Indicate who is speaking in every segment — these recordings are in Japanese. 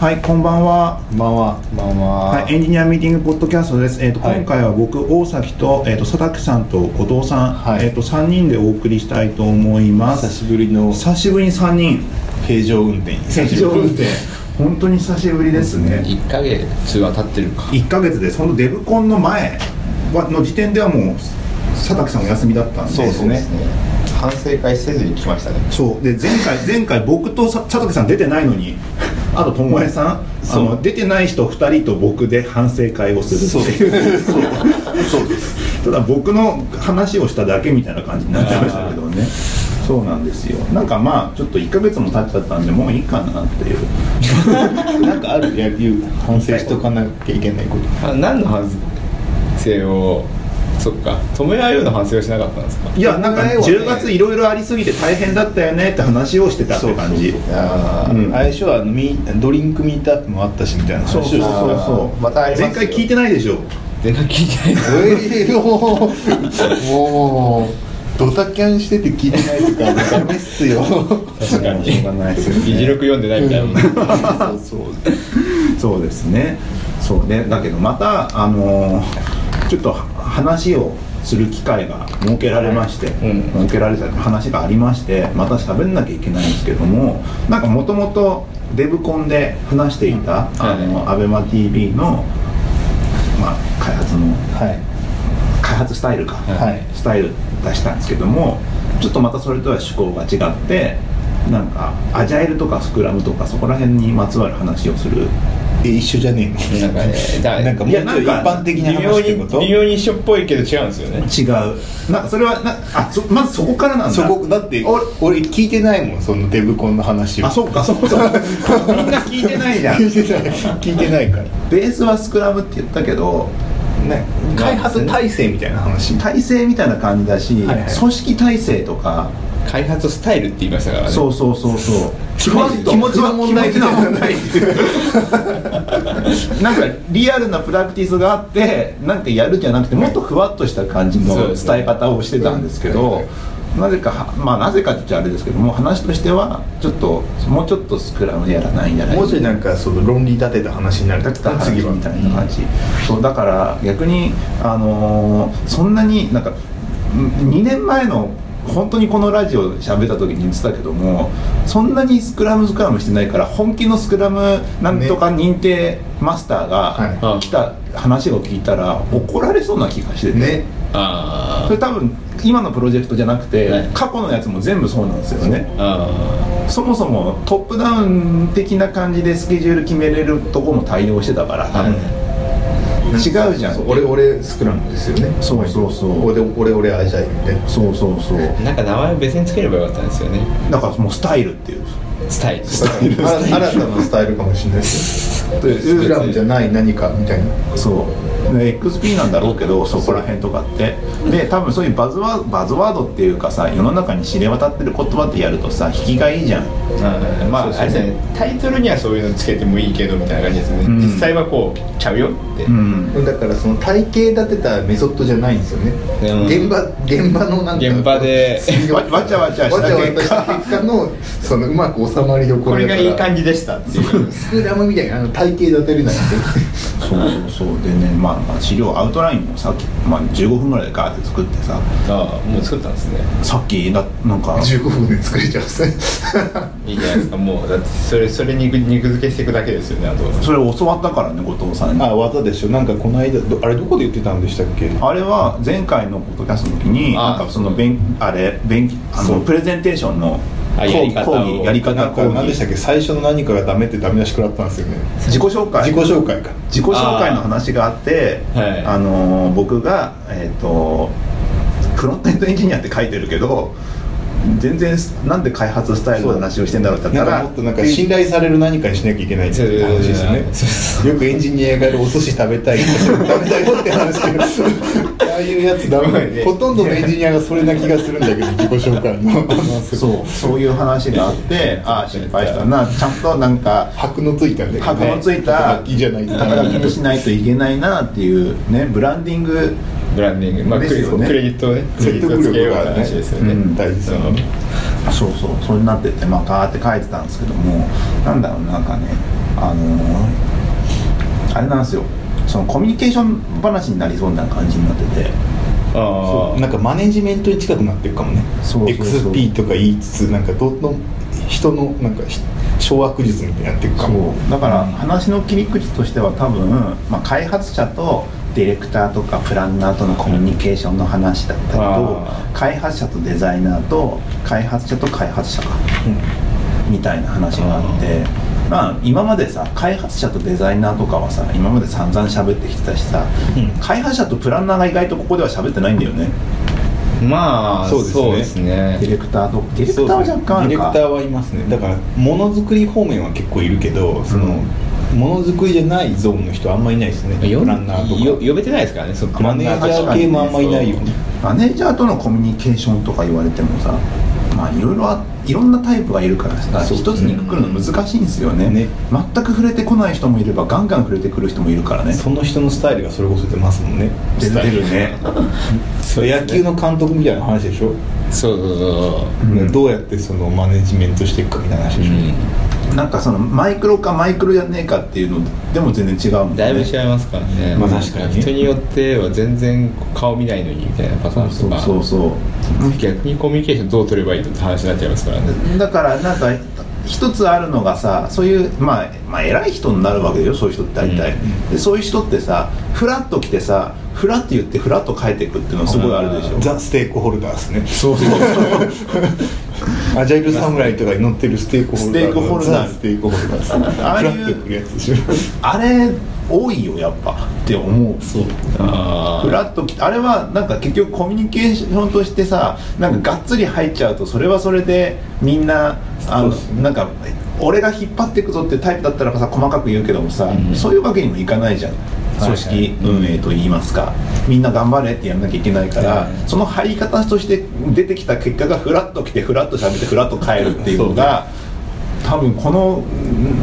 Speaker 1: はい、こんばんは。
Speaker 2: こんばんは。こんばんは。
Speaker 1: はい、エンジニアミーティングポッドキャストです。えっ、と、
Speaker 2: はい
Speaker 1: 今回は僕大崎とえっ、と佐竹さんと後藤さん、
Speaker 2: はい
Speaker 1: えっ、と三人でお送りしたいと思いま
Speaker 2: 久
Speaker 1: す。
Speaker 2: しぶりの
Speaker 1: 久しぶりに三人。
Speaker 2: 平常運転。
Speaker 1: 転。本当に久しぶりですね。
Speaker 3: 1ヶ月は経ってるか
Speaker 1: 一ヶ月でそのデブコンの前はの時点ではもう佐竹さんお休みだったんで。
Speaker 2: そうですね。
Speaker 3: 反省会せずに来ましたね
Speaker 1: そうで前回前回僕とさ佐竹さん出てないのにあと友江さんあ
Speaker 2: そう
Speaker 1: の出てない人2人と僕で反省会をするっていう そうですただ僕の話をしただけみたいな感じになっちゃいましたけどねそうなんですよなんかまあちょっと1か月も経っちゃったんでもういいかなっていう
Speaker 2: なんかあるやいう反省しとかなきゃいけないこと。
Speaker 3: あ何の反省をそっか止め合うような反省はしなかったんですか
Speaker 1: いやなんか
Speaker 2: 前はね
Speaker 1: 10月いろいろありすぎて大変だったよねって話をしてたって感じ
Speaker 2: ああ、
Speaker 1: うん
Speaker 2: 相性はあのミードリンクミートアップもあったしみたいな話
Speaker 1: そ
Speaker 2: を
Speaker 1: う
Speaker 2: し
Speaker 1: そう
Speaker 2: て
Speaker 1: そう
Speaker 2: た
Speaker 1: そ
Speaker 3: あー
Speaker 1: う
Speaker 3: またありますよ
Speaker 1: 前回聞いてないでしょ
Speaker 3: 全然聞いてないです
Speaker 2: ええもうドタキャンしてて聞いてないとかダメっすよ。
Speaker 3: 確か
Speaker 1: しょうが
Speaker 3: に
Speaker 1: ないですよね
Speaker 3: 議事録読んでないみたいな
Speaker 2: そうそう。
Speaker 1: そうですね。そうね。だけどまたあのーちょっと話をする機会が設けられまして、
Speaker 3: うん
Speaker 1: 設けられた話がありまして、また喋んなきゃいけないんですけども、なんかもともとデブコンで話していた、あのアベマ TV のまあ開発の
Speaker 2: はい
Speaker 1: 開発スタイルか、
Speaker 2: はい
Speaker 1: スタイル出したんですけどもちょっとまたそれとは趣向が違ってなんかアジャイルとかスクラムとかそこら辺にまつわる話をする
Speaker 2: え。一緒じゃねえ
Speaker 3: なんかねだ
Speaker 2: の。なんかも
Speaker 1: いう
Speaker 2: ちょ
Speaker 1: や
Speaker 2: っ
Speaker 1: なんか
Speaker 2: と一般的な
Speaker 3: 微妙
Speaker 2: 話ってこ
Speaker 3: に
Speaker 2: と。
Speaker 3: 微妙に一緒っぽいけど違うんですよね
Speaker 1: 違うなんかそれはなあそまずそこからなんだ
Speaker 2: そこだって
Speaker 1: 俺
Speaker 2: 俺聞いてないもんそのデブコンの話を
Speaker 1: あそっか そこそこみんな聞いてないじ ゃん
Speaker 2: 聞いてない聞いてないから
Speaker 1: ベースはスクラムって言ったけど
Speaker 2: ね開発体制みたいな話
Speaker 1: 体制みたいな感じだし、
Speaker 2: はいはい
Speaker 1: 組織体制とか、
Speaker 3: 開発スタイルって言いましたからね
Speaker 1: そうそうそうそう
Speaker 2: 気持ち気持ちの問題
Speaker 1: 気持ちの問題なんかリアルなプラクティスがあってなんかやるじゃなくてもっとふわっとした感じ
Speaker 3: そう
Speaker 1: の
Speaker 3: ですね
Speaker 1: 伝え方をしてたんですけどなぜかはまあなぜかって言っちゃあれですけども話としてはちょっともうちょっとスクラムやらないんじゃない
Speaker 2: もうちょいなんかその論理立てた話になる
Speaker 1: だ
Speaker 2: と
Speaker 1: ったら
Speaker 2: 次
Speaker 1: 次
Speaker 2: は
Speaker 1: みたいな感じ、そうだから逆に、あのーそんなになんかん2年前の本当にこのラジオ喋った時に言ってたけどもそんなにスクラムスクラムしてないから本気のスクラムなんとか認定マスター
Speaker 2: は
Speaker 1: が
Speaker 3: い
Speaker 1: 来た話を聞いたら怒られそうな気がしてて、
Speaker 2: ね
Speaker 3: あ
Speaker 1: それ多分今のプロジェクトじゃなくて、
Speaker 3: はい
Speaker 1: 過去のやつも全部そうなんですよね
Speaker 3: ーあ
Speaker 1: そもそもトップダウン的な感じでスケジュール決めれるとこも対応してたから、
Speaker 3: ー
Speaker 1: 違うじゃん
Speaker 2: そう俺俺スクラムですよね
Speaker 1: そうそうそう
Speaker 2: 俺俺俺アジャイルみたいな
Speaker 1: そうそうそう
Speaker 3: なんか名前別につければよかったんですよね
Speaker 1: だからもうスタイルっていう
Speaker 3: スタイル
Speaker 1: タイル
Speaker 2: 新新たなスタイルかもしれないです
Speaker 1: と
Speaker 2: よスク
Speaker 1: い
Speaker 2: ラ
Speaker 1: う
Speaker 2: ムじゃない何かみたいな
Speaker 1: そうで XP なんだろうけどそこら辺とかってで多分そういうバズワードバズワードっていうかさ世の中に知れ渡ってる言葉ってやるとさ引きがいいじゃん
Speaker 3: あまあ
Speaker 1: そうそう
Speaker 3: あれですよねタイトルにはそういうのつけてもいいけどみたいな感じですね、
Speaker 1: ん
Speaker 3: 実際はこうちゃうよって、
Speaker 1: うん
Speaker 2: だからその体系立てたメソッドじゃないんですよね、
Speaker 3: うん
Speaker 2: 現場現場のなんか
Speaker 3: 現場で
Speaker 2: すり
Speaker 1: わわちゃわちゃした
Speaker 2: わちゃわちゃ
Speaker 1: 結
Speaker 2: した結果のそのうまく収まりどこ
Speaker 3: こ
Speaker 2: ろ
Speaker 3: れが
Speaker 2: だから
Speaker 3: いい感じでしたっていう
Speaker 2: スクラムみたいなあの体系立てるなん て
Speaker 1: そうそうそうでねまあ、まあ、資料アウトラインもさっき、まあ、15分ぐらいでガーって作ってさ
Speaker 3: ああもう作ったんですね
Speaker 1: さっきだなんか
Speaker 2: 15分で作れちゃうそれ
Speaker 3: いいじゃないですかもうだってそれそれに肉付けしていくだけですよねあとは
Speaker 1: それ教わったからね後藤さんに
Speaker 2: あ技でしょなんかこの間どあれどこで言ってたんでしたっけ
Speaker 1: あれは前回のポッドキャストの時に
Speaker 3: あ
Speaker 1: なんかその勉あれ勉あ
Speaker 2: そ
Speaker 1: の
Speaker 2: う
Speaker 1: プレゼンテーションの
Speaker 3: あ
Speaker 1: 講
Speaker 3: やり
Speaker 1: 義
Speaker 3: 方を
Speaker 1: 講義やり方
Speaker 2: なん
Speaker 1: 講
Speaker 2: か何で
Speaker 1: 義
Speaker 2: したっけ最初の何かがダメってダメ出し食らったんですよね
Speaker 1: 自己紹介
Speaker 2: 自己紹介か
Speaker 1: 自己紹介の話があって
Speaker 3: あーはい
Speaker 1: あのー僕がえっ、とフロントエンドエンジニアって書いてるけど全然すなんで開発スタイルの話をしてんだろうってなっ
Speaker 2: なん
Speaker 1: た
Speaker 2: からもっとなんか信頼される何かにしなきゃいけないっていう話ですよ
Speaker 3: そうそうそ
Speaker 2: ねよくエンジニアがお寿司食べたい食べたいって話けどああいうやつダメだよねほとんどのエンジニアがそれな気がするんだけど自己紹介の
Speaker 1: そうそういう話があってああ失敗したなちゃんとなんか
Speaker 2: 箔のついたんだけどね
Speaker 1: 箔のついた
Speaker 2: 肩書きじゃない
Speaker 1: 肩書きにしないといけないなっていうねブランディング
Speaker 3: ブランディング、まあ、ク
Speaker 1: です
Speaker 3: レ
Speaker 1: よね
Speaker 3: クレジットをねクレ
Speaker 2: 説
Speaker 3: ジット
Speaker 2: 得
Speaker 3: をつけ
Speaker 2: 力
Speaker 3: よう
Speaker 2: があ
Speaker 3: な
Speaker 2: る
Speaker 3: 話ですよね、
Speaker 1: うん
Speaker 2: 大事
Speaker 3: そ
Speaker 2: だ
Speaker 3: の
Speaker 2: な
Speaker 1: そうそうそれになっててまあガーって書いてたんですけどもなんだろうなんかねあのーあれなんですよそのコミュニケーション話になりそうな感じになってて
Speaker 3: あ
Speaker 2: そうなんかマネジメントに近くなってるかもね
Speaker 1: そうそうそう
Speaker 2: XP とか言いつつなんかどんどん人のなんかひ掌握術みたいになっていくかも
Speaker 1: そうだから話の切り口としては多分、まあ、開発者とディレクターとかプランナーとのコミュニケーションの話だったけど
Speaker 3: あ
Speaker 1: 開発者とデザイナーと開発者と開発者かみたいな話があってまあ今までさ開発者とデザイナーとかはさ今まで散々喋ってきてたしさ、
Speaker 2: うん
Speaker 1: 開発者とプランナーが意外とここでは喋ってないんだよね
Speaker 3: あまあ
Speaker 2: そうですね
Speaker 3: そうですね
Speaker 1: ディレクターとディレクターは若干あ
Speaker 2: デ
Speaker 1: る
Speaker 2: ィレク
Speaker 1: か
Speaker 2: ターはいますねだからものづくり方面は結構いるけどその、ものづくりじゃないゾーンの人はあんまりいないですね
Speaker 3: よ
Speaker 2: プランナーとか
Speaker 3: よ呼べてないですからねその
Speaker 2: マネージャー系もあんまりいないよね
Speaker 1: マネージャーとのコミュニケーションとか言われてもさまあいろいろあいろんなタイプがいるからさ
Speaker 2: そう
Speaker 1: 一つにくくるの難しいんですよね
Speaker 2: ね
Speaker 1: 全く触れてこない人もいればガンガン触れてくる人もいるからね
Speaker 2: その人のスタイルがそれこそ出ますもんね
Speaker 1: 出てるね
Speaker 2: それ野球の監督みたいな話でしょ、
Speaker 3: そうそうそう
Speaker 1: うん
Speaker 2: どうやってそのマネジメントしていくかみたいな話
Speaker 3: そう
Speaker 2: でしょ、
Speaker 1: なんかそのマイクロかマイクロじゃねえかっていうのでも全然違うもんね
Speaker 3: だいぶ違いますからね、
Speaker 2: まあ確かにね
Speaker 3: 人によっては全然顔見ないのにみたいなパターンとか
Speaker 1: そうそうそう
Speaker 3: 逆にコミュニケーションどう取ればいいのって話になっちゃいますからね
Speaker 1: だからなんか一つあるのがさそういう、まあ、まあ偉い人になるわけよそういう人って大体、でそういう人ってさフラッと来てさフラッと言ってフラッと帰ってくっていうのすごいあるでしょ
Speaker 2: ザ・ステークホルダーですね
Speaker 1: そうそう
Speaker 2: アジャイル侍とかに乗ってるステークホルダーの
Speaker 1: ス
Speaker 2: ザ・ステークホルダーですね
Speaker 1: ああ
Speaker 2: フ
Speaker 1: いう
Speaker 2: ラッてくるやつでしょ
Speaker 1: あれ多いよやっぱって思うそう
Speaker 3: あ
Speaker 1: フラッと来てあれはなんか結局コミュニケーションとしてさなんかがっつり入っちゃうとそれはそれでみんなあの
Speaker 2: そうっす
Speaker 1: なんか俺が引っ張っていくぞってタイプだったらさ細かく言うけどもさ、
Speaker 3: うん
Speaker 1: そういうわけにもいかないじゃん
Speaker 3: い
Speaker 1: 組織運営といいますか、みんな頑張れってやんなきゃいけないから、
Speaker 3: はい
Speaker 1: その入り方として出てきた結果がフラッと来てフラッと喋ってフラッと帰るっていうのが多分この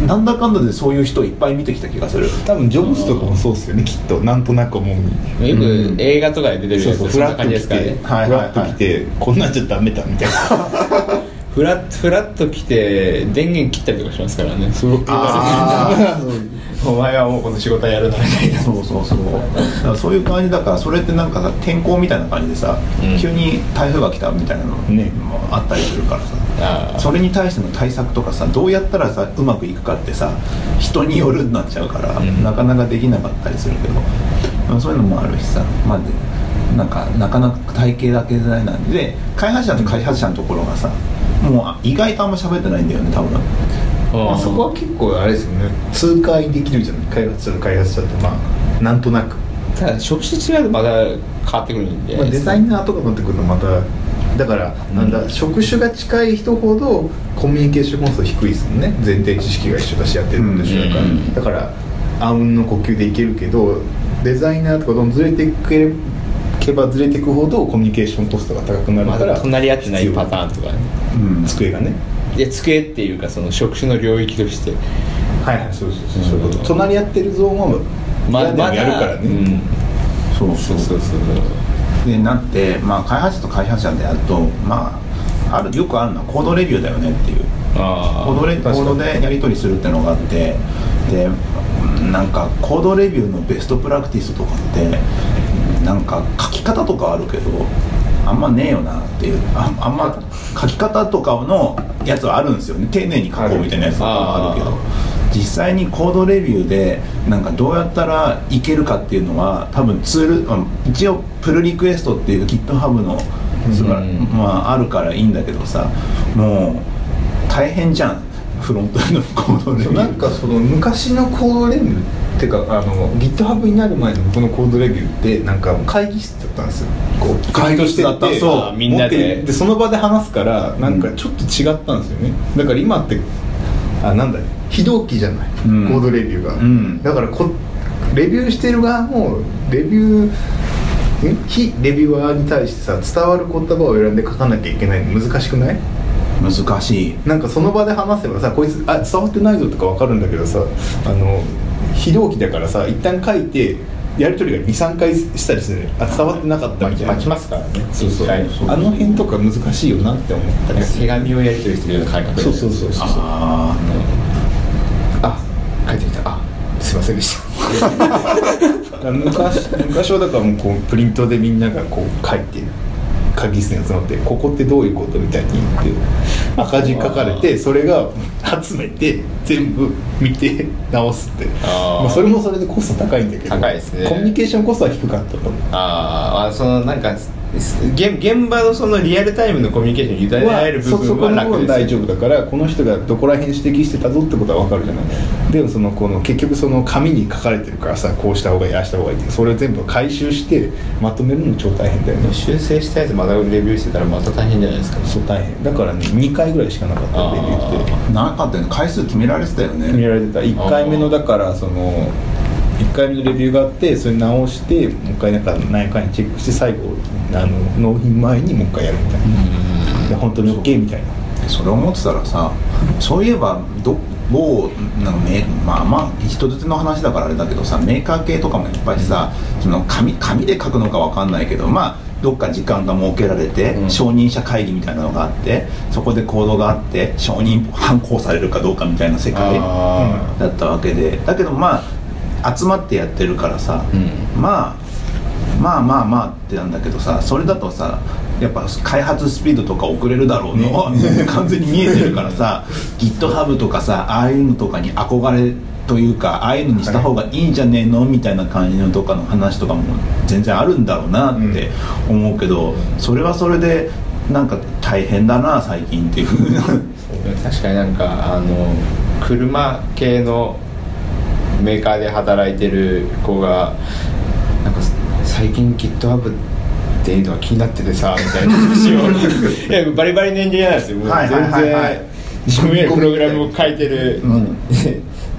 Speaker 1: なんだかんだでそういう人いっぱい見てきた気がする。
Speaker 2: 多分ジョブズとかもそうっすよねきっとなんとなく思うに
Speaker 3: あよ
Speaker 1: う
Speaker 3: く
Speaker 1: ん
Speaker 3: 映画とかで出てる
Speaker 2: そう
Speaker 3: やつ
Speaker 2: そう
Speaker 3: そ
Speaker 2: フ
Speaker 3: んな
Speaker 2: ラッ
Speaker 3: 感
Speaker 2: と
Speaker 3: じです
Speaker 2: 来
Speaker 3: から
Speaker 2: て
Speaker 3: ね
Speaker 2: フ
Speaker 1: はいはいはい
Speaker 2: ラッと来てこんなんじゃダメだみたいな
Speaker 3: フラッフラッと来て電源切ったりとかしますからね
Speaker 1: あ
Speaker 3: お前はもうこの仕事はやるなみたいな
Speaker 1: そうそうそうだからそういう感じだからそれってなんかさ天候みたいな感じでさ、
Speaker 3: うん
Speaker 1: 急に台風が来たみたいなの
Speaker 2: ね
Speaker 1: もあったりするからさ、
Speaker 3: ああ
Speaker 1: それに対しての対策とかさどうやったらさうまくいくかってさ人によるになっちゃうから、
Speaker 3: うん
Speaker 1: なかなかできなかったりするけどまあそういうのもあるしさまあでなんかなかなか体系だけじゃないなんで開発者と開発者のところがさもうあ意外とあんま喋ってないんだよね多分
Speaker 3: あそこは
Speaker 2: 結構あれですよね通過できるじゃない開発者と開発者ってまあなんとなく
Speaker 3: ただ職種違うとまた変わってくるんで、
Speaker 2: まあ、デザイナーとかになってくるのまただからなんだ、職種が近い人ほどコミュニケーションコスト低いですもんね前提知識が一緒だしやってるのと一緒だから、
Speaker 3: うんうんうん
Speaker 2: だからあうんの呼吸でいけるけどデザイナーとかどんどんずれていけばずれていくほどコミュニケーションコストが高くなる
Speaker 3: ま
Speaker 2: から、
Speaker 3: だ隣り合ってないパターンとかね
Speaker 1: うん
Speaker 2: 机がね
Speaker 3: で机っていうかその職種の領域として
Speaker 2: はいはいそうそう
Speaker 3: そうそういうこと
Speaker 2: 隣り合ってるゾーンはまだやるからね、
Speaker 3: うん
Speaker 1: そう
Speaker 3: そうそうそう
Speaker 1: でなって、まあ、開発者と開発者でやると、まあ、あるよくあるのはコードレビューだよねっていうコー
Speaker 3: あ
Speaker 1: ドレコ
Speaker 2: 確かに
Speaker 1: ードでやり取りするってのがあってでなんかコードレビューのベストプラクティスとかってなんか書き方とかあるけどあんまねえよなっていうああんま書き方とかのやつはあるんですよね丁寧に書こうみたいなやつとかはあるけ
Speaker 3: あ
Speaker 1: ど実際にコードレビューでなんかどうやったらいけるかっていうのは多分ツールあ一応プルリクエストっていう GitHub のすばら
Speaker 3: うん
Speaker 1: まああるからいいんだけどさもう大変じゃんフロントエンドのコードレビ
Speaker 2: そ
Speaker 1: ュ
Speaker 2: う
Speaker 1: ー
Speaker 2: なんかその昔のコードレビューっていうかあの GitHub になる前の僕のコードレビューってなんか会議室だったんですよこう
Speaker 1: 会議室だった
Speaker 2: プリントしてて
Speaker 1: そう
Speaker 3: みんなで
Speaker 2: 持ってでその場で話すからなんかちょっと違ったんですよねだから今ってあなんだ非同期じゃない、
Speaker 1: うん
Speaker 2: コードレビューが、
Speaker 1: うん
Speaker 2: だからこレビューしてる側もレビューん非レビュアーに対してさ伝わる言葉を選んで書かなきゃいけないの難しくない
Speaker 1: 難しい
Speaker 2: なんかその場で話せばさこいつあ伝わってないぞとかわかるんだけどさあの非同期だからさ一旦書いてやり取りが23回したりするあ伝わってなかったみたいな
Speaker 3: 巻きますからね
Speaker 2: そうそう
Speaker 3: はい
Speaker 2: あの辺とか難しいよなって思ったり
Speaker 3: 手紙をやり取りするような感覚
Speaker 2: そうそうそうそう
Speaker 3: あ
Speaker 1: あ
Speaker 2: あ
Speaker 3: せんでした
Speaker 2: 昔昔はだからもうこうプリントでみんながこう書いて会議室に集まって「ここってどういうこと?」みたいに言って赤字書かれてそれが集めて全部見て直すって
Speaker 3: あー
Speaker 2: まあ、それもそれでコスト高いんだけど
Speaker 3: 高いですね
Speaker 2: コミュニケーションコストは低かったと思う
Speaker 3: あーあそのなんかす現現場のそのリアルタイムのコミュニケーションに委ねられる部
Speaker 2: そそ
Speaker 3: 分
Speaker 2: こ
Speaker 3: は
Speaker 2: の部
Speaker 3: 楽
Speaker 2: 分
Speaker 3: です
Speaker 2: 大丈夫だからこの人がどこら辺指摘してたぞってことは分かるじゃないでもそのこの結局その紙に書かれてるからさこうした方がいいああした方がいいってそれを全部回収してまとめるの超大変だよね
Speaker 3: 修正したやつまたレビューしてたらまた大変じゃないですか
Speaker 2: そう大変だからね2回ぐらいしかなかった
Speaker 3: あー
Speaker 2: レビューって
Speaker 1: なかったよね回数決められてたよ
Speaker 2: 見
Speaker 1: ね
Speaker 2: られてた1回目のだからその1回目のレビューがあってそれ直してもう一回なんか何回にチェックして最後あの納品前にもう一回やるみたいなで本当に OK みたいな
Speaker 1: それ思ってたらさそういえばど某なんかメまあまあ人づての話だからあれだけどさメーカー系とかもいっぱいさその紙紙で書くのかわかんないけどまあどっか時間が設けられて、
Speaker 3: うん
Speaker 1: 承認者会議みたいなのがあってそこで行動があって承認反抗されるかどうかみたいな世界
Speaker 3: あ
Speaker 1: だったわけでだけどまあ集まってやってるからさ、
Speaker 3: うん
Speaker 1: まあまあまあまあってなんだけどさそれだとさやっぱ開発スピードとか遅れるだろうの、 完全に見えてるからさ GitHub とかさああいうのとかに憧れというかああいうのにした方がいいんじゃねえのみたいな感じのとかの話とかも全然あるんだろうなって思うけど、それはそれでなんか大変だな最近っていうふうな
Speaker 3: ー確かになんかあの車系のメーカーで働いてる子がなんか最近 GitHub っていうのが気になっててさみたいな話 をいやバリバリのエンジニアなんですよもう
Speaker 1: はいはい
Speaker 3: 全
Speaker 1: はいはい
Speaker 3: 然自分やプログラムを書いてる、
Speaker 1: うん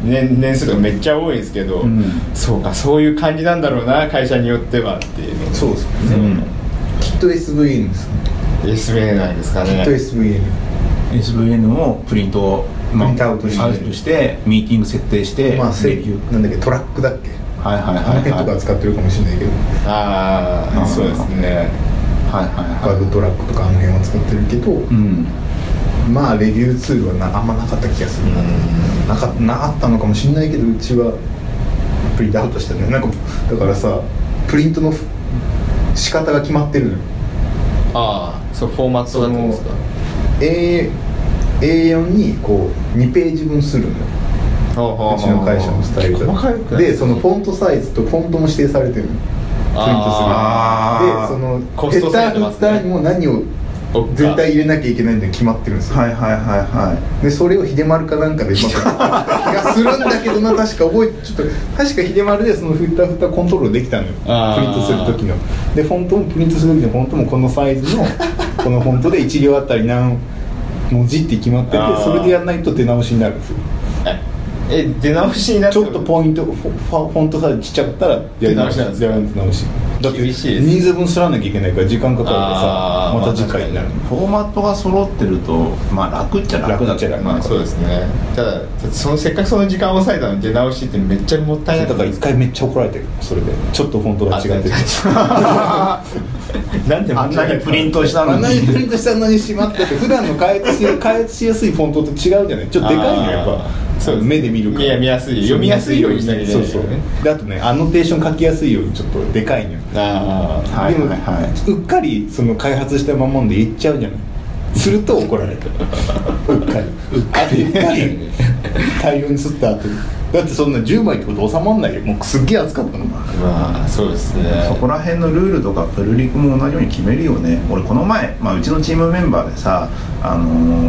Speaker 3: 年年数がめっちゃ多いんですけど、
Speaker 1: うん
Speaker 3: そうかそういう感じなんだろうな会社によってはっていうの
Speaker 2: そうですね
Speaker 1: うん
Speaker 2: きっと SVN ですね
Speaker 3: SBA なんですか
Speaker 2: き
Speaker 3: ね
Speaker 2: っと SVN
Speaker 1: SVN をプリントをまあ
Speaker 2: プリントアウトして
Speaker 1: アウトしてミーティング設定して
Speaker 2: まあせ
Speaker 1: レビュー
Speaker 2: なんだっけトラックだっけ
Speaker 1: はいはい
Speaker 2: あの辺
Speaker 1: はい
Speaker 2: と
Speaker 1: はい
Speaker 2: か使ってるかもしれないけど
Speaker 3: ああそうですね
Speaker 1: はい
Speaker 2: バ
Speaker 1: はい
Speaker 2: グ
Speaker 1: は
Speaker 2: トラックとかあの辺は使ってるけど、
Speaker 1: いうん
Speaker 2: まあレビューツールはなあんまなかった気がするななかなかったのかもしれないけどうちはプリントアウトしたねなんかだからさプリントのふ仕方が決まってるのよ
Speaker 3: ああそうフォーマットだったんですか
Speaker 2: A A4 にこう2ページ分するのよ
Speaker 3: ほうほうほ
Speaker 2: う
Speaker 3: う
Speaker 2: ちの会社のスタイルだと
Speaker 3: 細かくない
Speaker 2: でそのフォントサイズとフォントも指定されてるのよプリントする
Speaker 3: あ
Speaker 1: ー
Speaker 2: でその
Speaker 3: コストされてますね
Speaker 2: ヘッダーフッターにも何を
Speaker 3: おっか
Speaker 2: 絶対入れなきゃいけないんで決まってるんですよ
Speaker 1: はいはいはいは
Speaker 2: でそれを秀丸かなんかでうまくや った気がするんだけどな確か覚えてちょっと確か秀丸でそのフッタフッタコントロールできたのよプ
Speaker 3: あー
Speaker 2: リントする時のでフォントもプリントする時のフォントもこのサイ ズのこのフォントで1行あたり何文字って決まってて
Speaker 3: あー
Speaker 2: それでやんないと出直しになるんですよ
Speaker 3: え出直しにな
Speaker 2: ちょっと
Speaker 3: ン
Speaker 2: ポイントフォフォフォントサイズちっちゃかったらや
Speaker 3: 出直しなんです
Speaker 2: やり直しだって
Speaker 3: 厳しいです
Speaker 2: 人数分すらなきゃいけないから時間かかるから
Speaker 3: あー
Speaker 2: さまた次回になる
Speaker 1: いフォーマットが揃ってるとまあ楽っちゃ楽だけど
Speaker 2: 楽っちゃ楽
Speaker 1: ま
Speaker 3: ま
Speaker 1: あ
Speaker 3: あそうですねただそのせっかくその時間を割いたのに出直しってめっちゃもったいな
Speaker 2: だ
Speaker 3: い
Speaker 2: から一回めっちゃ怒られてるそれでちょっとフォントが違ってる
Speaker 3: なんで
Speaker 1: あんなにプリン
Speaker 3: ト
Speaker 1: トしたの
Speaker 2: あんなにプリ
Speaker 1: に
Speaker 2: ントしたのにしまってて普段の開発し 開発しやすいフォントと違うじゃないちょっとでかいのよやっ
Speaker 3: あ
Speaker 2: ぱ
Speaker 3: ーそうです
Speaker 2: 目で見るから
Speaker 3: いや見やすい読みやすいようにしなきゃいけない
Speaker 2: そう
Speaker 3: です
Speaker 2: そ
Speaker 3: よ
Speaker 2: う
Speaker 3: ね
Speaker 2: であとねアノテーション書きやすいようにちょっとでかいのよ
Speaker 3: ああ
Speaker 1: はい
Speaker 2: でも
Speaker 1: はいは
Speaker 2: うっかりその開発したままんで言っちゃうじゃないすると怒られるうっかりうっかりうっかり大量にすった後にだってそんな10枚ってこと収まんないよもうすっげえ熱かったの
Speaker 3: まあそうですね
Speaker 1: いそこら辺のルールとかプルリクも同じように決めるよね俺この前、まあ、うちのチームメンバーでさ、あの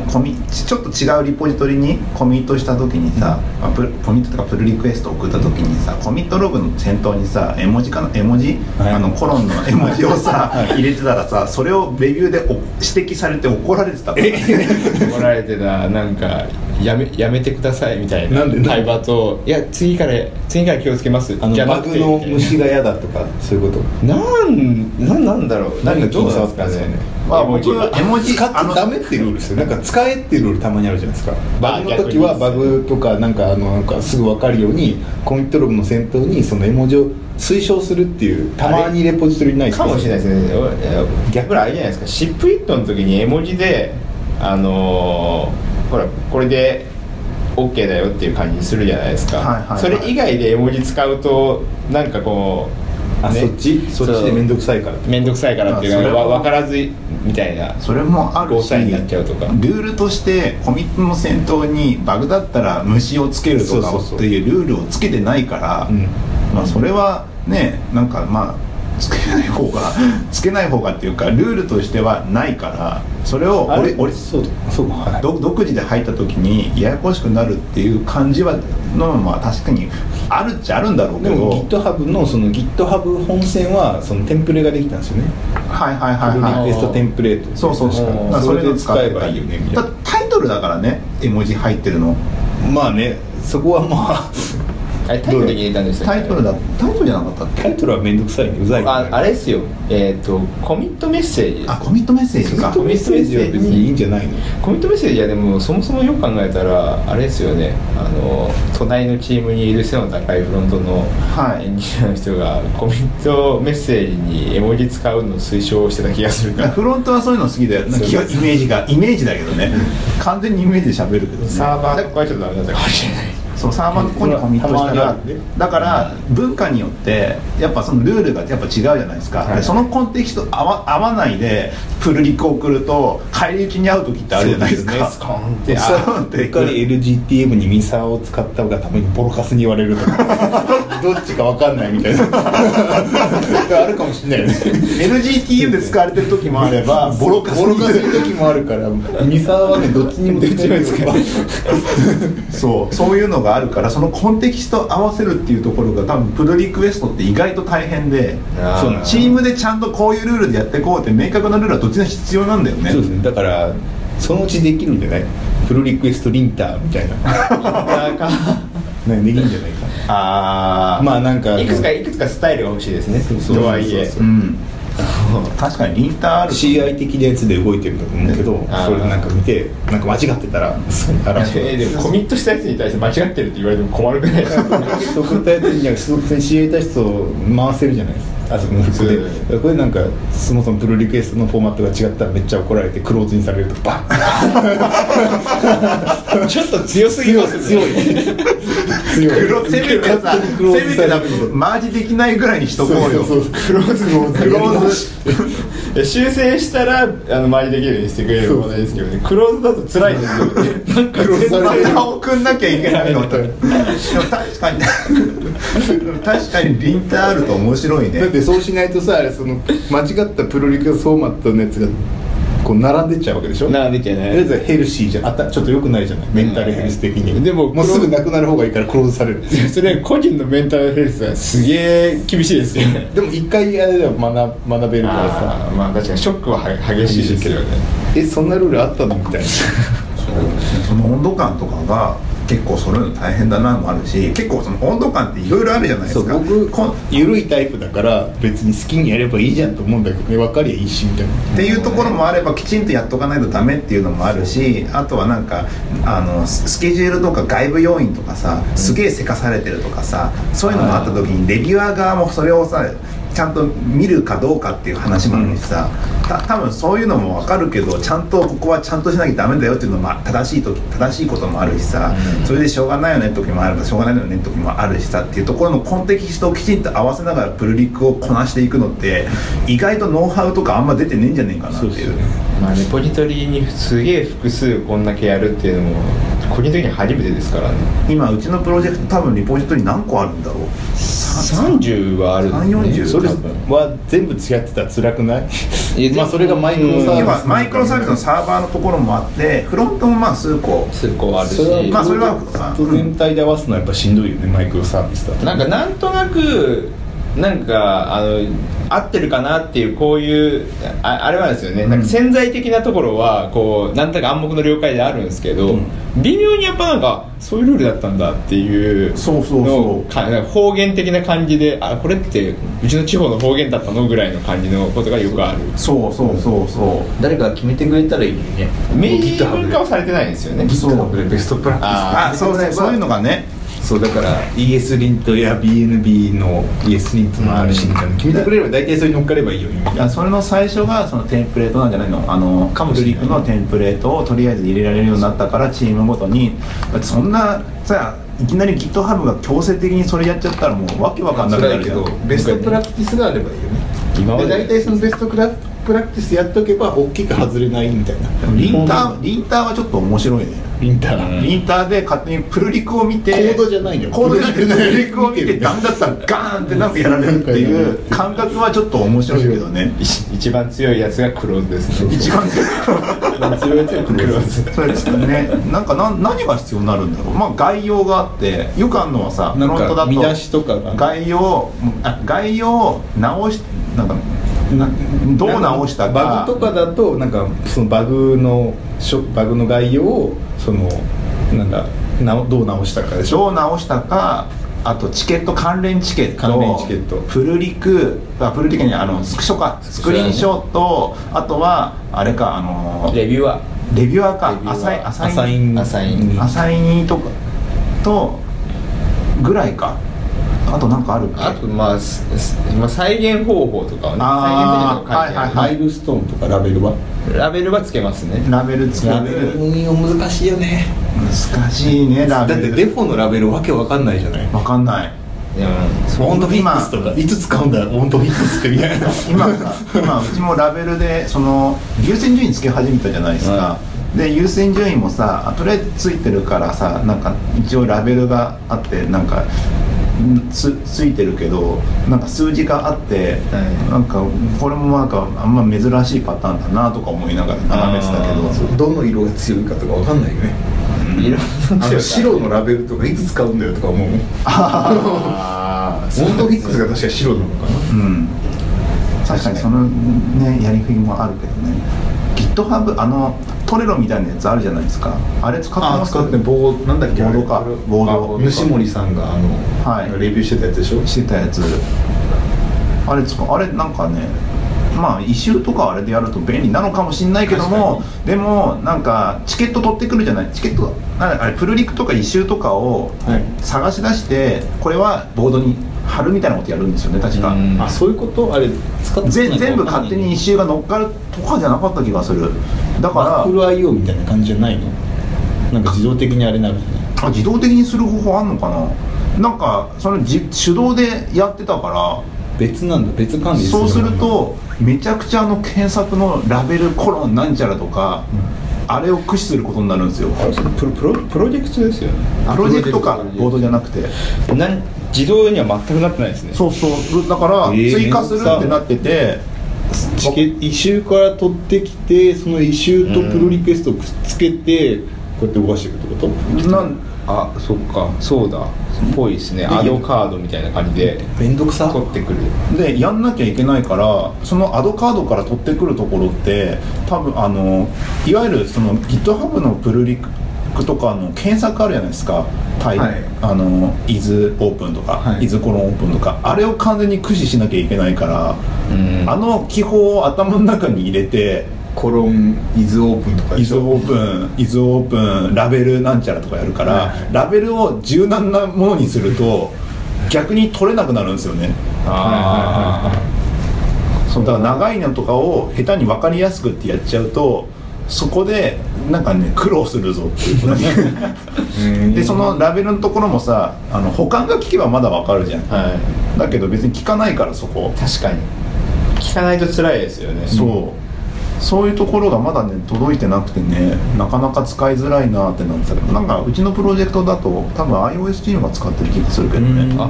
Speaker 1: ーコミちちょっと違うリポジトリにコミットした時にさ、まあ、プルコミットとかプルリクエスト送った時にさコミットログの先頭にさ絵文字かな絵文字、
Speaker 2: はい
Speaker 1: あのコロ ンの絵文字をさ入れてたらさそれをレビューでお指摘されて怒られてたから
Speaker 3: 怒られてたなんかやめやめてくださいみたいな
Speaker 2: なんで
Speaker 3: 対話といや次から次から気をつけます
Speaker 2: あの
Speaker 3: じゃな
Speaker 2: バ
Speaker 3: く
Speaker 2: グ
Speaker 3: て
Speaker 2: の
Speaker 3: みたいな
Speaker 2: 虫が嫌だとかそういうこと
Speaker 3: なんなんなんだろう何
Speaker 2: 何が
Speaker 3: がどうなんですか
Speaker 2: 気になって
Speaker 3: ね
Speaker 2: ますか
Speaker 1: まあ僕
Speaker 3: は
Speaker 1: 絵文字
Speaker 2: 使ってダメってルールですよなんか使えってルールたまにあるじゃないですかバグの時はバグとかなんかあのなんかすぐ分かるようにコミットログの先頭にその絵文字を推奨するっていうたまにレポジトリにない
Speaker 3: かもしれない
Speaker 2: ね
Speaker 3: ですねおえ逆にあれじゃないですかシップイットの時に絵文字であのーほらこれで OK だよっていう感じにするじゃないですか、
Speaker 1: はいはいはい
Speaker 3: それ以外で絵文字使うとなんかこう
Speaker 2: あ
Speaker 3: ね
Speaker 2: そっちそっちで面倒くさいから
Speaker 3: 面倒くさいからっていう
Speaker 1: あそれ
Speaker 3: の
Speaker 1: は
Speaker 3: が分からずみたいな
Speaker 1: それもある
Speaker 3: 5
Speaker 1: し
Speaker 3: 歳になっちゃうとか
Speaker 1: ルールとしてコミットの先頭にバグだったら虫をつけるとか
Speaker 2: そうそうそう
Speaker 1: っていうルールをつけてないから、
Speaker 2: うん
Speaker 1: まあ、それはねなんかまあつけない方 がつけない方がっていうかルールとしてはないからそれを
Speaker 2: あれ
Speaker 1: 俺俺
Speaker 2: そうそうかはい
Speaker 1: ど独自で入った時にややこしくなるっていう感じはのまあ確かにあるっちゃあるんだろうけ
Speaker 2: で
Speaker 1: ど
Speaker 2: も GitHub のその GitHub 本線はそのテンプレができたんですよね
Speaker 1: はいはいはい
Speaker 3: あ
Speaker 1: はい
Speaker 3: ー
Speaker 2: リクエストテンプレート
Speaker 1: そうそうそう
Speaker 3: うん
Speaker 1: だから
Speaker 2: そ
Speaker 1: そ
Speaker 2: れ
Speaker 1: れ
Speaker 2: で
Speaker 1: で
Speaker 2: 使
Speaker 1: 使
Speaker 2: え
Speaker 1: え
Speaker 2: ば
Speaker 1: ば
Speaker 2: い
Speaker 1: いい
Speaker 2: いよ
Speaker 1: よ
Speaker 2: ね
Speaker 1: ね
Speaker 2: みたいな
Speaker 1: タイトルだからね絵文字入ってるの
Speaker 2: まあねそこはまあ
Speaker 3: あれタイトルで入れたんですよね
Speaker 1: タイトルだタイトルじゃなかったっけ
Speaker 2: タイトルは面倒くさいねうざいね
Speaker 3: ああれですよえっ、とコミットメッセージです
Speaker 1: あコミットメッセージか
Speaker 2: コミットメッセージは別にいいんじゃないの
Speaker 3: コミットメッセージはでもそもそもよく考えたらあれですよねあの隣のチームにいる背の高いフロントの
Speaker 1: はい
Speaker 3: エンジニアの人がコミットメッセージに絵文字使うのを推奨してた気がす るから
Speaker 1: フロントはそういうの好きだよなんかイメ
Speaker 3: そう
Speaker 1: ージがイメージだけどね完全にイメージで喋るけどね
Speaker 3: サーバーとかはちょっとダメだったかもしれない
Speaker 1: そうサーバーのここにコミットした
Speaker 2: たま
Speaker 1: ら
Speaker 2: にあるね
Speaker 1: だから文化によってやっぱそのルールがやっぱ違うじゃないですか、
Speaker 3: はい
Speaker 1: でそのコンテキスト合わ合わないでプルリク送ると返り討ちに会う時ってあるじゃないです
Speaker 2: そうで
Speaker 1: か
Speaker 2: す
Speaker 3: コーンっ
Speaker 2: で
Speaker 3: て
Speaker 2: あ
Speaker 1: そう
Speaker 2: うっかり LGTM にミサを使ったがためにボロカスに言われると かどっちか分かんないみたいなあるかもしれないよね
Speaker 1: LGTU で使われてる時もあれ ばボロカス
Speaker 2: ボロ
Speaker 1: に
Speaker 2: カスの時もあるからミサはねどっちにも使える
Speaker 1: そうそういうのがあるからそのコンテキスト合わせるっていうところが多分プルリクエストって意外と大変で
Speaker 3: あー
Speaker 2: そうなんです
Speaker 1: チームでちゃんとこういうルールでやっていこうって明確なルールはどっちが必要なんだよね
Speaker 2: そうですねだからそのうちできるんじゃないプロリクエストリンターみたいな
Speaker 3: なんか
Speaker 2: ねできるんじゃないか
Speaker 1: ああ
Speaker 2: まあなんか
Speaker 3: いくつかいくつかスタイルが欲しいですね
Speaker 2: そうそう
Speaker 3: とはいえ
Speaker 2: そう
Speaker 1: うん確かにリンターある
Speaker 2: CI 的なやつで動いてると思うけど
Speaker 3: あー
Speaker 2: それなんか見てなんか間違ってたらすぐ
Speaker 3: あ
Speaker 2: 表
Speaker 3: えでもコミットしたやつに対して間違ってるって言われても困るくないですか
Speaker 2: 送ったやつには普通に CI 対質を回せるじゃないですかあそこの服
Speaker 3: そうだ
Speaker 2: でこれなんかそもそもプロリクエストのフォーマットが違ったらめっちゃ怒られてクローズにされるとバッ
Speaker 3: ちょっと 強すぎますね
Speaker 2: 強い強い
Speaker 1: 黒せめてさ
Speaker 2: 勝手にクロー
Speaker 1: せ
Speaker 2: ズ
Speaker 1: め
Speaker 2: さ
Speaker 1: て
Speaker 2: れ
Speaker 1: だ
Speaker 2: ると
Speaker 1: マージできないぐらいにしとこうよ
Speaker 2: そうそう
Speaker 3: クローズも
Speaker 1: クローズ
Speaker 3: え修正したらあの周りできるようにしてくれる問題ですけどねクローズだと辛いですよね なんか
Speaker 2: クローズされる
Speaker 1: また送んなきゃいけないのってでも確かにでも確かにリンターあると面白いね
Speaker 2: だってそうしないとさあれその間違ったプロリクエストフォーマットのやつがこう並んでっちゃうわけでしょ
Speaker 3: 並んでちゃ
Speaker 2: とりあえずヘルシーじゃんあったちょっとよくないじゃないメンタルヘルス的に、
Speaker 3: うんでも
Speaker 2: もうすぐなくなる方がいいからクローズされる
Speaker 3: いそれ個人のメンタルヘルスはすげえ厳しいですよね
Speaker 2: でも一回あれでは学学べるからさ
Speaker 3: あーまあ確かにショックはは激しいですけどね
Speaker 2: えそんなルールあったのみたいな
Speaker 1: その温度感とかが結構揃えるの大変だなもあるし結構その温度感っていろいろあるじゃないで
Speaker 2: そ
Speaker 1: す
Speaker 2: う
Speaker 1: か
Speaker 2: 僕
Speaker 1: こんっ
Speaker 2: 緩いタイプだから別に好きにやればいいじゃんと思うんだけどね分かりゃいいしみたいな
Speaker 1: ていうところもあればきちんとやっとかないとダメっていうのもあるしあとはなんかあのススケジュールとか外部要因とかさすげえせかされてるとかさそういうのもあった時にレギュラー側もそれをさちゃんと見るかどうかっていう話もあるしさ、た多分そういうのも分かるけどちゃんとここはちゃんとしなきゃダメだよっていうのもまあ正しい時正しいこともあるしさ、それでしょうがないよね時もあればしょうがないよね時もあるしさっていうところのコンテキストをきちんと合わせながらプルリクをこなしていくのって意外とノウハウとかあんま出てねえんじゃねえかなっていう
Speaker 3: まあレポジトリにすげえ複数こんだけやるっていうのも個人的に初めてですからね
Speaker 1: 今うちのプロジェクト多分リポジトリ何個あるんだろう
Speaker 3: 30はある
Speaker 1: 340
Speaker 2: それ
Speaker 3: 多分
Speaker 2: は全部違ってたら辛くない
Speaker 3: いや
Speaker 2: まあそれがマイクロサービス
Speaker 1: 今マイクロサービスのサーバーのところもあってフロントもまあ数個
Speaker 3: 数個はあるし
Speaker 2: それは
Speaker 1: まあそれは
Speaker 2: 全体で合わすのはやっぱしんどいよねマイクロサービスだと
Speaker 3: なんかなんとなくなんかあの合ってるかなっていうこういうああれはですよね、なんか潜在的なところはこうなんとなく暗黙の了解であるんですけど、微妙にやっぱなんかそういうルールだったんだっていう
Speaker 1: そうそうそう
Speaker 3: のをかなんか方言的な感じであこれってうちの地方の方言だったのぐらいの感じのことがよくある
Speaker 1: そうそうそうそう
Speaker 4: 誰かが決めてくれたらいいのにね
Speaker 3: 明文化はされてないんですよね
Speaker 1: そう
Speaker 2: ベストプラ
Speaker 3: あ
Speaker 1: あそうねそういうのがね
Speaker 2: そうだから ES リントや BNB の ES リントの RC みたいなの決めてくれれば大体それに乗っかればいいよみたい
Speaker 1: い
Speaker 2: な
Speaker 1: やそれの最初がそのテンプレートなんじゃないのあの
Speaker 2: かもしれない
Speaker 1: フリックのテンプレートをとりあえず入れられるようになったからチームごとにだってそんなさいきなり GitHub が強制的にそれやっちゃったらもうわけわかんなくな
Speaker 2: 辛い
Speaker 1: る
Speaker 2: け
Speaker 1: じゃん
Speaker 2: どベストプラクティスがあればいいよね
Speaker 3: 今まで
Speaker 2: で大体そのベストクラプラクティスやっとけば大きく外れないみたいな
Speaker 1: でもリンターリンターはちょっと面白いね
Speaker 2: リンター、
Speaker 3: うん
Speaker 1: リンターで勝手にプルリクを見
Speaker 2: コ
Speaker 1: て
Speaker 2: ードじゃないよ
Speaker 1: コードじゃなくてプルリクを見て
Speaker 2: る
Speaker 1: ダメだったらガーンってなんかやられるっていう感覚はちょっと面白いけどね
Speaker 3: 一一番強いやつがクローズですね
Speaker 1: 一番
Speaker 2: 強いやつがクローズ
Speaker 1: そうですよねなんかな何が必要になるんだろうまあ概要があってよくあるのはさフ
Speaker 2: な
Speaker 1: ロン
Speaker 2: ん
Speaker 1: トだ
Speaker 2: か
Speaker 1: と
Speaker 2: 見出しとかが
Speaker 1: 概要をあ概要を直しなんかなどう直したか
Speaker 2: バグとかだとなんかそのバグのしょバグの概要をそのなんだなおどう直したかでしょ
Speaker 1: どう直したかあとチケット関連チケット
Speaker 2: 関連チケット
Speaker 1: プルリクあプルリクにあのスクショかスクリーンショット、あとはあれかあのレ
Speaker 4: レビューは
Speaker 1: ビュアーか
Speaker 3: レビューは
Speaker 1: アサインア
Speaker 2: アサイ
Speaker 3: アサイン
Speaker 2: ン
Speaker 1: アサイニーとかとぐらいかあとなんかあるっけ
Speaker 3: あとまあ、すすまあ、再現方法とかはね
Speaker 1: あー
Speaker 3: 再現方法書いてある、
Speaker 1: は
Speaker 2: マ
Speaker 1: い
Speaker 2: イルストーンとかラベルは
Speaker 3: ラベルはつけますね
Speaker 1: ラベルつける
Speaker 2: 運用難しいよね
Speaker 1: 難しいねラ
Speaker 2: だっ
Speaker 1: ベル
Speaker 2: てデフォのラベルわけわかんないじゃない
Speaker 1: わかんない
Speaker 3: でも
Speaker 2: オンドフィックスとかいつ使うんだオンドフィックスってみたいな
Speaker 1: 今さ今うちもラベルでその優先順位つけ始めたじゃないですか、で優先順位もさあとりあえずついてるからさなんか一応ラベルがあってなんかんつついてるけどなんか数字があって、
Speaker 3: はい
Speaker 1: なんかこれもなんかあんま珍しいパターンだなとか思いながら眺めてたけど
Speaker 3: あー
Speaker 1: そう
Speaker 2: どの色が強いかとかわかんないよね
Speaker 3: いろ
Speaker 2: あ
Speaker 3: んな
Speaker 2: の白のラベルとかいつ使うんだよとか思う
Speaker 3: あー
Speaker 2: オンドフィックスが確か白なのかな
Speaker 1: うん確かにそのねやりくりもあるけどね GitHub あのトレロみたいなやつあるじゃないですかあれ使って
Speaker 2: あ
Speaker 1: ます
Speaker 2: 使って棒なんだっけ
Speaker 1: ボードか
Speaker 2: あれ
Speaker 1: ボード
Speaker 2: あボ主森さんがあの、
Speaker 1: はい
Speaker 2: レビューしてたやつでしょ
Speaker 1: してたやつあれつかあれなんかねまあ異臭とかあれでやると便利なのかもしれないけどもでもなんかチケット取ってくるじゃないチケットなんだあれプルリクとか異臭とかを
Speaker 2: はい
Speaker 1: 探し出してこれはボードに貼るみたいなことやるんですよね確か
Speaker 3: うん
Speaker 2: あそういうことあれ使って
Speaker 1: ぜ全部勝手に異臭が乗っかるとかじゃなかった気がするだ
Speaker 2: バッフ
Speaker 1: か
Speaker 2: ル IO みたいな感じじゃないのなんか自動的にあれなるじゃない
Speaker 1: らあ自動的にする方法あんのかななんかそのじ手動でやってたから
Speaker 2: 別なんだ別管理
Speaker 1: そうする
Speaker 2: の
Speaker 1: とめちゃくちゃあの検索のラベルコロンなんちゃらとか、あれを駆使することになるんですよ
Speaker 3: プロプロプロジェクトですよね
Speaker 1: プロジェクトかボードじゃなくて
Speaker 3: なん自動には全くなってないですね
Speaker 1: そうそうだから
Speaker 2: えー
Speaker 1: 追加するってなってて、
Speaker 2: チケ異臭から取ってきてその異臭とプロリクエストをくっつけて、こうやって動かしていくってこと
Speaker 1: なん
Speaker 3: あそっかそうだぽいですねアドカードみたいな感じで
Speaker 2: 面倒くさ
Speaker 3: 取ってくる
Speaker 1: でやんなきゃいけないからそのアドカードから取ってくるところって多分あのいわゆるその GitHub のプルリクとかの検索あるじゃないですかタイ、
Speaker 2: はい
Speaker 1: あの is オープンとか、
Speaker 2: はい
Speaker 1: is コロンオープンとかあれを完全に駆使しなきゃいけないから、
Speaker 3: うん
Speaker 1: あの記法を頭の中に入れて
Speaker 2: コロンイズオープンとかでし
Speaker 1: is
Speaker 2: ょ
Speaker 1: オープン is オープンラベルなんちゃらとかやるから、
Speaker 2: はいはい
Speaker 1: ラベルを柔軟なものにすると逆に取れなくなるんですよね
Speaker 3: あ
Speaker 1: そうだから長いのとかを下手に分かりやすくってやっちゃうとそこでなんかね苦労するぞっていうこと にでそのラベルのところもさあの保管が効けばまだ分かるじゃん
Speaker 3: あはい
Speaker 1: だけど別に効かないからそこ
Speaker 3: 確かに聞かないと辛いですよね
Speaker 1: そう、そういうところがまだね届いてなくてねなかなか使いづらいなってなってたけどなんかうちのプロジェクトだと多分 iOS チームが使ってる気がするけどね
Speaker 3: あ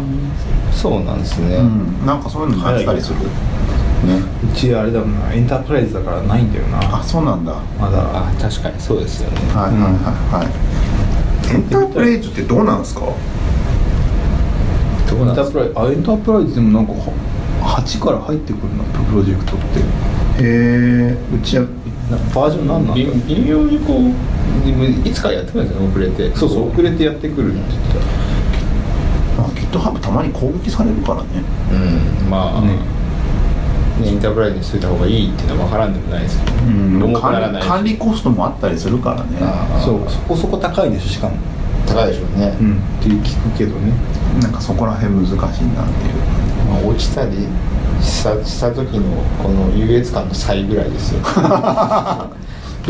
Speaker 3: そうなんですね、
Speaker 1: うんなんかそういうのもやってたりするね
Speaker 2: うちあれだもんなエンタープライズだからないんだよな
Speaker 1: あそうなんだはい
Speaker 2: まだ
Speaker 3: あ確かにそうですよね
Speaker 1: はいはいはいエンタープレイズってどうなんですか
Speaker 3: どう
Speaker 2: エ
Speaker 3: な
Speaker 2: ン
Speaker 3: ん
Speaker 2: タ
Speaker 3: で
Speaker 2: ー
Speaker 3: す
Speaker 2: プ
Speaker 3: か
Speaker 2: ライズあエンタープライズでもなんかは8から入ってくるなプロジェクトって
Speaker 1: へえうちは
Speaker 2: なバージョン何なんだ
Speaker 3: 微微妙にこうでもいつからやってくるんですよね遅れて
Speaker 2: そうそう遅れてやってくるって言ってた
Speaker 1: まあ GitHub たまに攻撃されるからね
Speaker 3: うんまあ、
Speaker 2: ね
Speaker 3: ねエンタープライズにしといた方がいいっていうのは分からんでもないですけど、重くなら
Speaker 1: 管理
Speaker 3: ないし
Speaker 1: 管理コストもあったりするからね
Speaker 3: あー
Speaker 2: そうそこそこ高いでしょしかも
Speaker 3: 高いでしょうね、
Speaker 2: うんって聞くけどね
Speaker 1: なんかそこら辺難しいなっていう
Speaker 3: まあ、落ちたりしたした時のこの優越感の差異ぐらいですよ
Speaker 2: ど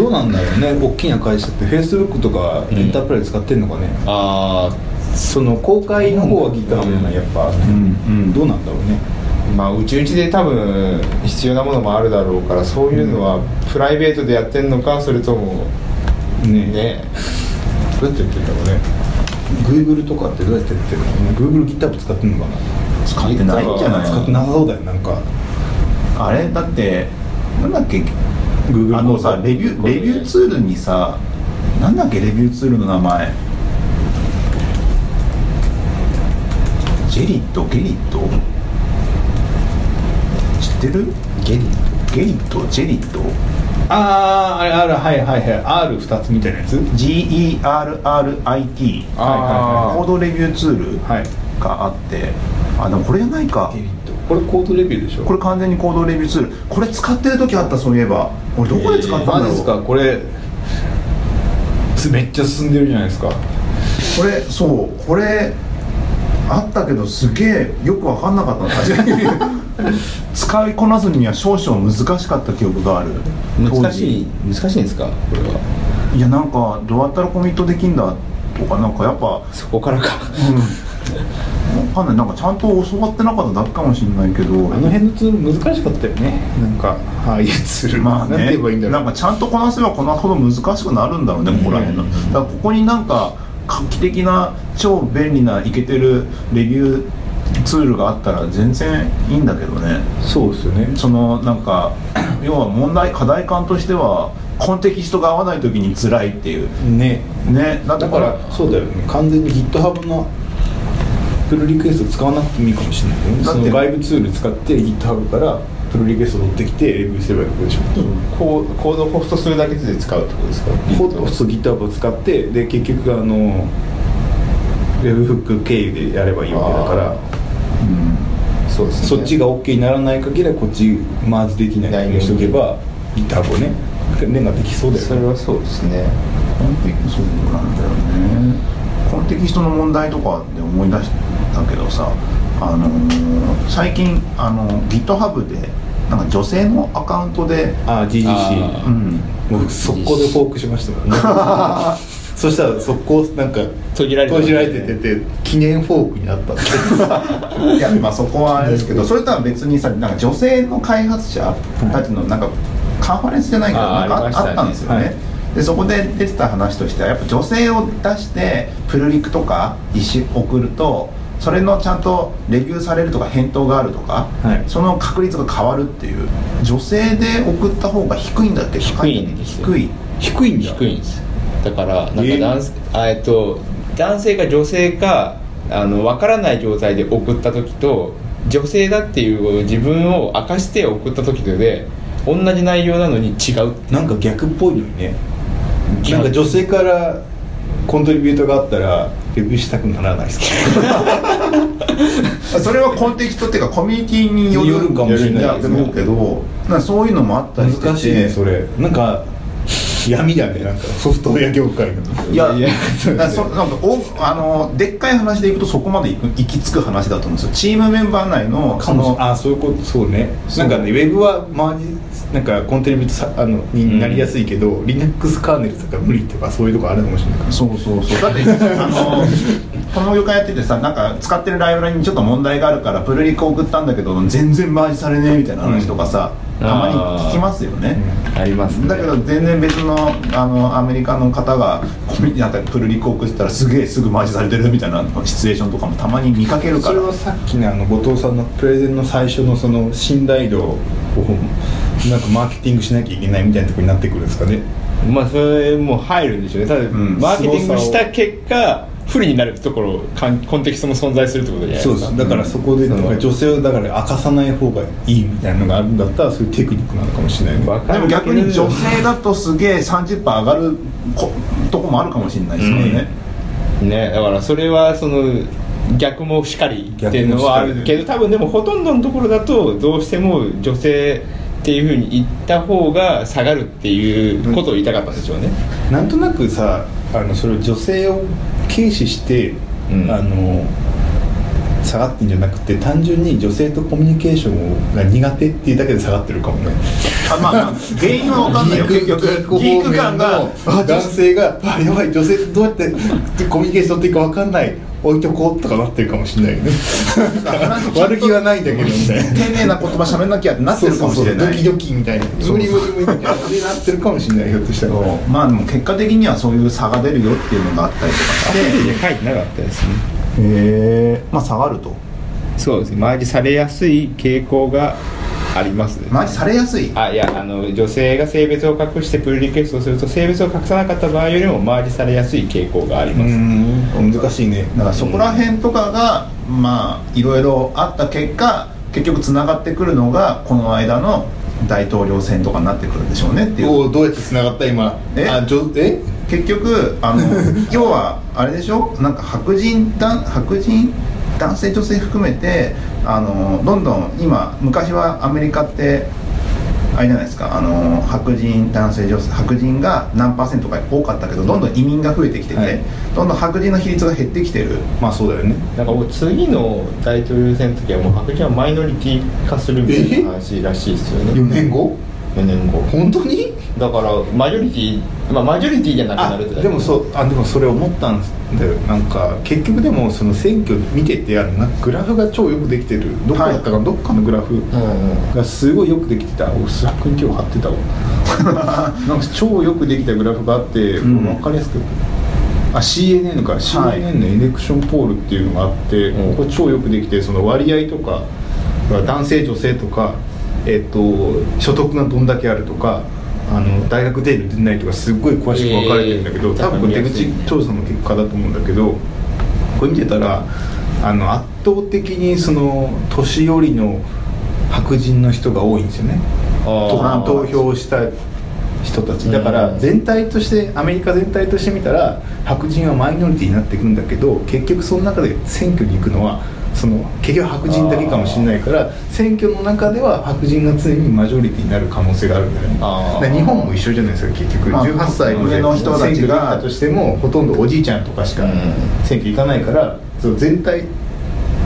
Speaker 2: うなんだろうね大きな会社ってフェイスブックとか
Speaker 3: うん
Speaker 2: インタープライズ使ってんのかね、
Speaker 3: あ
Speaker 2: その公開の方はギターじゃないやっぱ、
Speaker 1: うん
Speaker 2: どうなんだろうね
Speaker 3: あ まあうちうちで多分必要なものもあるだろうからそういうのはプライベートでやってんのかそれとも
Speaker 2: ね
Speaker 3: ね
Speaker 2: どうやってやってんだろうね Google とかってどうやってやってるの Google ギター使ってんのか
Speaker 1: 使ってないんじゃ
Speaker 2: な
Speaker 1: ない
Speaker 2: 使ってなさそうだよなんか
Speaker 1: あれだってなんだっけ
Speaker 2: Google
Speaker 1: あのさレビューレビューツールにさなんだっけレビューツールの名前ジェリットゲリット知ってる
Speaker 3: ゲリ
Speaker 1: ゲリットジェリット
Speaker 2: あああれあるはいはいはい R2 つみたいなやつ
Speaker 1: GERRIT
Speaker 2: あー
Speaker 1: コードレビューツール
Speaker 2: はい
Speaker 1: があってあでもこれじゃないか
Speaker 2: これコードレビューでしょ
Speaker 1: これ完全にコードレビューツールこれ使ってる時あったそういえば俺どこで使ったんだろう、
Speaker 2: マジですかこれすめっちゃ進んでるじゃないですか
Speaker 1: これそうこれあったけどすげえよく分かんなかったの初めに使いこなすには少々難しかった記憶がある
Speaker 3: 難しい難しいんですかこれはい
Speaker 1: やなんかどうやったらコミットできんだとかなんかやっぱ
Speaker 3: そこからか
Speaker 1: うん分かんないなんかちゃんと教わってなかっただけかもしれないけど
Speaker 2: あの辺のツール難しかったよねなんかああいうツール
Speaker 1: まあ
Speaker 2: なんて
Speaker 1: ね
Speaker 2: 言えばいいんだろう
Speaker 1: なんかちゃんとこなせばこのほど難しくなるんだろうねここら辺の、だからここになんか画期的な超便利なイケてるレビューツールがあったら全然いいんだけどね
Speaker 2: そうですよね
Speaker 1: そのなんか 要は問題課題感としてはコンテキストが合わない時に辛いっていう
Speaker 2: ね
Speaker 1: ねだって
Speaker 2: だからそうだよね完全に GitHub のプルリクエスト使わなくてもいいかもしれないよね
Speaker 1: だっ
Speaker 2: そ
Speaker 1: て
Speaker 2: の外部ツール使って GitHub からプルリクエスト取ってきてレビューすればいいわけでしょ
Speaker 3: コーコードをホストするだけで使うってことですか
Speaker 2: コードそう GitHub を使ってで結局あの Webhook 経由でやればいいわけだから
Speaker 3: そうですね
Speaker 2: そっちが OK にならない限りはこっちマージできないようにしとけば GitHub をね連ができそうだよ
Speaker 3: それ
Speaker 2: ね
Speaker 3: はそうですね
Speaker 1: コンテキそうなんだよねコンテキストの問題とかで思い出したけどさあのー最近、あのー GitHub でなんか女性のアカウントで、
Speaker 2: ああ GGC
Speaker 3: あ
Speaker 1: うん、
Speaker 2: もう速攻でフォークしました からねそしたら速攻なんか
Speaker 3: 閉じられて
Speaker 2: 閉じられててて記念フォークになったって
Speaker 1: いやまあそこはあれですけどそれとは別にさなんか女性の開発者たちのなんかカンファレンスじゃないけど
Speaker 3: あ
Speaker 1: な
Speaker 3: ー
Speaker 1: んかあ
Speaker 3: ありましたね
Speaker 1: あったんですよね、
Speaker 2: はい
Speaker 1: でそこで出てた話としてはやっぱ女性を出してプルリクとか一種送るとそれのちゃんとレビューされるとか返答があるとか、
Speaker 2: はい
Speaker 1: その確率が変わるっていう女性で送った方が低いんだって
Speaker 3: 低いんですよ
Speaker 1: 低い
Speaker 2: 低いんだ
Speaker 3: 低いんですだからなんか
Speaker 2: えー
Speaker 3: 男,、あえっと、男性か女性かあの分からない状態で送った時と女性だっていうことを自分を明かして送った時とで同じ内容なのに違う
Speaker 2: なんか逆っぽいのにねなんか女性からコントリビュートがあったらレビューしたくならないですけ
Speaker 1: それはコンテキストっていうかコミュニティによる
Speaker 2: よるかもしれない
Speaker 1: と思うけどなんかそういうのもあったりして
Speaker 2: ど
Speaker 1: て
Speaker 2: 難しいねそれなんか闇だねなんかソフトウェア業界の
Speaker 1: いや
Speaker 3: いや
Speaker 1: なそなんかおあのでっかい話でいくとそこまでいく行き着く話だと思うんですよチームメンバー内の
Speaker 2: か
Speaker 1: そ
Speaker 2: もし
Speaker 1: の
Speaker 2: あそういうことそうね
Speaker 1: そう
Speaker 2: なんかねウェブはマージなんかコントリビュートさあのになりやすいけど、Linux カーネルとか無理とかそういうとこあるかもしれないから
Speaker 1: そうそうそうだってあのこの業界やっててさなんか使ってるライブラリにちょっと問題があるからプルリク送ったんだけど全然マージされねえみたいな話とかさ、
Speaker 3: うん
Speaker 1: たまに聞きますよね、
Speaker 3: あります
Speaker 1: だけど全然別のあのアメリカの方がコミュニなんかプルリク送ってたらすげえすぐマージされてるみたいなシチュエーションとかもたまに見かけるか
Speaker 2: それ
Speaker 1: ら
Speaker 2: はさっきのあの後藤さんのプレゼンの最初のその信頼度をなんかマーケティングしなきゃいけないみたいなところになってくるんですかね
Speaker 3: まあそれも入るんでしょうねただ、
Speaker 1: ん
Speaker 3: マーケティングした結果不利になるところかんコンテキストも存在するってことじゃないです
Speaker 2: そ
Speaker 3: か
Speaker 2: うですだからそこでなんか女性をだから明かさない方がいいみたいなのがあるんだったらそういうテクニックなのかもしれないね
Speaker 3: わ
Speaker 1: で
Speaker 3: かる
Speaker 1: も逆に女性だとすげえ30%上がることこもあるかもしれないですよね、
Speaker 3: ねだからそれはその逆もしかりっていうのはあるけど多分でもほとんどのところだとどうしても女性っていうふうに言った方が下がるっていうことを言いたかったんでしょうね、
Speaker 2: なんとなくさあのそれを女性を軽視して、
Speaker 3: うん
Speaker 2: あの下がってんじゃなくて単純に女性とコミュニケーションが苦手っていうだけで下がってるかもね
Speaker 1: あまあまあ原因は分かんないよ結局ギーク感が
Speaker 2: あ男性があやばい女性とどうやってコミュニケーション取っていいか分かんない置いとこうとかなってるかもしれないよね悪気はないんだけどみたいな
Speaker 1: 丁寧な言葉喋んなきゃってなってるかもしれない
Speaker 2: そうそうそうドキドキみたいな
Speaker 1: そう
Speaker 2: 無理無理無理みたいな感じになってるかもしれないひょっとしたら
Speaker 1: そうまあでも結果的にはそういう差が出るよっていうのがあったりとかして
Speaker 3: で書いてなかったですね
Speaker 1: へえまあ下がると
Speaker 3: そうですね周りされやすい傾向があります
Speaker 1: まあされやすい
Speaker 3: あいやあの女性が性別を隠してプルリクエストをすると性別を隠さなかった場合よりも周りされやすい傾向があり
Speaker 2: う
Speaker 3: ます、
Speaker 2: ん難しいね
Speaker 1: だからそこら辺とかが、まあいろいろあった結果結局つながってくるのがこの間の大統領選とかになってくるんでしょうねっていう
Speaker 2: おおどうやって繋がった今
Speaker 1: え
Speaker 2: あじょえ
Speaker 1: 結局あ の要はあれでしょなんか白人男白人男性女性含めてあのどんどん今昔はアメリカってあれじゃないですかあの白人男性女性白人が何パーセントか多かったけどどんどん移民が増えてきてて、
Speaker 2: はい
Speaker 1: どんどん白人の比率が減ってきてる
Speaker 2: まあそうだよね
Speaker 3: なんかもう次の大統領選の時はもう白人はマイノリティ化するみたいな話らしいですよね
Speaker 2: 4年後
Speaker 3: 4年後
Speaker 2: 本当に
Speaker 3: だからマジョリティまあマジョリティじゃなくな
Speaker 2: あ
Speaker 3: る
Speaker 2: でもそうあでもそれ思ったんだよなんか結局でもその選挙見ててあのなんかグラフが超よくできてるどこだったかな、どっかのグラフ
Speaker 3: うんうん
Speaker 2: がすごいよくできてたおスラックに今日貼ってたわ なんか超よくできたグラフがあって、
Speaker 1: うん
Speaker 2: 分かりやすくあ CNN か CNN のエレクションポールっていうのがあって、
Speaker 3: うん
Speaker 2: これ超よくできてその割合とか男性女性とか、えっと所得がどんだけあるとかあの大学出る出ないとかすっごい詳しく分かれてるんだけど、
Speaker 3: えー
Speaker 2: 多分これ出
Speaker 3: 見やすい
Speaker 2: 口
Speaker 3: ね
Speaker 2: 調査の結果だと思うんだけどこれ見てたらあの圧倒的にその年寄りの白人の人が多いんですよね
Speaker 3: あ
Speaker 2: と
Speaker 3: ー
Speaker 2: 投票した人た
Speaker 3: う
Speaker 2: ち
Speaker 3: ん
Speaker 2: だから全体としてアメリカ全体として見たら白人はマイノリティになっていくんだけど結局その中で選挙に行くのはその結局白人だけかもしれないから選挙の中では白人が常にマジョリティになる可能性があるんだよね
Speaker 3: あー
Speaker 2: だから日本も一緒じゃないですか結局
Speaker 1: まあ
Speaker 2: 18歳で
Speaker 1: 上の人たちが
Speaker 2: 選挙に行ったとしてもほとんどおじいちゃんとかしか
Speaker 3: うん
Speaker 2: 選挙行かないからそう全体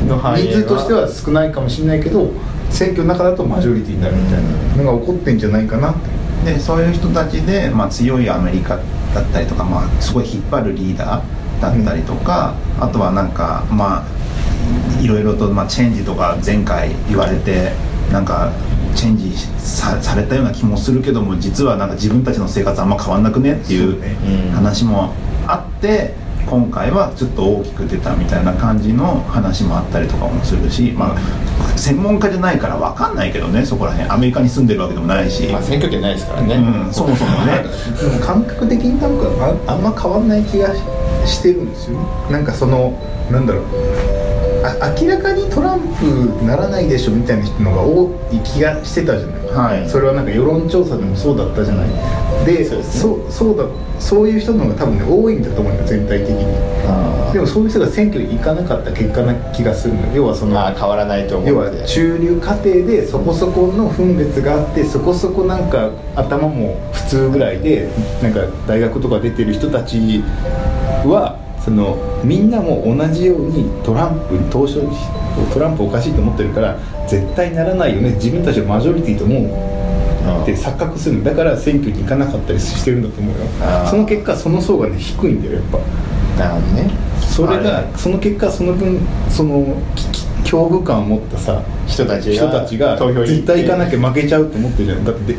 Speaker 3: の範囲
Speaker 2: 人
Speaker 3: は
Speaker 2: 数としては少ないかもしれないけど選挙の中だとマジョリティになるみたいなのが起こってんじゃないかなって
Speaker 1: でそういう人たちで、まあ、強いアメリカだったりとか、まあ、すごい引っ張るリーダーだったりとか、あとはなんかまあいろいろと、まあ、チェンジとか前回言われてなんかチェンジさされたような気もするけども実はなんか自分たちの生活あんま変わんなくねってい
Speaker 2: そう
Speaker 1: う
Speaker 2: ね
Speaker 3: うん
Speaker 1: 話もあって。今回はちょっと大きく出たみたいな感じの話もあったりとかもするし、まあ、専門家じゃないから分かんないけどねそこら辺アメリカに住んでるわけでもないし、
Speaker 3: まあ選挙権ないですからね、
Speaker 1: うん、そもそもね
Speaker 2: でも感覚的になんかああんま変わんない気がししてるんですよねなんかそのなんだろうあ明らかにトランプならないでしょみたいな人の方が多い気がしてたじゃない、
Speaker 1: はい
Speaker 2: それはなんか世論調査でもそうだったじゃないでそうそうだそういう人の方が多分ね多いんだと思うんだよ全体的にでもそういう人が選挙に行かなかった結果な気がするのよ要はその
Speaker 3: まあ変わらないと思
Speaker 2: 要
Speaker 3: う
Speaker 2: は
Speaker 3: ので
Speaker 2: 中流家庭でそこそこの分別があってそこそこなんか頭も普通ぐらいでなんか大学とか出てる人たちはそのみんなも同じようにトランプに投票しトランプおかしいと思ってるから絶対ならないよね自分たちはマジョリティと思うって錯覚するのだから選挙に行かなかったりしてるんだと思うよ
Speaker 3: あー
Speaker 2: その結果その層がね低いんだよやっぱ。
Speaker 3: なるほどね
Speaker 2: それ
Speaker 3: あれ
Speaker 2: がその結果その分そのきき恐怖感を持ったさ
Speaker 3: 人たちが
Speaker 2: 人たちが
Speaker 3: 投票に行って
Speaker 2: 絶対行かなきゃ負けちゃうと思ってるじゃんだって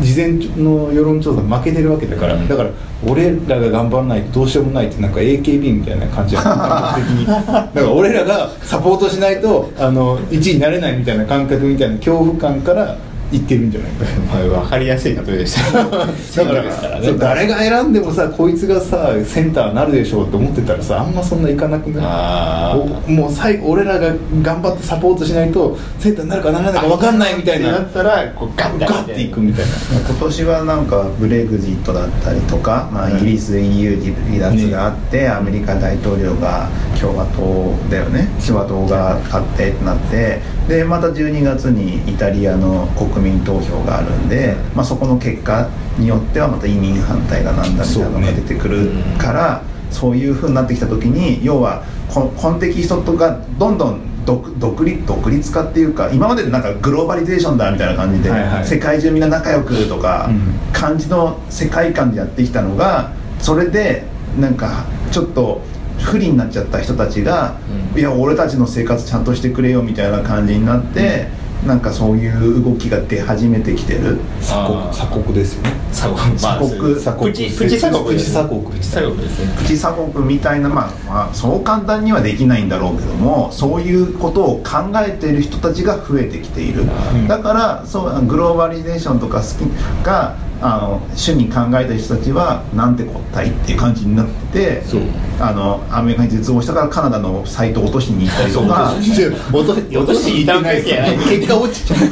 Speaker 2: 事前の世論調査負けてるわけだから、
Speaker 3: うん
Speaker 2: だから俺らが頑張らないとどうしようもないってなんか AKB みたいな感じだ感覚的にだから俺らがサポートしないとあの1位になれないみたいな感覚みたいな恐怖感から言ってるんじゃないか
Speaker 3: はい分かりやすい例えでした 選挙ですからね
Speaker 2: そう誰が選んでもさこいつがさセンターになるでしょうと思ってたらさあんまそんないかなくない
Speaker 3: あ
Speaker 2: おもう最後俺らが頑張ってサポートしないとセンターになるかならないか分かんないみたい
Speaker 3: だ
Speaker 2: な
Speaker 3: ったらこうガッて
Speaker 2: ガッていくみたいな
Speaker 1: 今年はなんかブレグジットだったりとか、まあ、イギリス EU 離脱があって、アメリカ大統領が共和党だよね共和党が勝ってってなってでまた12月にイタリアの国国民投票があるんで、まあ、そこの結果によってはまた移民反対がなんだみたいなのが出てくるからそう,、いうふうになってきた時に要はこ根的人とかどんどん独独立独立化っていうか今までなんかグローバリゼーションだみたいな感じで、
Speaker 2: はいはい
Speaker 1: 世界中みんな仲良くとか、
Speaker 2: うん
Speaker 1: 感じの世界観でやってきたのがそれでなんかちょっと不利になっちゃった人たちが、
Speaker 3: うん
Speaker 1: いや俺たちの生活ちゃんとしてくれよみたいな感じになって、なんかそういう動きが出始めてきてる
Speaker 2: 鎖
Speaker 3: あー
Speaker 2: 国鎖国ですよね
Speaker 3: 鎖国まあ
Speaker 1: 鎖国
Speaker 3: そういうプチ
Speaker 2: 鎖国
Speaker 3: プチ鎖国
Speaker 2: プ
Speaker 3: で
Speaker 2: チ
Speaker 3: す
Speaker 2: 鎖国
Speaker 3: プチ鎖国ですね
Speaker 1: プチ鎖国みたいな、まあ、まあそう簡単にはできないんだろうけどもそういうことを考えている人たちが増えてきている、
Speaker 2: うん
Speaker 1: だからそうグローバリゼーションとか好きがあの主に考えた人たちはなんてこったいっていう感じになってて
Speaker 2: そう
Speaker 1: あのアメリカに絶望したからカナダのサイトを落としに行ったりとか。
Speaker 2: じゃあ落とし
Speaker 3: 落としに行ったわけじゃない
Speaker 2: 結果落 ちちゃった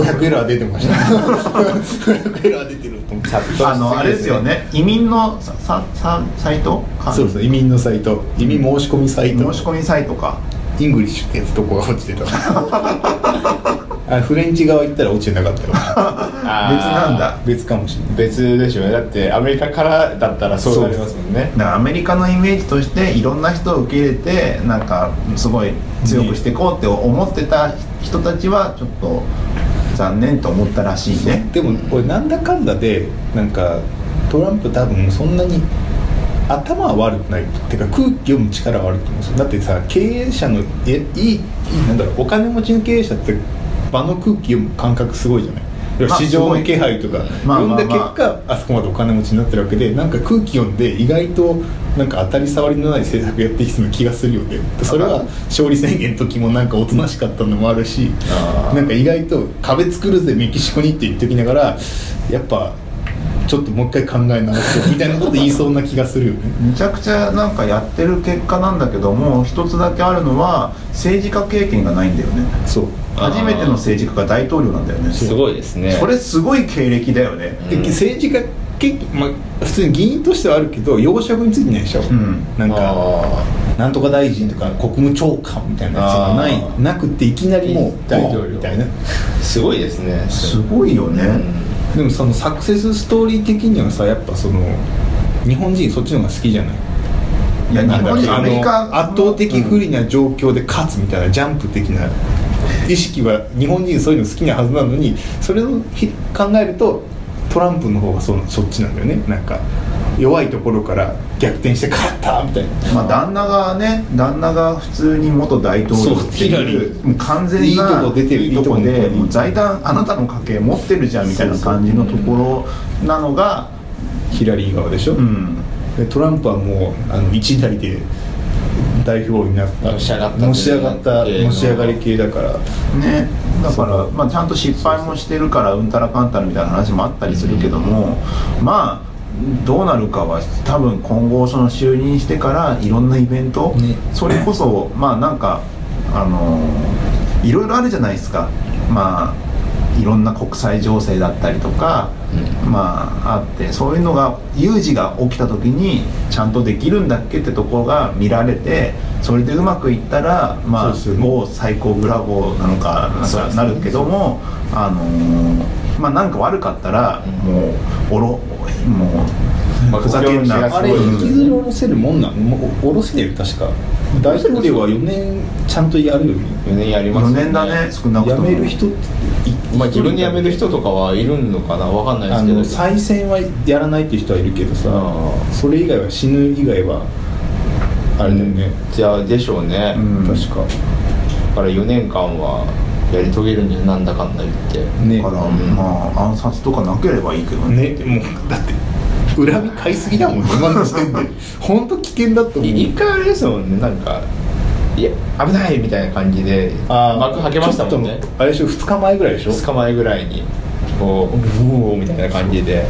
Speaker 2: 500エラー出てました500エラー出てると思って
Speaker 3: 殺到しすぎ
Speaker 1: あのあれですよね移民のさささサイトか
Speaker 2: そうそう移民のサイト移民申し込みサイト
Speaker 1: 申し込みサイトか
Speaker 2: イングリッシュってやつとこが落ちてたあフレンチ側行ったら落ちてなかったよ
Speaker 3: 別
Speaker 1: 別なんだ
Speaker 2: 別かもしれない
Speaker 3: 別でしょうねだってアメリカからだったらそうなりますもんね
Speaker 1: だからアメリカのイメージとしていろんな人を受け入れてなんかすごい強くしていこうって思ってた人たちはちょっと残念と思ったらしいね
Speaker 2: でもこれなんだかんだでなんかトランプ多分そんなに頭は悪くないっていうか空気読む力は悪いと思うんですよだってさ経営者のえいいいいなんだろうお金持ちの経営者って場の空気読む感覚すごいじゃない要
Speaker 1: ま
Speaker 2: は
Speaker 1: あ
Speaker 2: 市場の気配と
Speaker 1: す
Speaker 2: か、
Speaker 1: ごい
Speaker 2: 読んだ
Speaker 1: まあ
Speaker 2: 結
Speaker 1: まあまあ
Speaker 2: 果、あそこまでお金持ちになってるわけでなんか空気読んで意外となんか当たり障りのない政策やってきそうな気がするよねそれは勝利宣言の時もなんかおとなしかったのもあるし
Speaker 1: あー
Speaker 2: なんか意外と壁作るぜメキシコにって言ってきながらやっぱちょっともう一回考え直そうみたいなこと言いそうな気がするよね
Speaker 1: めちゃくちゃなんかやってる結果なんだけども一つだけあるのは政治家経験がないんだよね
Speaker 2: そう
Speaker 3: あー
Speaker 1: 初めての政治家が大統領なんだよね
Speaker 3: すごいですね
Speaker 1: それすごい経歴だよね
Speaker 2: で政治家結構、まあ、普通に議員としてはあるけど要職についてないでしょ、
Speaker 1: うん
Speaker 2: なんか
Speaker 3: あ
Speaker 2: なんとか大臣とか国務長官みたいなやつがな
Speaker 3: あ
Speaker 2: い
Speaker 3: ー
Speaker 2: なくていきなりもう
Speaker 3: 大統領
Speaker 2: みたいな
Speaker 3: ーすごいですね
Speaker 1: すごいよね、
Speaker 2: でもそのサクセスストーリー的にはさやっぱその日本人そっちの方が好きじゃない
Speaker 1: いや日本人
Speaker 2: あ
Speaker 1: ア
Speaker 2: の
Speaker 1: メリカ
Speaker 2: 圧倒的不利な状況で勝つみたいなジャンプ的な意識は日本人そういうの好きなはずなのにそれをひ考えるとトランプの方がそのそっちなんだよねなんか弱いところから逆転して勝ったみたいな
Speaker 1: まあ旦那がね旦那が普通に元大統領ってい
Speaker 2: そうう
Speaker 1: もう完全ない
Speaker 2: いとこ出てる
Speaker 1: いいとこ
Speaker 2: いいとこ
Speaker 1: で
Speaker 2: に
Speaker 1: もう財団あなたの家系持ってるじゃんみたいな感じのところなのが
Speaker 2: ヒラリー側でしょ、
Speaker 1: うん
Speaker 2: でトランプはもうあの一代で代表になった
Speaker 3: のし上がった
Speaker 2: のし上がった
Speaker 3: 系の
Speaker 2: のし上がり系だから
Speaker 1: ねだから、まあ、ちゃんと失敗もしてるからうんたらかんたらみたいな話もあったりするけどもまあどうなるかは多分今後その就任してからいろんなイベント、
Speaker 2: ね
Speaker 1: それこそまあなんかあのーいろいろあるじゃないですかまあいろんな国際情勢だったりとか、まああってそういうのが有事が起きた時にちゃんとできるんだっけってところが見られてそれでうまくいったらまあ
Speaker 2: そうですよね
Speaker 1: 某最高ブラボーなのかなん
Speaker 2: そうで
Speaker 1: か
Speaker 2: すね
Speaker 1: なるけども、あのーまあなんか悪かったらもうおろも
Speaker 3: ま
Speaker 1: う
Speaker 3: あ
Speaker 1: ふざけんな
Speaker 3: あ
Speaker 2: あ
Speaker 3: れ
Speaker 2: れ
Speaker 3: すごい
Speaker 2: 引きずり下ろせるもんなんもう下ろせるよ確か大統領は4年ちゃんとやるよね
Speaker 3: 4年やります
Speaker 1: 4
Speaker 3: よ
Speaker 1: 年だね少なく
Speaker 2: 辞
Speaker 1: とも
Speaker 2: める人って
Speaker 3: まあ自分で辞める人とかはいるのかなわかんないで
Speaker 2: あ
Speaker 3: すけど
Speaker 2: の再選はやらないっていう人はいるけどさ
Speaker 3: あ
Speaker 2: それ以外は死ぬ以外はあれだよね、
Speaker 3: じゃあでしょうね、
Speaker 1: うん
Speaker 2: 確か
Speaker 3: だから4年間はやり遂げるんじゃなんだかんだ言って
Speaker 2: ね
Speaker 1: だから、
Speaker 3: うん
Speaker 1: まあ暗殺とかなければいいけどね
Speaker 2: ねもうだって恨み買いすぎだもん今の時点 で本当危険だと思う
Speaker 3: い一回あれですもんねなんかいや危ないみたいな感じで
Speaker 2: あー
Speaker 3: 幕開けましたもんね
Speaker 2: ちょっとあれでしょ2日前ぐらいでしょ
Speaker 3: 2日前ぐらいにこううおーみたいな感じで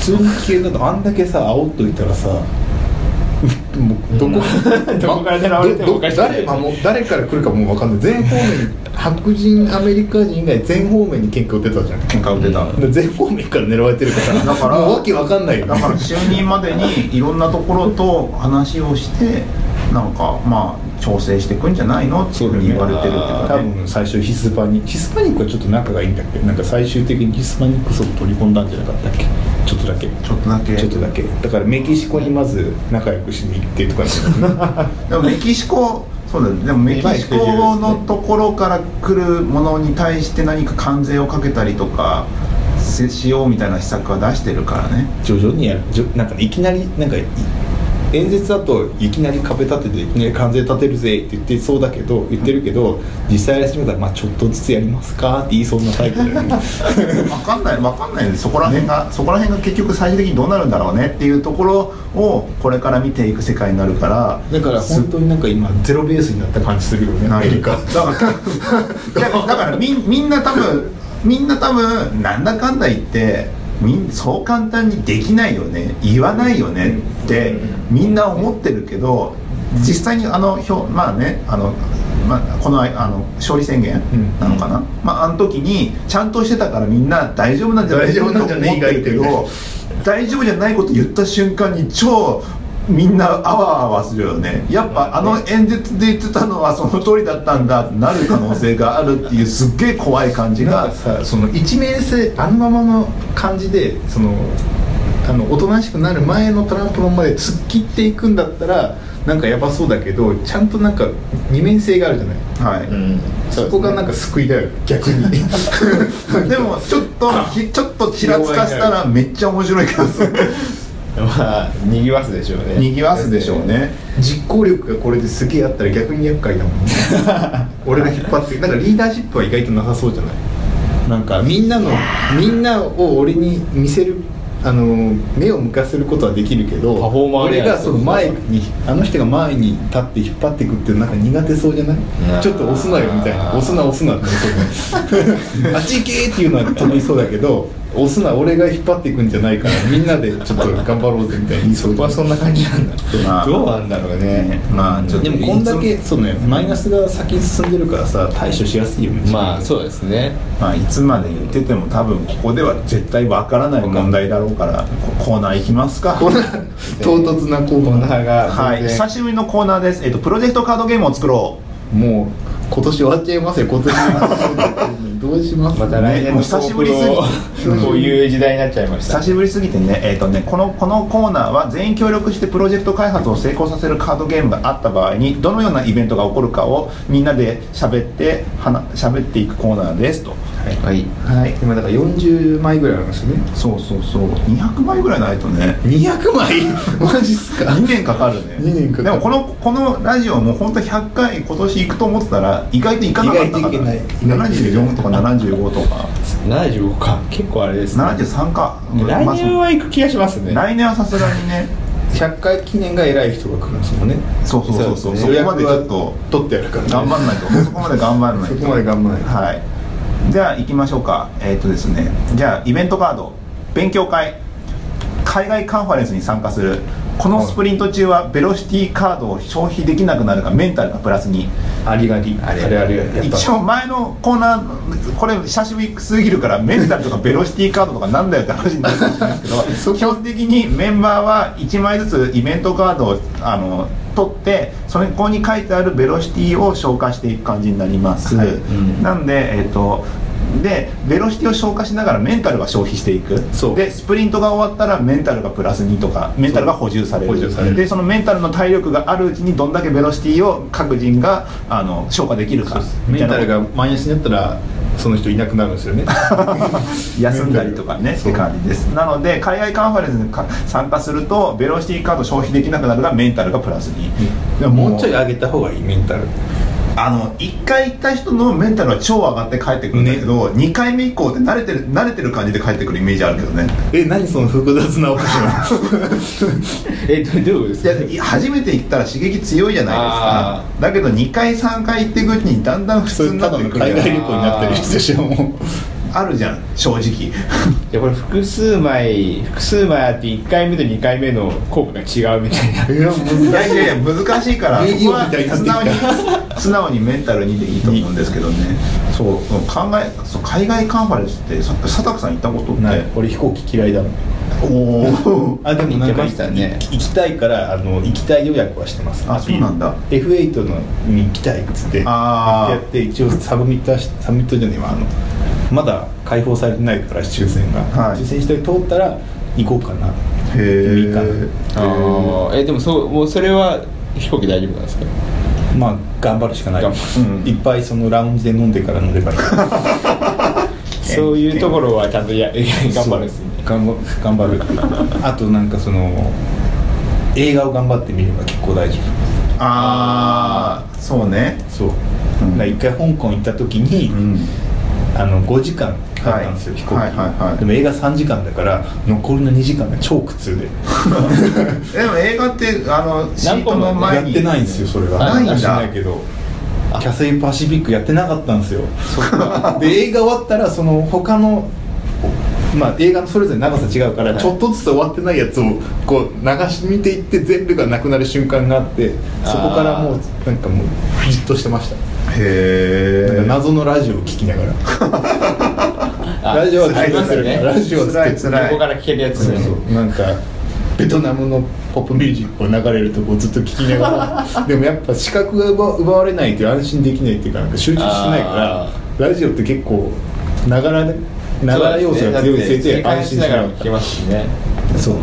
Speaker 2: そう普通に危険だとあんだけさ煽っといたらさもうどこ,、
Speaker 3: ん どこから狙われても
Speaker 2: どど
Speaker 3: おかしくない
Speaker 2: 誰まあもう誰から来るかもう分かんない全方面に白人アメリカ人以外全方面に喧嘩売ってたじゃんだか
Speaker 1: 喧嘩売ってた、
Speaker 2: ら全方面から狙われてるから
Speaker 1: だから
Speaker 2: もうわけ分かんないよ
Speaker 1: だから就任までにいろんなところと話をしてなんかまあ調整していくんじゃないのっていうふうに言われてるけど
Speaker 2: 多
Speaker 1: ね
Speaker 2: 分最初ヒスパニヒスパニックはちょっと仲がいいんだっけなんか最終的にヒスパニック層を取り込んだんじゃなかったっけちょっとだけ
Speaker 1: ちょっとだけ
Speaker 2: ちょっとだけだからメキシコにまず仲良くしに行ってとか
Speaker 1: でもメキシコそうだねでもメキシコのところから来るものに対して何か関税をかけたりとかせしようみたいな施策は出してるから ね
Speaker 2: 徐々にやるじょなんかねいきなりなんかい演説だといきなり壁立てていきなり関税立てるぜって言ってそうだけど言ってるけど実際やり始めたら、まあ、ちょっとずつやりますかって言いそうなタイプだよね
Speaker 1: 分かんない分かんないそこら辺が、そこら辺が結局最終的にどうなるんだろうねっていうところをこれから見ていく世界になるから
Speaker 2: だから
Speaker 1: す
Speaker 2: 本当になんか今ゼロベースになった感じするよね
Speaker 1: な
Speaker 2: アメ
Speaker 1: ん
Speaker 2: リカ
Speaker 1: かだからいや だからみんみんな多分みんな多分なんだかんだ言ってみんそう簡単にできないよね言わないよねってみんな思ってるけど実際にあの表まあねあの、まあ、このああの勝利宣言
Speaker 2: うん
Speaker 1: なのかな、まああの時にちゃんとしてたからみんな大丈夫なんじゃない
Speaker 2: 大丈夫なんじゃね
Speaker 1: と思ってるけ
Speaker 2: 意外
Speaker 1: ど大丈夫じゃないこと言った瞬間に超みんなあわあわするよねやっぱあの演説で言ってたのはその通りだったんだってなる可能性があるっていうすっげえ怖い感じ
Speaker 2: なん
Speaker 1: が
Speaker 2: かさその一面性あのままの感じでそのあのおとなしくなる前のトランプのまで突っ切っていくんだったらなんかやばそうだけどちゃんとなんか二面性があるじゃない
Speaker 1: はい、
Speaker 3: うん
Speaker 2: そこがなんか救いだよ逆に
Speaker 1: でもちょっとひちょっとちらつかしたらめっちゃ面白いからする
Speaker 3: まあにぎわすでしょうね
Speaker 1: にぎわすでしょうね
Speaker 2: 実行力がこれですげえあったら逆に厄介だもんね俺が引っ張ってなんかリーダーシップは意外となさそうじゃないなんかみんなのみんなを俺に見せるあの目を向かせることはできるけど
Speaker 3: パフォーマーで
Speaker 2: 俺
Speaker 3: やる
Speaker 2: がその前にあの人が前に立って引っ張っていくっていうのなんか苦手そうじゃな
Speaker 3: あ
Speaker 2: い
Speaker 3: ー
Speaker 2: ちょっと押すなよみたいな押すな押すなって あっち行けーっていうのは得意そうだけど押すな俺が引っ張っていくんじゃないからみんなでちょっと頑張ろうぜみたいな言いそう
Speaker 3: そこ
Speaker 2: じゃ
Speaker 3: は
Speaker 2: ない
Speaker 3: そんな感じなんだ
Speaker 1: まあ
Speaker 3: どうなんだろうね
Speaker 1: まあちょっ
Speaker 2: で
Speaker 1: と
Speaker 2: もこんだけそうねマイナスが先に進んでるからさ対処しやすいよね
Speaker 3: まあそうです ね
Speaker 1: まあ、いつまで言ってても多分ここでは絶対わからない問題だろうからこコーナー行きますか
Speaker 2: こんな唐突なコー
Speaker 3: こんな
Speaker 2: ナー
Speaker 3: 派が
Speaker 1: はい
Speaker 3: 全然
Speaker 1: 久しぶりのコーナーです、えっとプロジェクトカードゲームを作ろう
Speaker 2: もう今年終わっちゃいますよ今年どうします
Speaker 3: また来年
Speaker 1: もう
Speaker 3: の
Speaker 1: 久しぶりすぎ
Speaker 3: 幸福をこういう時代になっちゃいました
Speaker 1: 久しぶりすぎてね,、えっとねこのこのコーナーは全員協力してプロジェクト開発を成功させるカードゲームがあった場合にどのようなイベントが起こるかをみんなで喋ってはな喋っていくコーナーですと
Speaker 3: はい
Speaker 2: はい今だから40枚ぐらいあるんですよね
Speaker 1: そうそうそう200枚ぐらいないとね
Speaker 2: 200枚 マジっすか
Speaker 1: 2年かかるね
Speaker 2: 二年かかる
Speaker 1: でもこのこのラジオも本当100回今年行くと思ってたら意外と行かなかったから
Speaker 2: 意外といけない
Speaker 1: 74とか75とか
Speaker 3: 75か結構あれですね
Speaker 1: 73か
Speaker 3: 来
Speaker 1: まあ
Speaker 3: 年は行く気がしますね
Speaker 1: 来年はさすがにね
Speaker 2: 100回記念が偉い人が来るんですもんね
Speaker 1: そうそうそうそうそ
Speaker 2: 予
Speaker 1: こ
Speaker 2: 約
Speaker 1: ま
Speaker 2: は
Speaker 1: でちょっと
Speaker 2: 取ってやるから、ね、
Speaker 1: 頑張んないとそこまで頑張んない
Speaker 2: そ
Speaker 1: と
Speaker 2: こまで頑張らない
Speaker 1: はいじゃあ行きましょうかえっとですねじゃあイベントカード勉強会海外カンファレンスに参加するこのスプリント中はベロシティカードを消費できなくなるがメンタルがプラスに
Speaker 2: ありがりあれあれあれやっぱ
Speaker 1: 一応前のコーナーこれ久しぶりすぎるからメンタルとかベロシティカードとかなんだよって話になるかもしれない ですけど基本的にメンバーは1枚ずつイベントカードをあの取ってそこに書いてあるベロシティを消化していく感じになります、なんでえっ、とでベロシティを消化しながらメンタルは消費していく
Speaker 2: そう
Speaker 1: でスプリントが終わったらメンタルがプラス2とかメンタルが補充される
Speaker 2: 補充される
Speaker 1: でそのメンタルの体力があるうちにどんだけベロシティを各人があの消化できるかみ
Speaker 2: メ
Speaker 1: た
Speaker 2: ン
Speaker 1: いな
Speaker 2: タルがマイナスになったらその人いなくなるんですよね
Speaker 1: 休んだりとかねって感じですなので海外カンファレンスにか参加するとベロシティカード消費できなくなるがメンタルがプラス2でもうちょい
Speaker 2: 上げた方がいいメンタル
Speaker 1: あの1回行った人のメンタルは超上がって帰ってくるんだけど、2回目以降って慣れてる慣れてる感じで帰ってくるイメージあるけどね
Speaker 2: え何その複雑なオプション
Speaker 3: えどどういうことです
Speaker 1: い
Speaker 3: か
Speaker 1: やい初めて行ったら刺激強いじゃない
Speaker 3: あ
Speaker 1: ですかだけど2回3回行っていくうちにだんだん普
Speaker 2: そ
Speaker 1: 通に
Speaker 2: れ
Speaker 1: な
Speaker 2: た
Speaker 1: っ
Speaker 2: だ
Speaker 1: て
Speaker 2: の
Speaker 1: くるや
Speaker 2: 海
Speaker 1: ん
Speaker 2: 外旅行になってる人でしょもう
Speaker 1: あるじゃん正直
Speaker 3: いやこれ複数枚複数枚あって1回目と2回目の効果が違うみたいない
Speaker 1: い
Speaker 2: や
Speaker 1: や
Speaker 2: 難
Speaker 1: いやいや難しいから
Speaker 2: 名
Speaker 1: そ
Speaker 2: 義
Speaker 1: こは
Speaker 2: みたいになっ
Speaker 1: 素
Speaker 2: てき
Speaker 1: 直に
Speaker 2: た
Speaker 1: 素直にメンタルにでいいと思うんですけどねそう考えそう海外カンファレンスってさ佐竹さん行ったことって
Speaker 2: ない俺飛行機嫌いだもん
Speaker 1: おお
Speaker 2: あでも
Speaker 3: 行
Speaker 2: な
Speaker 3: って
Speaker 2: んか
Speaker 3: ましたね
Speaker 2: 行き行きたいからあの行きたい予約はしてます
Speaker 1: あそうなんだ
Speaker 2: F8 のに行きたいっつって
Speaker 1: あー
Speaker 2: やって一応サブミットはしサブミットじゃねえわあのまだ解放されてないから抽選が、
Speaker 1: はい
Speaker 2: 抽選して通ったら行こうかな
Speaker 1: へ
Speaker 2: いいかな
Speaker 1: え
Speaker 3: あーえでもそうもうそれは飛行機大丈夫なんですか
Speaker 2: まあ頑張るしかない、
Speaker 3: 頑
Speaker 1: 張る
Speaker 2: いっぱいそのラウンジで飲んでから乗ればいい頑
Speaker 3: そういうところはちゃんとや 頑 張るんですね
Speaker 2: 頑張頑張るあとなんかその映画を頑張ってみれば結構大丈夫
Speaker 1: ああそうね
Speaker 2: そう、
Speaker 1: うん
Speaker 2: だから一回香港行った時に、
Speaker 1: うん
Speaker 2: あの5時間だったんですよ、
Speaker 1: はい
Speaker 2: 飛行機、
Speaker 1: はいはいはい
Speaker 2: でも映画3時間だから残りの2時間が超苦痛で
Speaker 1: でも映画ってあのシー
Speaker 3: 何個
Speaker 1: ト
Speaker 3: も
Speaker 1: の前
Speaker 2: やっ
Speaker 1: に
Speaker 2: てないんですよそれが
Speaker 1: ないんだ
Speaker 2: 知らないけどキャセイパシフィックやってなかったんですよで映画終わったらその他のまあ映画のそれぞれ長さ違うから、
Speaker 3: はい
Speaker 2: ちょっとずつ終わってないやつをこう流し見ていって全部がなくなる瞬間があってそこからもう
Speaker 3: あ
Speaker 2: なんかもうじっとしてました
Speaker 1: へ
Speaker 2: なん
Speaker 1: え
Speaker 2: か謎のラジオを聞きながらラジオは
Speaker 3: ありますよね
Speaker 2: ラジオは
Speaker 1: 辛い辛い
Speaker 3: ここから聞けるやつ
Speaker 2: そうそうなんかベトナムのポップミュージックを流れるとこをずっと聴きながらでもやっぱ視覚が奪奪われないという安心できないっていうかなんか集中しないか
Speaker 3: あ
Speaker 2: らラジオって結構ながらでながら要素が強いせいで安
Speaker 3: 安心
Speaker 2: 心し
Speaker 3: しな
Speaker 2: な
Speaker 3: が
Speaker 2: が
Speaker 3: ら聞けますしね
Speaker 2: らそう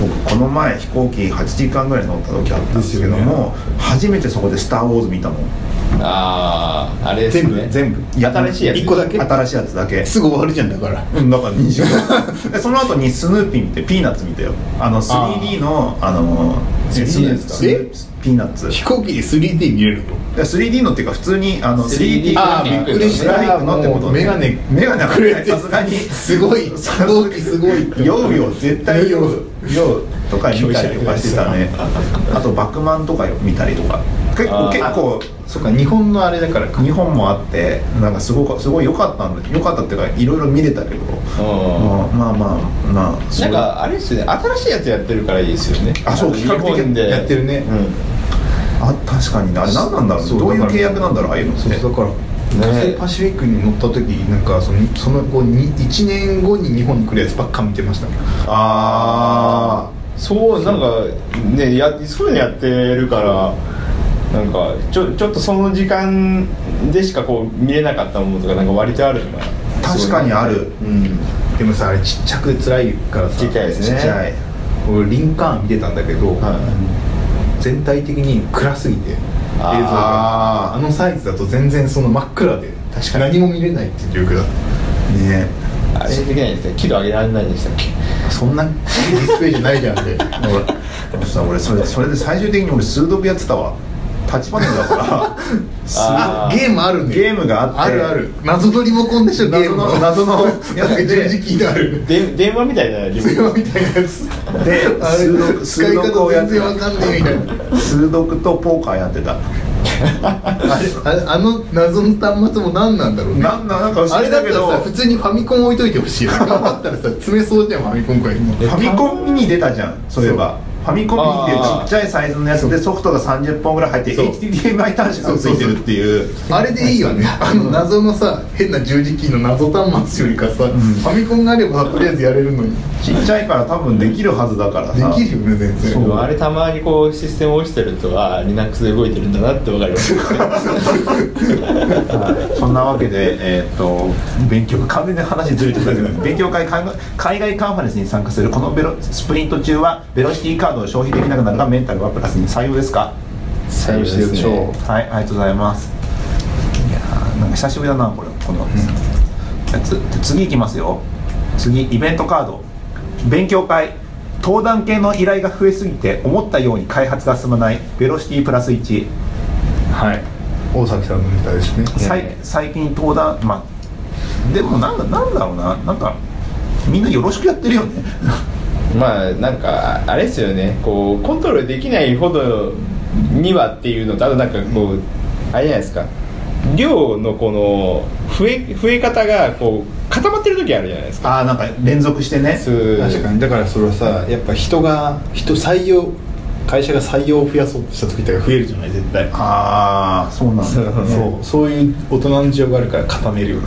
Speaker 1: 僕この前飛行機8時間ぐらい乗った時あったんですけど
Speaker 2: ですよ
Speaker 1: も、初めてそこで「スター・ウォーズ」見たもん
Speaker 3: あああれです
Speaker 2: 全部
Speaker 3: ね
Speaker 2: 全部
Speaker 3: 新しいやつ
Speaker 2: 1個だけ
Speaker 1: 新しいやつだけ
Speaker 2: すぐ終わるじゃんだから
Speaker 1: うんだから20でその後にスヌーピー見てピーナッツ見たよあの 3D のあのスヌ
Speaker 2: 3D ですか
Speaker 1: スヌーピーナッツ
Speaker 2: 飛行機で 3D 見れるの
Speaker 1: いや 3D のっていうか普通にあの 3D
Speaker 3: 3D
Speaker 1: グラフィック
Speaker 3: びっくりした
Speaker 1: グラフィックのってこと
Speaker 2: もうメガネ
Speaker 1: メガネはくれないさすがに
Speaker 2: すごい飛行機すごいって
Speaker 1: 酔うよ絶対酔う酔うとか見たりとかしてたねあとバックマンとか見たりとか結構
Speaker 3: あー
Speaker 1: 結構
Speaker 2: そっか日本のあれだからか
Speaker 1: 日本もあってなんかすごくすごい良かったんだ良かったっていうかいろいろ見れたけど、
Speaker 3: うん
Speaker 1: まあまあまあまあそ
Speaker 3: な
Speaker 1: うん
Speaker 3: かあれですよね新しいやつやってるからいいですよね
Speaker 1: あそう
Speaker 3: 日本で
Speaker 2: やってるね
Speaker 3: う
Speaker 1: あ確かにねあれ何なんだろうねどういう契約なんだろうああいうのって
Speaker 2: そうだから
Speaker 3: ね
Speaker 2: カセイパシフィックに乗った時なんかそのその後に1年後に日本に来るやつばっか見てました
Speaker 1: あ
Speaker 3: んそうなんかねやそういうのやってるからなんかちょちょっとその時間でしかこう見れなかったものとかなんか割とあるから
Speaker 1: あ確かにある
Speaker 3: うん
Speaker 2: でもさあれちっちゃくて辛いからさ
Speaker 3: ちっちゃいです
Speaker 1: ち
Speaker 3: ね
Speaker 1: っちゃい
Speaker 2: 俺リンカーン見てたんだけど、全体的に暗すぎて映像
Speaker 1: あ
Speaker 2: が
Speaker 1: ー
Speaker 2: あのサイズだと全然その真っ暗で確か何も見れないっていう状況だった
Speaker 1: ね
Speaker 3: あれできないですね喜怒上げられないでしたっけ
Speaker 2: そんなディスプレイじゃないじゃんって
Speaker 1: 俺さ俺それそれで最終的に俺数読やってたわタッチパネルだから
Speaker 2: す
Speaker 3: あー
Speaker 2: ゲームあるね
Speaker 1: ゲームがあって
Speaker 2: あるある謎のリモコンでしょゲー
Speaker 1: 謎
Speaker 2: ム
Speaker 1: の謎の やつ
Speaker 2: 十字
Speaker 1: で
Speaker 2: キーのある
Speaker 3: で電話みたいなリモ
Speaker 2: 電話みたいなやつ
Speaker 1: で
Speaker 2: あ
Speaker 1: 数読
Speaker 2: れ
Speaker 1: 数
Speaker 2: 使い
Speaker 1: 読
Speaker 2: 方
Speaker 1: をやっ
Speaker 2: 全
Speaker 1: て
Speaker 2: 然わ
Speaker 1: た
Speaker 2: かんないみたいな
Speaker 1: 数読とポーカーやってた
Speaker 2: あれあれあの謎の端末も何なんだろうね
Speaker 1: なんだなんか不
Speaker 2: あ
Speaker 1: 思
Speaker 2: れ
Speaker 1: 議
Speaker 2: だ
Speaker 1: だ
Speaker 2: っ
Speaker 1: け
Speaker 2: たら
Speaker 1: ど
Speaker 2: さ普通にファミコン置いといてほしいよ頑張ったらさ詰めそうじゃんファミコン界に
Speaker 1: ファミコンミニ出たじゃんそういえばファミコンミニっていうちっちゃいサイズのやつでソフトが30本ぐらい入って
Speaker 2: そう
Speaker 1: HDMI 端子がついてるっていう
Speaker 2: あれでいいよねあの謎のさ変な十字キーの謎端末よりかさ、ファミコンがあればとりあえずやれるのに
Speaker 1: ちっちゃいから多分できるはずだから
Speaker 2: で
Speaker 1: さ
Speaker 2: きるよね全
Speaker 1: そ
Speaker 2: 然
Speaker 1: う
Speaker 3: でもあれたまにこうシステム落ちてるとああ Linux で動いてるんだなって分かります
Speaker 1: はいそんなわけで、えーっと勉強完全に話ずれてたけど 勉強会海外海外カンファレンスに参加するこのベロスプリント中はベロシティカードを消費できなくなるがメンタルはプラスに採用ですか
Speaker 3: 採用してるでしょ
Speaker 1: はいありがとうございますいやーなんか久しぶりだなこれこの、やつ次いきますよ次イベントカード勉強会登壇系の依頼が増えすぎて思ったように開発が進まないベロシティプラス1
Speaker 2: はい大崎さんのネタですね
Speaker 1: さい
Speaker 3: ええ
Speaker 1: 最近登壇まあでもなんかなんだろうななんかみんなよろしくやってるよね
Speaker 3: まあなんかあれですよねこうコントロールできないほどにはっていうのとあとなんかこうあれじゃないですか量のこの増え増え方がこう固まってる時あるじゃないですか
Speaker 1: ああなんか連続してね
Speaker 3: そう
Speaker 2: 確かにだからそれはさやっぱ人が人採用会社が採用を増やそうとした時とか増えるじゃない絶対
Speaker 1: ああそうなんだ
Speaker 2: そうそういう大人の事情があるから固めるよね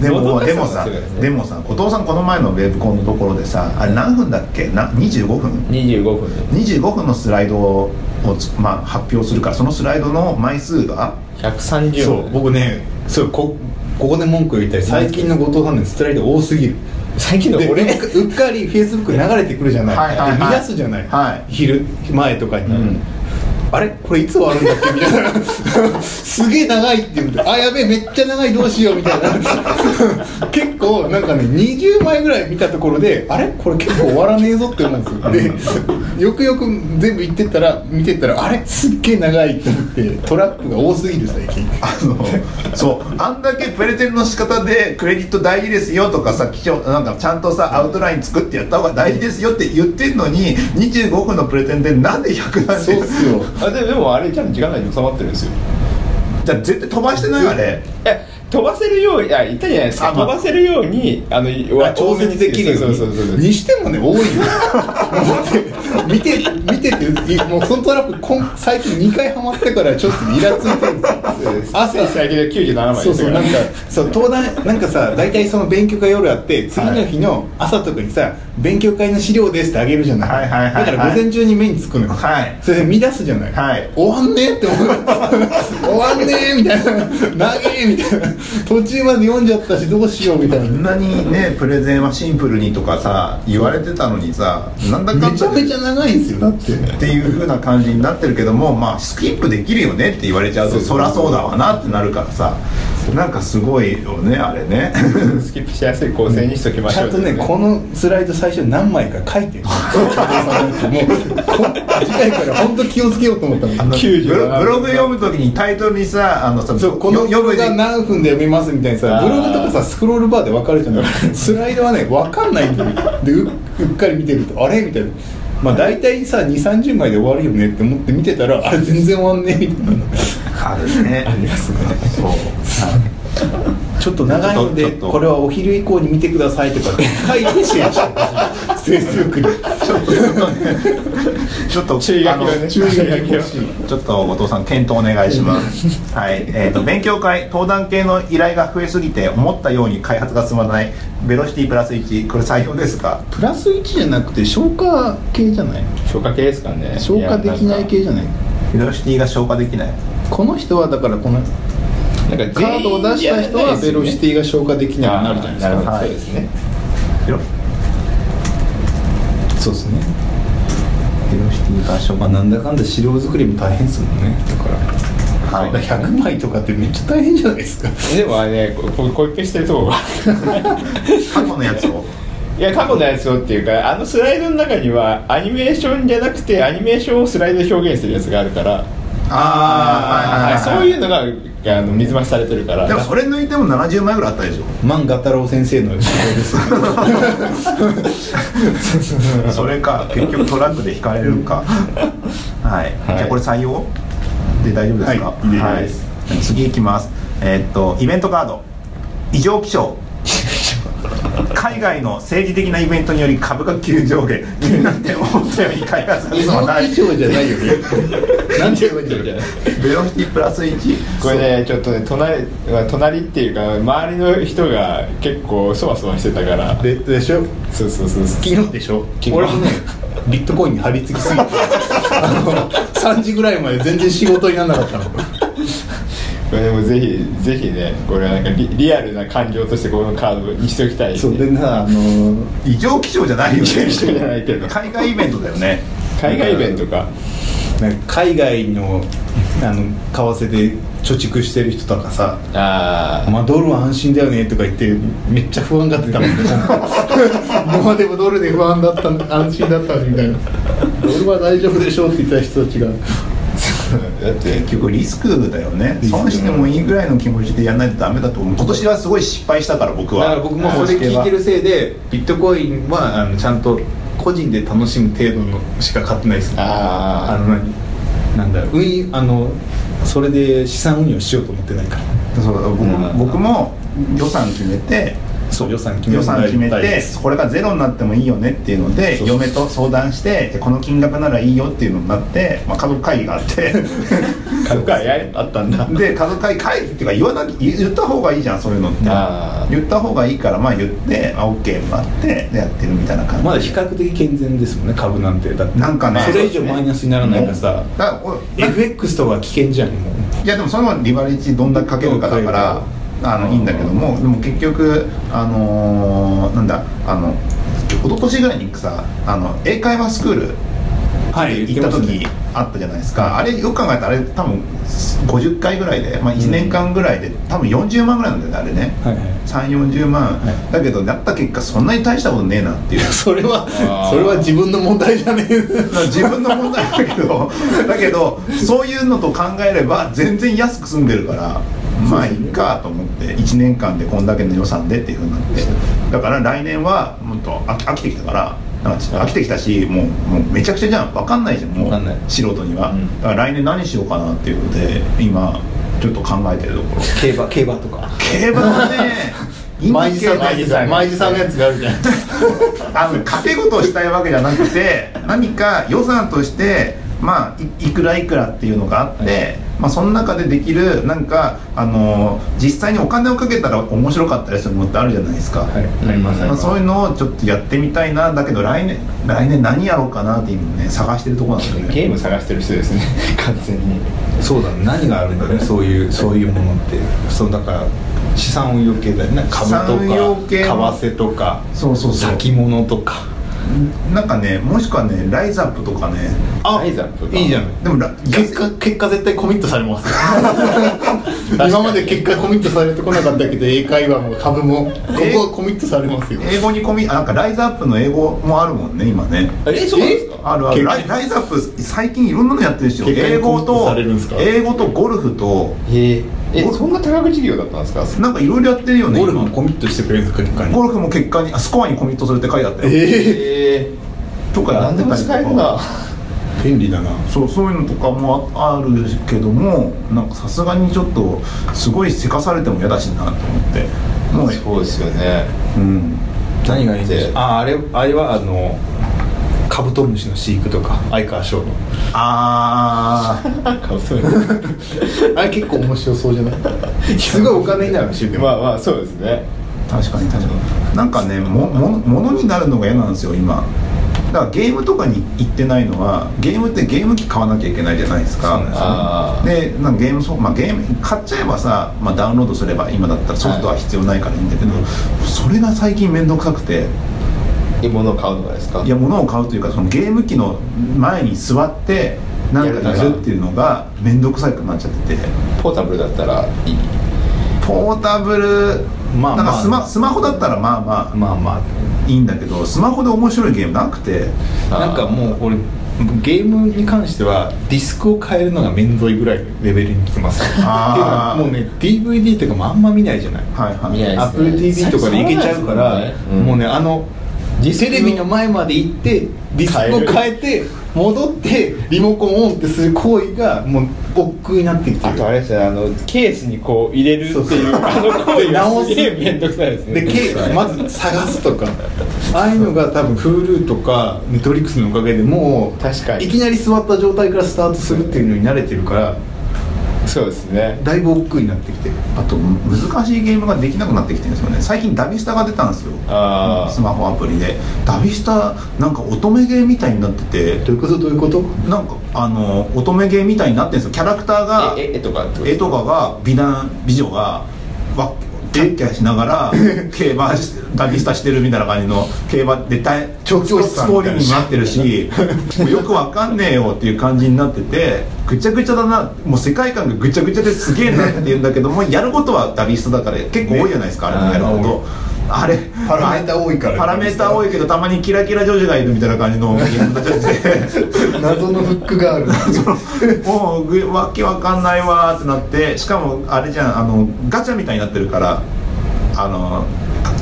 Speaker 1: でも
Speaker 3: 労働
Speaker 1: で
Speaker 3: 者
Speaker 1: も
Speaker 3: さ
Speaker 1: さ
Speaker 3: んの強いですね
Speaker 1: でもさ後藤さんこの前のウェブコンのところでさあれ何分だっけな25分
Speaker 3: 25分
Speaker 1: 25分のスライドをつ、まあ、発表するからそのスライドの枚数が
Speaker 3: 130
Speaker 2: そう
Speaker 3: 分
Speaker 2: 僕ねそうこここで文句を言いたい最近の後藤さんのスライド多すぎる
Speaker 3: 最近の
Speaker 2: で
Speaker 3: 俺
Speaker 2: うっかうっかりフェイスブック流れてくるじゃない,で、
Speaker 1: はいはいはい
Speaker 2: 見出すじゃない、
Speaker 1: はい
Speaker 2: 昼前とかに、
Speaker 1: ん
Speaker 2: あれこれいつ終わるんだっけみたいな すげえ長いって言うとあやべえめっちゃ長いどうしようみたいな 結構なんかね20枚ぐらい見たところであれこれ結構終わらねえぞって思うんですよでよくよく全部言ってったら見てったらあれすっげえ長いって思ってトラップが多すぎる最近
Speaker 1: あのそうあんだけプレゼンの仕方でクレジット大事ですよとかさ基調なんかちゃんとさアウトライン作ってやった方が大事ですよって言ってんのに25分のプレゼンでなんで100なん
Speaker 2: そうっすよ
Speaker 3: あででもあれちゃんと時間内に収まってるんですよ
Speaker 1: じゃあ絶対飛ばしてないあれ
Speaker 3: え飛ばせるようにあ言ったじゃないですか
Speaker 1: あま
Speaker 3: 飛
Speaker 1: あ
Speaker 3: ばせるようにあの
Speaker 2: あ調節できるよ
Speaker 3: そうう
Speaker 2: に
Speaker 3: そうそうそう
Speaker 2: にしてもね多いよ見て見ててもうそのトラップこん最近2回ハマってからちょっとイラついてるんですよ
Speaker 3: 朝
Speaker 2: 朝
Speaker 3: 最近で97枚
Speaker 2: そうそうなん
Speaker 3: で
Speaker 2: か
Speaker 3: すよ
Speaker 2: そう登壇なんかさ大体その勉強会夜あって次の日の朝とかにさ、勉強会の資料ですってあげるじゃない,、
Speaker 1: はいはいはいはい
Speaker 2: だから午前中に目につくのよ、
Speaker 1: はい
Speaker 2: それで見出すじゃない、
Speaker 1: はい
Speaker 2: 終わんねえって思う終わんねえみたいな長えみたいな途中まで読んじゃったしどうしようみたい
Speaker 1: こ
Speaker 2: なん
Speaker 1: なにねプレゼンはシンプルにとかさ言われてたのにさなんだかん
Speaker 2: めち
Speaker 1: だ
Speaker 2: ゃめちゃ長いんですよだって
Speaker 1: っていう風な感じになってるけどもまあスキップできるよねって言われちゃうとそりゃそうだわなってなるからさなんかすごいよねあれね
Speaker 3: スキップしやすい構成にしときまし
Speaker 2: ち
Speaker 3: ょ
Speaker 2: ゃ
Speaker 3: うん
Speaker 2: とねこのスライド最初何枚か書いてるもう次回から本当気をつけようと思った
Speaker 1: あ
Speaker 2: の
Speaker 1: の
Speaker 3: 97
Speaker 1: ブロブログ読むときにタイトルにさあのさ
Speaker 2: そうこ
Speaker 1: よ
Speaker 2: の読
Speaker 1: 読む
Speaker 2: むが
Speaker 1: 時
Speaker 2: 何分で読みますみたいなさ
Speaker 3: あー
Speaker 2: ブログとかさスクロールバーで分かるじゃないスライドはね分かんないんだよでううっかり見てるとあれみたいなまあ大体さ2 3 0枚で終わるよねって思って見てたらあれ全然終わんねえみたいな
Speaker 1: あるねありますねそう
Speaker 2: ちょっと長いの
Speaker 1: ちょっ
Speaker 2: で
Speaker 1: とちょっと
Speaker 2: これはお昼以降に見てくださいとかって書い てシェアしてほしい Facebook に。
Speaker 1: ちょっと
Speaker 3: 注意書きをね
Speaker 1: あの
Speaker 3: 注意書きを
Speaker 1: ちょっと後藤さん検討お願いします。はい、えっ、と勉強会登壇系の依頼が増えすぎて思ったように開発が進まないベロシティプラス1これ採用ですか？
Speaker 2: プラス1じゃなくて消化系じゃない
Speaker 3: 消化系ですかね
Speaker 2: 消化できない系
Speaker 3: や
Speaker 2: じゃない
Speaker 1: ベロシティが消化できない。
Speaker 2: この人はだからこ
Speaker 3: な
Speaker 2: の
Speaker 3: んかなんか
Speaker 2: カードを出した人はベロシテ
Speaker 3: ィ
Speaker 2: ィが消化できなくなるじゃないです
Speaker 3: な
Speaker 2: か
Speaker 3: るほど
Speaker 1: はい
Speaker 3: そうですね
Speaker 1: ベロ
Speaker 2: そうですね
Speaker 1: ベロシティが消化
Speaker 2: まあ
Speaker 1: な
Speaker 2: なんだかんだ資料作りも大変ですもんねだから
Speaker 1: はい。
Speaker 2: 100枚とかってめっちゃ大変じゃないです か
Speaker 3: でもあれねここコピペしてるとこが
Speaker 1: 過去のやつを。
Speaker 3: いや過去のやつをっていうかあのスライドの中にはアニメーションじゃなくてアニメーションをスライドで表現するやつがあるから
Speaker 1: あ
Speaker 3: あ
Speaker 1: ー
Speaker 3: そういうのがあの水増しされてるから
Speaker 1: でもそれ抜いても70枚ぐらいあったでしょ
Speaker 2: 万賀太郎先生の資料 ですよ
Speaker 1: それか結局トラックで引かれるかはい、じゃあこれ採用で大丈夫ですか
Speaker 2: はいいいです
Speaker 1: はい次いきますえーっとイベントカード異常気象海外の政治的なイベントにより株価急上下気になって思ったより開発が
Speaker 2: 異
Speaker 1: 進まない
Speaker 2: 常じゃないよねなんて言えばいいんだろう
Speaker 1: ベロシティプラス1
Speaker 3: これねちょっとね隣まあ隣っていうか周りの人が結構そわそわしてたから
Speaker 2: ででしょ
Speaker 3: そうそうそうそう
Speaker 2: 昨日でしょ
Speaker 3: 昨日
Speaker 2: 俺もねビットコインに張り付きすぎて あの3時ぐらいまで全然仕事にならなかったの
Speaker 3: これでもぜひぜひねこれはなんかリリアルな感情としてこのカードにしておきたい
Speaker 2: そうでなあの
Speaker 1: 異常気象じゃないよね
Speaker 3: 一緒じゃないけど
Speaker 1: 海外イベントだよね
Speaker 3: 海外イベントか
Speaker 2: なんか海外のあの為替で貯蓄してる人とかさ
Speaker 3: あ
Speaker 2: まあドルは安心だよねとか言ってめっちゃ不安がってたもんね今まで もドルで不安だったの安心だったのみたいなドルは大丈夫でしょうって言った人たちが
Speaker 3: あだって
Speaker 1: 結局リスクだよね損してもいいぐらいの気持ちでやらないとダメだと思う今年はすごい失敗したから僕は
Speaker 2: だから僕もそれ聞いてるせいでビットコインはあのちゃんと個人で楽しむ程度のしか買ってないです
Speaker 3: あー
Speaker 2: あの何なんだろう運輸あのそれで資産運用しようと思ってないから
Speaker 1: そう僕
Speaker 3: うん
Speaker 1: 僕も予算決めて
Speaker 2: そう予算決め
Speaker 1: 予算決め
Speaker 2: 大体
Speaker 1: てこれがゼロになってもいいよねっていうので
Speaker 2: そう
Speaker 1: 嫁と相談してこの金額ならいいよっていうのになって、まあ、家族会議があって
Speaker 3: 株価やあったんだ
Speaker 1: で家族会議会議っていうか言わなき言言った方がいいじゃんそういうのって
Speaker 3: あー
Speaker 1: 言った方がいいからまあ言ってあ OK もらってでやってるみたいな感じ、
Speaker 2: まだ比較的健全ですもんね株なんてだって
Speaker 1: なんかね
Speaker 2: それ以上マイナスにならないから
Speaker 1: だ
Speaker 2: さ
Speaker 1: からお
Speaker 2: FX とか危険じゃんもう
Speaker 1: いやでもそれもリバレッジどんだけかけるかだからあのいいんだけどもでも結局あのーなんだあの一昨年ぐらいにさあの英会話スクール
Speaker 2: はい
Speaker 1: 行った時あったじゃないですかあれよく考えたらあれ多分50回ぐらいで、まあ、1年間ぐらいで多分40万ぐらいなんだよねあれね
Speaker 2: はいはい
Speaker 1: 340万、
Speaker 2: は
Speaker 1: だけどなった結果そんなに大したことねえなっていう
Speaker 2: それは
Speaker 3: あー
Speaker 2: それは自分の問題じゃねえ
Speaker 1: 自分の問題だけどだけどそういうのと考えれば全然安く済んでるからまあいっかと思って1年間でこんだけの予算でっていうふうになってだから来年はもっと飽き飽きてきたからなんか飽きてきたしもうもうめちゃくちゃじゃん分かんないじゃんもう
Speaker 2: わかんない
Speaker 1: 素人には、
Speaker 3: うん
Speaker 1: だから来年何しようかなっていうので今ちょっと考えてるところ
Speaker 2: 競馬競馬とか
Speaker 1: 競馬は ね
Speaker 2: 毎時さんのや
Speaker 1: いいんだけ
Speaker 2: つ
Speaker 1: ど
Speaker 2: が毎時さんのやつがあるじゃん
Speaker 1: あの賭け事をしたいわけじゃなく て何か予算としてまあいいくらいくらっていうのがあって、まあ、その中でできるなんかあの実際にお金をかけたら面白かったりするものってあるじゃないですか、
Speaker 2: はい
Speaker 3: あります
Speaker 1: まあ、そういうのをちょっとやってみたいなだけど来年来年何やろうかなって今ね探してるところなんです
Speaker 3: ゲ
Speaker 1: よ
Speaker 3: ー
Speaker 1: ね
Speaker 3: ム探してる人ですね完全に
Speaker 2: そうだね何があるんだねそういうそういうものってそうだから資産運用系だよね株とか
Speaker 1: 資産運用系の
Speaker 2: 為替とか
Speaker 1: そうそうそう
Speaker 2: 先物とか
Speaker 1: なんかねもしくはねライズアップとかね
Speaker 2: あ
Speaker 3: ライズアップか
Speaker 2: いいじゃん
Speaker 1: でもラ
Speaker 2: 結果結果絶対コミットされます 今まで結果コミットされてこなかったけど英会話も株もこ
Speaker 1: え
Speaker 2: こはコミットされますよ
Speaker 1: 英語に込みあなんかライズアップの英語もあるもんね今ね
Speaker 3: えそうなんですか
Speaker 1: あるある
Speaker 2: 結
Speaker 1: ライライズアップ最近いろんなのやってるでしょ
Speaker 2: 結果に
Speaker 1: 英語
Speaker 2: コミット
Speaker 1: と
Speaker 2: されるんですか
Speaker 1: 英語とゴルフと
Speaker 3: ええ
Speaker 1: ゴル
Speaker 3: そんな多額事業だったんですか
Speaker 1: なんかいろいろやってるよね
Speaker 2: ゴルフもコミットしてくれるんですか結果
Speaker 1: 今
Speaker 2: に
Speaker 1: ゴルフも結果にあスコアにコミットするって書いてあったよ、
Speaker 3: え
Speaker 1: とかやっ
Speaker 3: 何
Speaker 1: て
Speaker 3: で
Speaker 1: た
Speaker 3: も
Speaker 1: りと
Speaker 3: 使
Speaker 1: か
Speaker 3: えるな
Speaker 2: 便利だな
Speaker 1: そうそういうのとかもああるけどもなんかさすがにちょっとすごいせかされても嫌だしなと思ってもう
Speaker 3: そうですよね
Speaker 1: うん
Speaker 2: 何がいいん
Speaker 3: でしょう
Speaker 2: ああれあれはあのカブトムシの飼育とか相川翔の
Speaker 1: ああ
Speaker 2: あれ結構面白そうじゃないすごいお金になるし
Speaker 3: まあまあそうですね
Speaker 1: 確かに確かになんかねももものになるのが嫌なんですよ今だからゲームとかに行ってないのはゲームってゲーム機買わなきゃいけないじゃないですか
Speaker 2: そうなんですよ
Speaker 3: ああ
Speaker 1: でなんかゲームソフト、まあ、ゲーム買っちゃえばさ、まあ、ダウンロードすれば今だったらソフトは必要ないからいいんだけど、それが最近面倒くさくて
Speaker 3: え物を買うのがですか
Speaker 1: いや物を買うというかそのゲーム機の前に座ってなんかやるっていうのが面倒くさくなっちゃってて
Speaker 3: ポータブルだったらいい
Speaker 1: ポータブル、
Speaker 2: まあ
Speaker 1: なんかスマ
Speaker 2: まあ
Speaker 1: スマホだったらまあま
Speaker 2: まあま
Speaker 1: あいいんだけどスマホで面白いゲームなくて
Speaker 2: あなんかもう俺ゲームに関してはディスクを変えるのが面倒いぐらいのレベルに来てます
Speaker 1: あー
Speaker 2: っていうのはもうね DVD とかもあんま見ないじゃない
Speaker 1: はいは
Speaker 3: 見ない
Speaker 1: い
Speaker 3: ですね
Speaker 2: AppleTV とかでいけちゃうから
Speaker 3: うん
Speaker 2: もうねあのテレビの前まで行ってディスクを変えて戻ってリモコンオンってする行為がもう億劫になってきて
Speaker 3: あ
Speaker 2: る
Speaker 3: とあれですねあのケースにこう入れるって
Speaker 2: そう
Speaker 3: いうあの行為
Speaker 2: 直
Speaker 3: が
Speaker 2: す
Speaker 3: すげえ面倒くさいですね
Speaker 2: でけまず探すとかああいうのが多分 Hulu とか Netflix のおかげでもう
Speaker 3: 確かに
Speaker 2: いきなり座った状態からスタートするっていうのに慣れてるから
Speaker 3: そうですね
Speaker 2: だいぶ億劫になってきてる
Speaker 1: あと難しいゲームができなくなってきてるんですよね最近ダビスタが出たんですよ
Speaker 3: あー
Speaker 1: スマホアプリでダビスタなんか乙女ゲーみたいになってて
Speaker 2: どういうことどういうこと
Speaker 1: なんかあの乙女ゲーみたいになってるんですよキャラクターが
Speaker 3: ええ絵とかってこと
Speaker 1: 絵とかが美男美女がわキャッキャしながら競馬し旅したしてるみたいな感じの競馬でたい
Speaker 2: 調教師
Speaker 1: ス
Speaker 2: さん
Speaker 1: トーリーになってるしもうよくわかんねえよっていう感じになっててぐちゃぐちゃだなもう世界観がぐちゃぐちゃですげえなって言うんだけどもやることはダビストだから結構多いじゃないですか、あれのやることあれ
Speaker 2: パラメータ多いから
Speaker 1: パラメータ多いけどたまにキラキラ女子がいるみたいな感じのゲームになっちゃって
Speaker 2: 謎のフックがある
Speaker 1: もうぐわけわかんないわーってなってしかもあれじゃんあのガチャみたいになってるからあの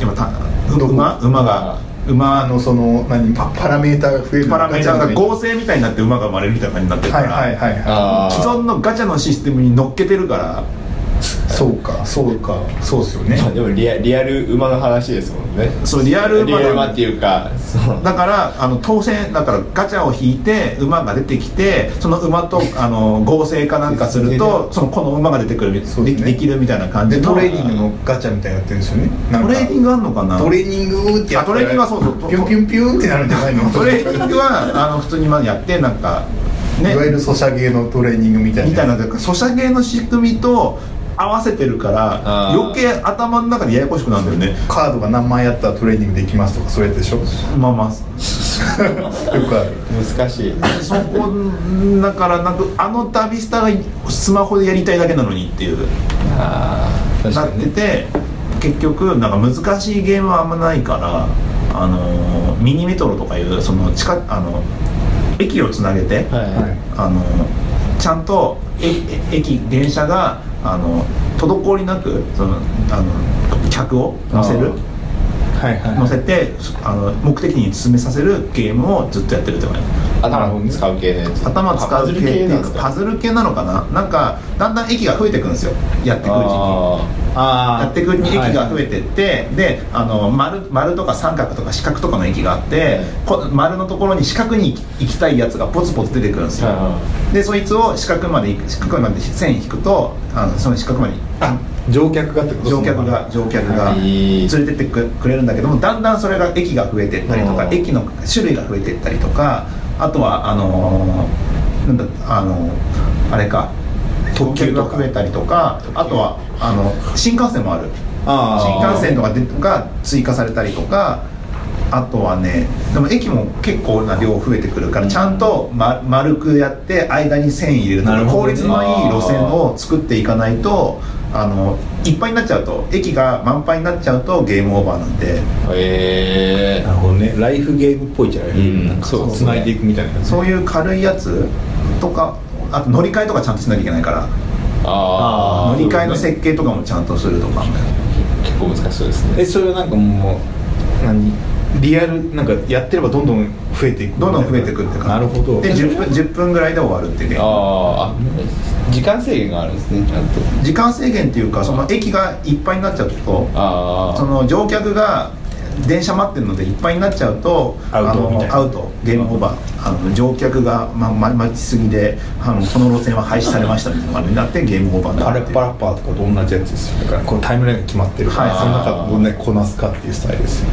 Speaker 1: 今た馬馬が馬
Speaker 2: あの
Speaker 1: の
Speaker 2: その何パパラメーターが増える
Speaker 1: パラメーター
Speaker 2: ガチ
Speaker 1: が
Speaker 2: ャみたいな
Speaker 1: 合成みたいになって馬が生まれるみたいな感じになってるか
Speaker 2: はい
Speaker 1: ら、
Speaker 2: はいはいは
Speaker 3: あ
Speaker 1: 既存のガチャのシステムに乗っけてるから
Speaker 2: いそうかそうかそうですよね
Speaker 3: あでもリアリアル馬の話ですもんね
Speaker 1: そうリアル馬
Speaker 3: リ
Speaker 1: だ
Speaker 3: アル馬っていうかそう
Speaker 1: だからあの当選だからガチャを引いて馬が出てきてその馬とあの合成かなんかするとそのこの馬が出てくるみ
Speaker 2: そうで
Speaker 1: です
Speaker 2: ね
Speaker 1: きるみたいな感
Speaker 2: で
Speaker 1: じの
Speaker 2: トレーニングのガチャみたいになってるんですよねな
Speaker 1: ト
Speaker 2: んか
Speaker 1: レーニングあんのかな
Speaker 2: トレーニングってやった
Speaker 1: あト
Speaker 2: ら
Speaker 1: レーニングはそうそう
Speaker 2: ピュンピュンピュンってなるんじゃないの
Speaker 1: トレーニングはあの普通にまあやってなんかね
Speaker 2: いわゆるソシャゲのトレーニングみたいな
Speaker 1: みたいなソシャゲの仕組みと合わせてるから
Speaker 3: あー
Speaker 1: 余計頭の中でややこしくなるんだよね
Speaker 2: カードが何枚あったらトレーニングできますとかそういうやつでしょよ
Speaker 1: まあまあ
Speaker 2: くある
Speaker 3: 難しい
Speaker 1: そこだからなんかあの旅スタがスマホでやりたいだけなのにっていう
Speaker 3: あー確
Speaker 1: な
Speaker 3: か
Speaker 1: っ
Speaker 3: に
Speaker 1: てて結局なんか難しいゲームはあんまないからあのーミニメトロとかいうその地下あの駅をつなげて、
Speaker 3: は
Speaker 1: あのちゃんとええ駅電車があの滞りなくそのあの客を乗せる
Speaker 2: はいはい
Speaker 1: 乗せてあの目的に進めさせるゲームをずっとやってるってこと
Speaker 3: い頭を使う系のやつ
Speaker 1: 頭使う系ってい
Speaker 3: なん
Speaker 1: う
Speaker 3: です
Speaker 1: か
Speaker 3: か
Speaker 1: パズル系なのかななんかだんだん駅が増えていくんですよやっていくうちに。
Speaker 3: あ
Speaker 2: あ
Speaker 1: やっていくうちに駅が増えてって、であの丸丸とか三角とか四角とかの駅があって、こ丸のところに四角に行き行きたいやつがポツポツ出てくるんです
Speaker 3: ー
Speaker 1: よ、
Speaker 3: あ
Speaker 1: でそいつを四角まで行く四角まで線引くとあのその四角まで
Speaker 2: あ乗客がってこと
Speaker 1: 乗客が乗客が
Speaker 3: は
Speaker 1: 連
Speaker 3: い
Speaker 1: れてってくくれるんだけどもだんだんそれが駅が増えてったりと
Speaker 3: う
Speaker 1: か
Speaker 3: ん
Speaker 1: 駅の種類が増えてったりとかあとはあのーなんだあのーあれか特急が増えたりとかあとはあの新幹線もある
Speaker 2: あ
Speaker 1: 新
Speaker 2: ー
Speaker 1: 幹線とかでが追加されたりとかあとはねでも駅も結構な量増えてくるからちゃんと、ま、丸くやって間に線入れると
Speaker 2: な
Speaker 1: か
Speaker 2: るほど
Speaker 1: 効
Speaker 2: ね
Speaker 1: 率のいい路線を作っていかないとあのいっぱいになっちゃうと駅が満杯になっちゃうとゲームオーバーなんで
Speaker 3: ーえ
Speaker 5: なるほどねライフゲームっぽいじゃない、
Speaker 3: うん
Speaker 5: なんか
Speaker 3: そうですね
Speaker 5: つないでいくみたいな感じ
Speaker 1: そういう軽いやつとかあと乗り換えとかちゃんとしなきゃいけないから
Speaker 3: ーあ
Speaker 1: 乗
Speaker 3: ー
Speaker 1: り換えの設計とかもちゃんとするとか
Speaker 3: 結構難しそうですね
Speaker 5: えそれはなんかもう何リアルなんかやってればどんどん増えていく
Speaker 1: どんどん増えていくって感じ
Speaker 5: なるほど
Speaker 1: で10分 ,10 分ぐらいで終わるっていうゲーム
Speaker 3: ああ時間制限があるんですねちゃんと
Speaker 1: 時間制限っていうかその駅がいっぱいになっちゃうと
Speaker 3: ああ
Speaker 1: その乗客が電車待ってるのでいっぱいになっちゃうと
Speaker 5: アウト
Speaker 1: あの
Speaker 5: みたいな
Speaker 1: アウトゲームオーバーあの乗客が、まま、待ちすぎであのこの路線は廃止されましたみたいな感じになってゲームオーバーに
Speaker 5: パ
Speaker 1: な
Speaker 5: ラ
Speaker 1: る
Speaker 5: ッパラッパーとかと同じやつですよだからこうタイムラインが決まってるから、
Speaker 1: はい
Speaker 5: その中どんなにこなすかっていうスタイルですよ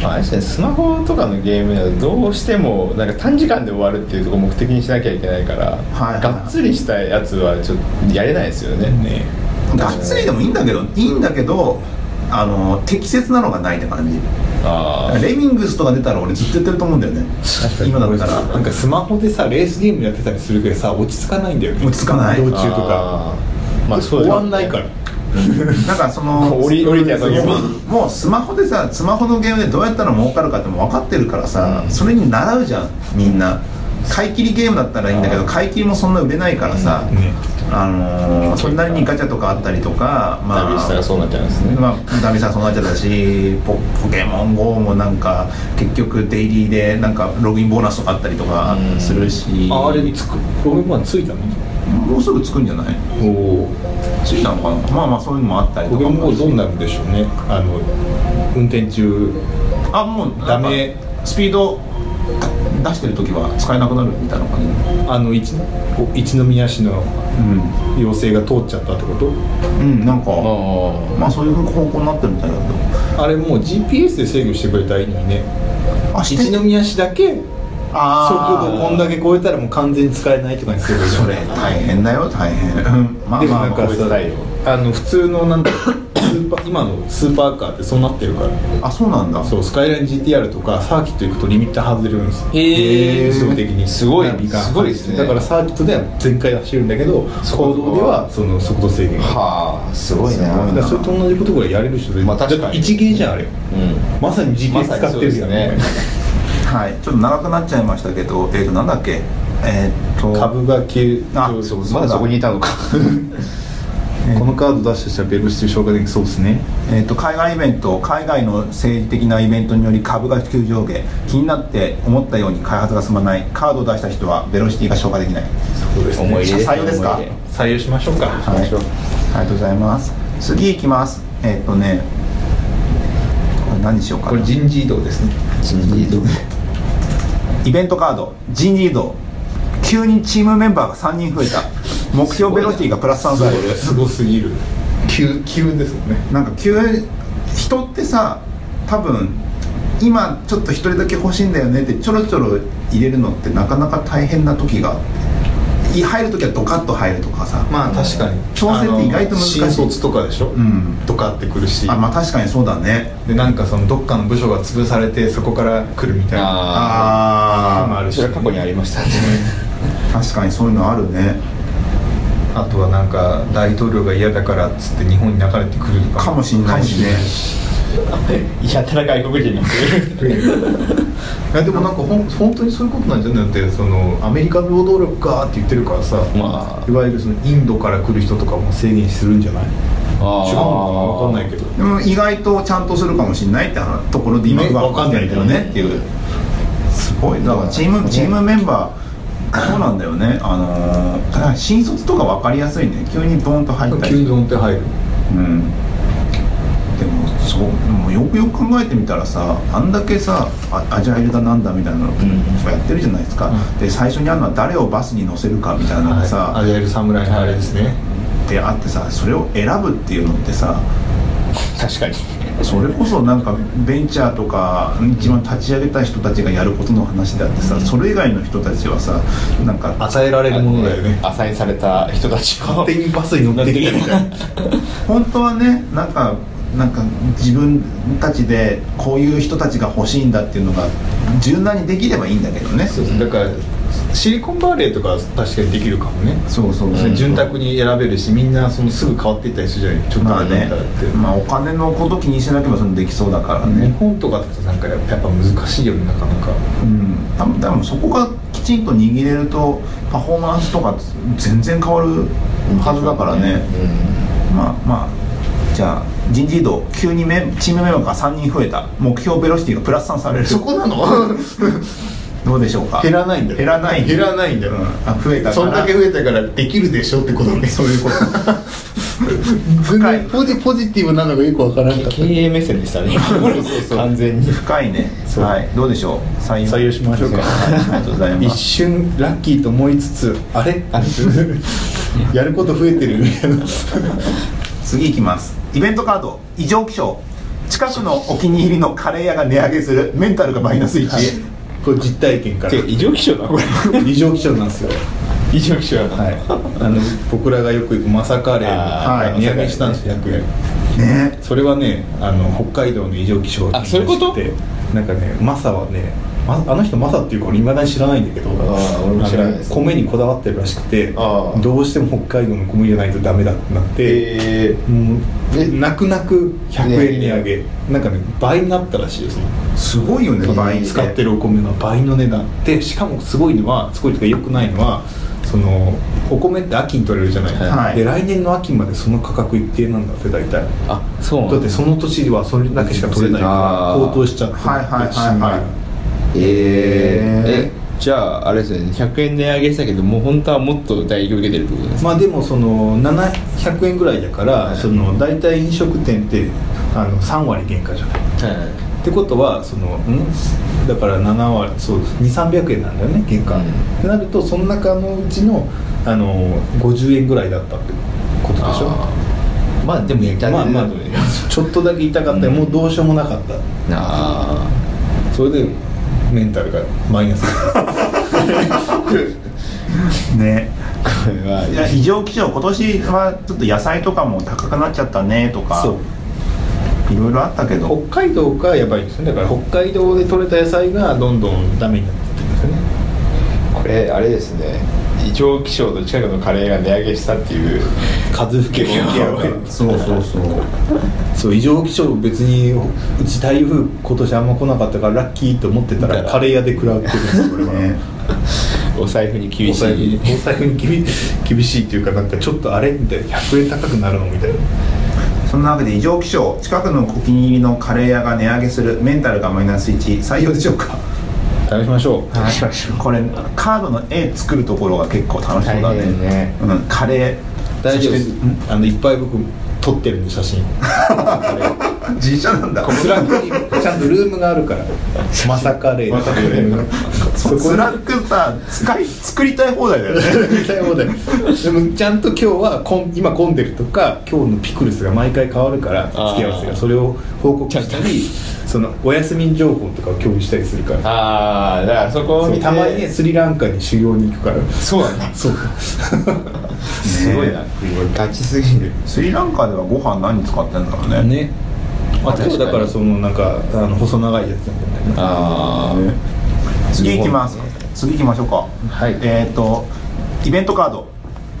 Speaker 3: まああれですねスマホとかのゲームだとどうしてもなんか短時間で終わるっていうところを目的にしなきゃいけないから、
Speaker 1: はい
Speaker 3: がっつりしたやつはちょっとやれないですよね
Speaker 5: ね
Speaker 1: がっつりでもいいんだけどいいんだけどあの適切なのがないって感じ
Speaker 3: ああ
Speaker 1: レミングスとか出たら俺ずっとやってると思うんだよね今だったら
Speaker 5: なんかスマホでさレースゲームやってたりするけどさ落ち着かないんだよね
Speaker 1: 落ち着かない
Speaker 5: 道中とか
Speaker 3: あーまあそう
Speaker 5: 終
Speaker 3: ですね
Speaker 5: わんないから
Speaker 1: だからその
Speaker 3: 降り降りてやった時も
Speaker 1: もうスマホでさスマホのゲームでどうやったら儲かるかってもう分かってるからさ、それに習うじゃんみんな買い切りゲームだったらいいんだけど買い切りもそんな売れないからさ、
Speaker 5: ね
Speaker 1: あのーそれなりにガチャとかあったりとかまあ
Speaker 3: 旅したらそうなっちゃうんですね、
Speaker 1: まあ、ダメさんそうなっちゃったしポポケモン GO もなんか結局デイリーでなんかログインボーナスとかあったりとか
Speaker 3: うん
Speaker 1: するし、
Speaker 5: ああれにつくログイン版ついたの
Speaker 1: もうすぐつくんじゃない
Speaker 5: おお
Speaker 1: ついたのかなまあまあそういうのもあったりと
Speaker 5: 僕
Speaker 1: か
Speaker 5: もどうなるんでしょうねあの運転中
Speaker 1: あもうなんか
Speaker 5: ダメ
Speaker 1: スピード出してる時は使えなくなるみたいな感じ
Speaker 5: あの一お一宮市の
Speaker 1: う
Speaker 5: 要請が通っちゃったってこと
Speaker 1: ん、うん、なんか
Speaker 3: あー
Speaker 1: まあそういう方向になってるみたいだけ
Speaker 5: あれもう GPS で制御してくれたらいいのにね
Speaker 1: どあして
Speaker 5: 一宮市だけ
Speaker 1: あ
Speaker 5: 速度こんだけ超えたらもう完全に使えないとかにすればいいじゃ
Speaker 1: そ
Speaker 5: ん
Speaker 1: れ大変だよ大変うんまあ
Speaker 5: でも
Speaker 1: まあ
Speaker 5: なん
Speaker 1: まあ
Speaker 5: か
Speaker 3: こういう
Speaker 5: さ
Speaker 3: スタイルを
Speaker 5: あの普通の なんだスーパー今のスーパーカーってそうなってるから
Speaker 1: あそうなんだ
Speaker 5: そうスカイライン GTR とかサーキット行くとリミッター外れるんですよ
Speaker 3: へー
Speaker 5: 自動的に
Speaker 3: すごい
Speaker 5: ナビが
Speaker 3: すごいですね
Speaker 5: だからサーキットでは全開で走るんだけど公道ではその速度制限が
Speaker 3: はあすごいな
Speaker 1: すごい
Speaker 5: だからそれと同じことぐらいやれる人で、
Speaker 3: まあ確かに
Speaker 5: 一芸じゃんあれ
Speaker 3: うん
Speaker 5: まさに GPS 使ってるよね
Speaker 3: まさにそう です
Speaker 1: はいちょっと長くなっちゃいましたけどえっ、となんだっけえっ、と
Speaker 5: 株が急
Speaker 1: あ
Speaker 5: 上昇
Speaker 1: そう
Speaker 3: まだそこにいたのか
Speaker 2: このカード出してしたらベルシチュー消化できるそうですね
Speaker 1: えー、と海外イベント海外の政治的なイベントにより株が急上下気になって思ったように開発が進まないカードを出した人はベロシティが消化できない
Speaker 2: そうです
Speaker 4: 思い入れ
Speaker 1: 採用ですか
Speaker 4: 思い入れ
Speaker 2: 採用しましょうか
Speaker 1: はい、ありがとうございます次いきますえっ、とねこれ何にしようかな
Speaker 2: これ人事異動ですね
Speaker 1: イベントカード人事異動急にチームメンバーが3人増えた目標ベロシティがプラス3される
Speaker 2: すごすぎる急急ですもんね
Speaker 1: なんか急人ってさ多分今ちょっと一人だけ欲しいんだよねってちょろちょろ入れるのってなかなか大変な時があってい入る時はドカッと入るとかさ、
Speaker 2: まあ確かに
Speaker 1: 調整って意外と難しい
Speaker 2: あの新卒とかでしょ、
Speaker 1: うん
Speaker 2: とかってくるし
Speaker 1: あまあ確かにそうだね
Speaker 2: でなんかそのどっかの部署が潰されてそこから来るみたいな
Speaker 3: あ
Speaker 2: あ
Speaker 1: あ
Speaker 2: もあ
Speaker 3: あ
Speaker 2: るし
Speaker 3: それは過去にありました ね
Speaker 1: ー確かにそういうのあるね
Speaker 2: あとはなんか大統領が嫌だからっつって日本に流れてくるとか
Speaker 1: かもしんないしね
Speaker 3: やたら外国人なんて
Speaker 2: いやでもなんかほん本当にそういうことなんじゃなくてそのアメリカの労働力かって言ってるからさ、
Speaker 3: ま
Speaker 2: いわゆるそのインドから来る人とかも制限するんじゃない違う
Speaker 3: あ
Speaker 2: のかなわかんないけど
Speaker 1: でも意外とちゃんとするかもしんないってところで今
Speaker 2: ね
Speaker 1: うまくいってるよねっていうすごいだからチームチームメンバーそうなんだよね、あのーただ新卒とか分かりやすいね急にボンと入ったり
Speaker 2: 急にドンって入る
Speaker 1: うんでもそうもうよくよく考えてみたらさあんだけさあアジャイルだなんだみたいなのやってるじゃないですか、で最初にあるのは誰をバスに乗せるかみたいなのがさ、
Speaker 2: アジャイル侍のあれですね
Speaker 1: であってさそれを選ぶっていうのってさ
Speaker 3: 確かに
Speaker 1: それこそなんかベンチャーとか一番立ち上げた人たちがやることの話であってさそれ以外の人たちはさなんか
Speaker 2: 与えられるものだよね
Speaker 3: アサインされた人たちが
Speaker 2: 勝手にバスに乗ってきたみたいな
Speaker 1: 本当はねなんかなんか自分たちでこういう人たちが欲しいんだっていうのが柔軟にできればいいんだけどね
Speaker 2: そうそうだからシリコンバレーとかは確かにできるかもね
Speaker 1: そうそう
Speaker 2: それ潤沢に選べるしみんなそのすぐ変わっていったりするじゃないちょっと
Speaker 1: まあ
Speaker 2: だ
Speaker 1: ね
Speaker 2: ったらって、
Speaker 1: まあお金のこと気にしなければそれもできそうだから
Speaker 2: 日
Speaker 1: ね
Speaker 2: 本とかだとなんかやっぱ難しいよねなかなか
Speaker 1: うん多分多分そこがきちんと握れるとパフォーマンスとか全然変わるはずだからね、まあまあじゃあ人事異動急にメンチームメンバーが3人増えた目標ベロシティがプラス3される
Speaker 2: そこなの
Speaker 1: どうでしょうか
Speaker 2: 減らないんだよ
Speaker 1: 減らない
Speaker 2: 減らないんだよ、
Speaker 1: うんあ増えたから
Speaker 2: そんだけ増えたからできるでしょってことねそういうこと 全然ポジポジティブなのがよくわからんかった
Speaker 3: 経営目線で したね完全に
Speaker 1: 深いね
Speaker 2: そう
Speaker 1: はいどうでしょう採用
Speaker 2: 採用しましょうか
Speaker 1: はいありがとうございま
Speaker 2: 一
Speaker 1: す
Speaker 2: 瞬ラッキーと思いつつあれあれ やること増えてるみたいな
Speaker 1: 次いきますイベントカード異常気象近くのお気に入りのカレー屋が値上げするメンタルがマイナス1、
Speaker 2: これ実体験 から
Speaker 3: て異常気象だこれ
Speaker 2: 異常気象なんですよ
Speaker 3: 異常気象だ
Speaker 2: はいあの僕らがよく行くマサカレー
Speaker 3: あ
Speaker 1: ー
Speaker 2: はい値上げしたんですよ100円
Speaker 1: ね
Speaker 2: それはねあの北海道の異常気象
Speaker 3: あそういうこと
Speaker 2: なんかねマサはねまあの人マサっていうか俺いまだに知らないんだけど
Speaker 3: ー俺も知らないです
Speaker 2: あの米にこだわってるらしくて
Speaker 3: あー
Speaker 2: どうしても北海道の米じゃないとダメだってなって、
Speaker 3: え
Speaker 2: もうで泣く泣く100円値上げ、なんかね倍になったらしいですね
Speaker 1: すごいよね倍
Speaker 2: 使ってるお米の倍の値段でしかもすごいのはすごいというか良くないのはそのお米って秋に取れるじゃない、
Speaker 1: はい
Speaker 2: で来年の秋までその価格一定なんだって大体
Speaker 3: あそうなん
Speaker 2: だってその年はそれだけしか取れないか
Speaker 3: あ
Speaker 2: ら
Speaker 3: ー
Speaker 2: 高騰しちゃって
Speaker 1: はいはいはいはい
Speaker 3: えーえじゃああれですよね100円値上げしたけどもう本当はもっと大影響受けてるってことですか
Speaker 2: まあでもその700円ぐらいだから、
Speaker 3: はい
Speaker 2: その大体飲食店ってあの3割原価じゃないってことはそのんだから7割そう2300円なんだよね原価、
Speaker 3: うん
Speaker 2: ってなるとその中のうちのあの50円ぐらいだったってことでしょ
Speaker 3: あーまあでも痛手
Speaker 2: まあまあちょっとだけ痛かったよもうどうしようもなかった
Speaker 3: あ
Speaker 2: それでメンタルがマイナス
Speaker 1: ね
Speaker 3: これはい
Speaker 1: や異常気象今年はちょっと野菜とかも高くなっちゃったねとか
Speaker 2: そう
Speaker 1: いろいろあったけど
Speaker 2: 北海道がやばいんですねだから北海道で採れた野菜がどんどんダメになってってるんですよね
Speaker 3: これあれですね異常気象と近くのカレーが値上げしたっていう
Speaker 2: 風吹けば
Speaker 3: やばい
Speaker 1: そうそうそう
Speaker 2: そう異常気象別にうち台風今年あんま来なかったからラッキーと思ってたら
Speaker 3: だから
Speaker 2: カレー屋で食らってるんですよ俺は、
Speaker 1: ね
Speaker 3: お財布に厳し
Speaker 2: お財布
Speaker 3: い
Speaker 2: に
Speaker 5: お財布に厳厳しいっていうかなんかちょっとあれみたいな100円高くなるのみたいな
Speaker 1: そんなわけで異常気象近くのお気に入りのカレー屋が値上げするメンタルがマイナス1採用でしょうか
Speaker 3: 試しましょう
Speaker 1: これカードの絵作るところが結構楽しそうだね
Speaker 3: 大変ね
Speaker 1: うん、カレー
Speaker 2: 大丈夫です
Speaker 3: そし
Speaker 2: あのいっぱい僕撮ってるんで写真
Speaker 1: 実写なんだ
Speaker 2: スラックにちゃんとルームがあるからまさかレーまさかレー
Speaker 1: そスラックさ使い作りたい放題だよ ね
Speaker 2: みたいなもんだよでもちゃんと今日はこん今混んでるとか今日のピクルスが毎回変わるから付
Speaker 3: あー
Speaker 2: き合わせがそれを報告したりそのお休み情報とかを共有したりするから
Speaker 3: ああだからそこを
Speaker 2: そ
Speaker 3: 見
Speaker 2: う
Speaker 3: て
Speaker 2: たまにねスリランカに修行に行くから
Speaker 3: そうだね
Speaker 2: そう
Speaker 3: すごい なガチすぎる
Speaker 1: スリランカではご飯何使ってんだろうね
Speaker 2: ねあ
Speaker 3: 確か
Speaker 2: 今
Speaker 3: に
Speaker 2: 日だからそのなんかあの細長いやつなんだよ
Speaker 3: あ
Speaker 2: ね
Speaker 3: あ
Speaker 1: 次行きます次行きましょうか
Speaker 3: はい
Speaker 1: えっ、とイベントカード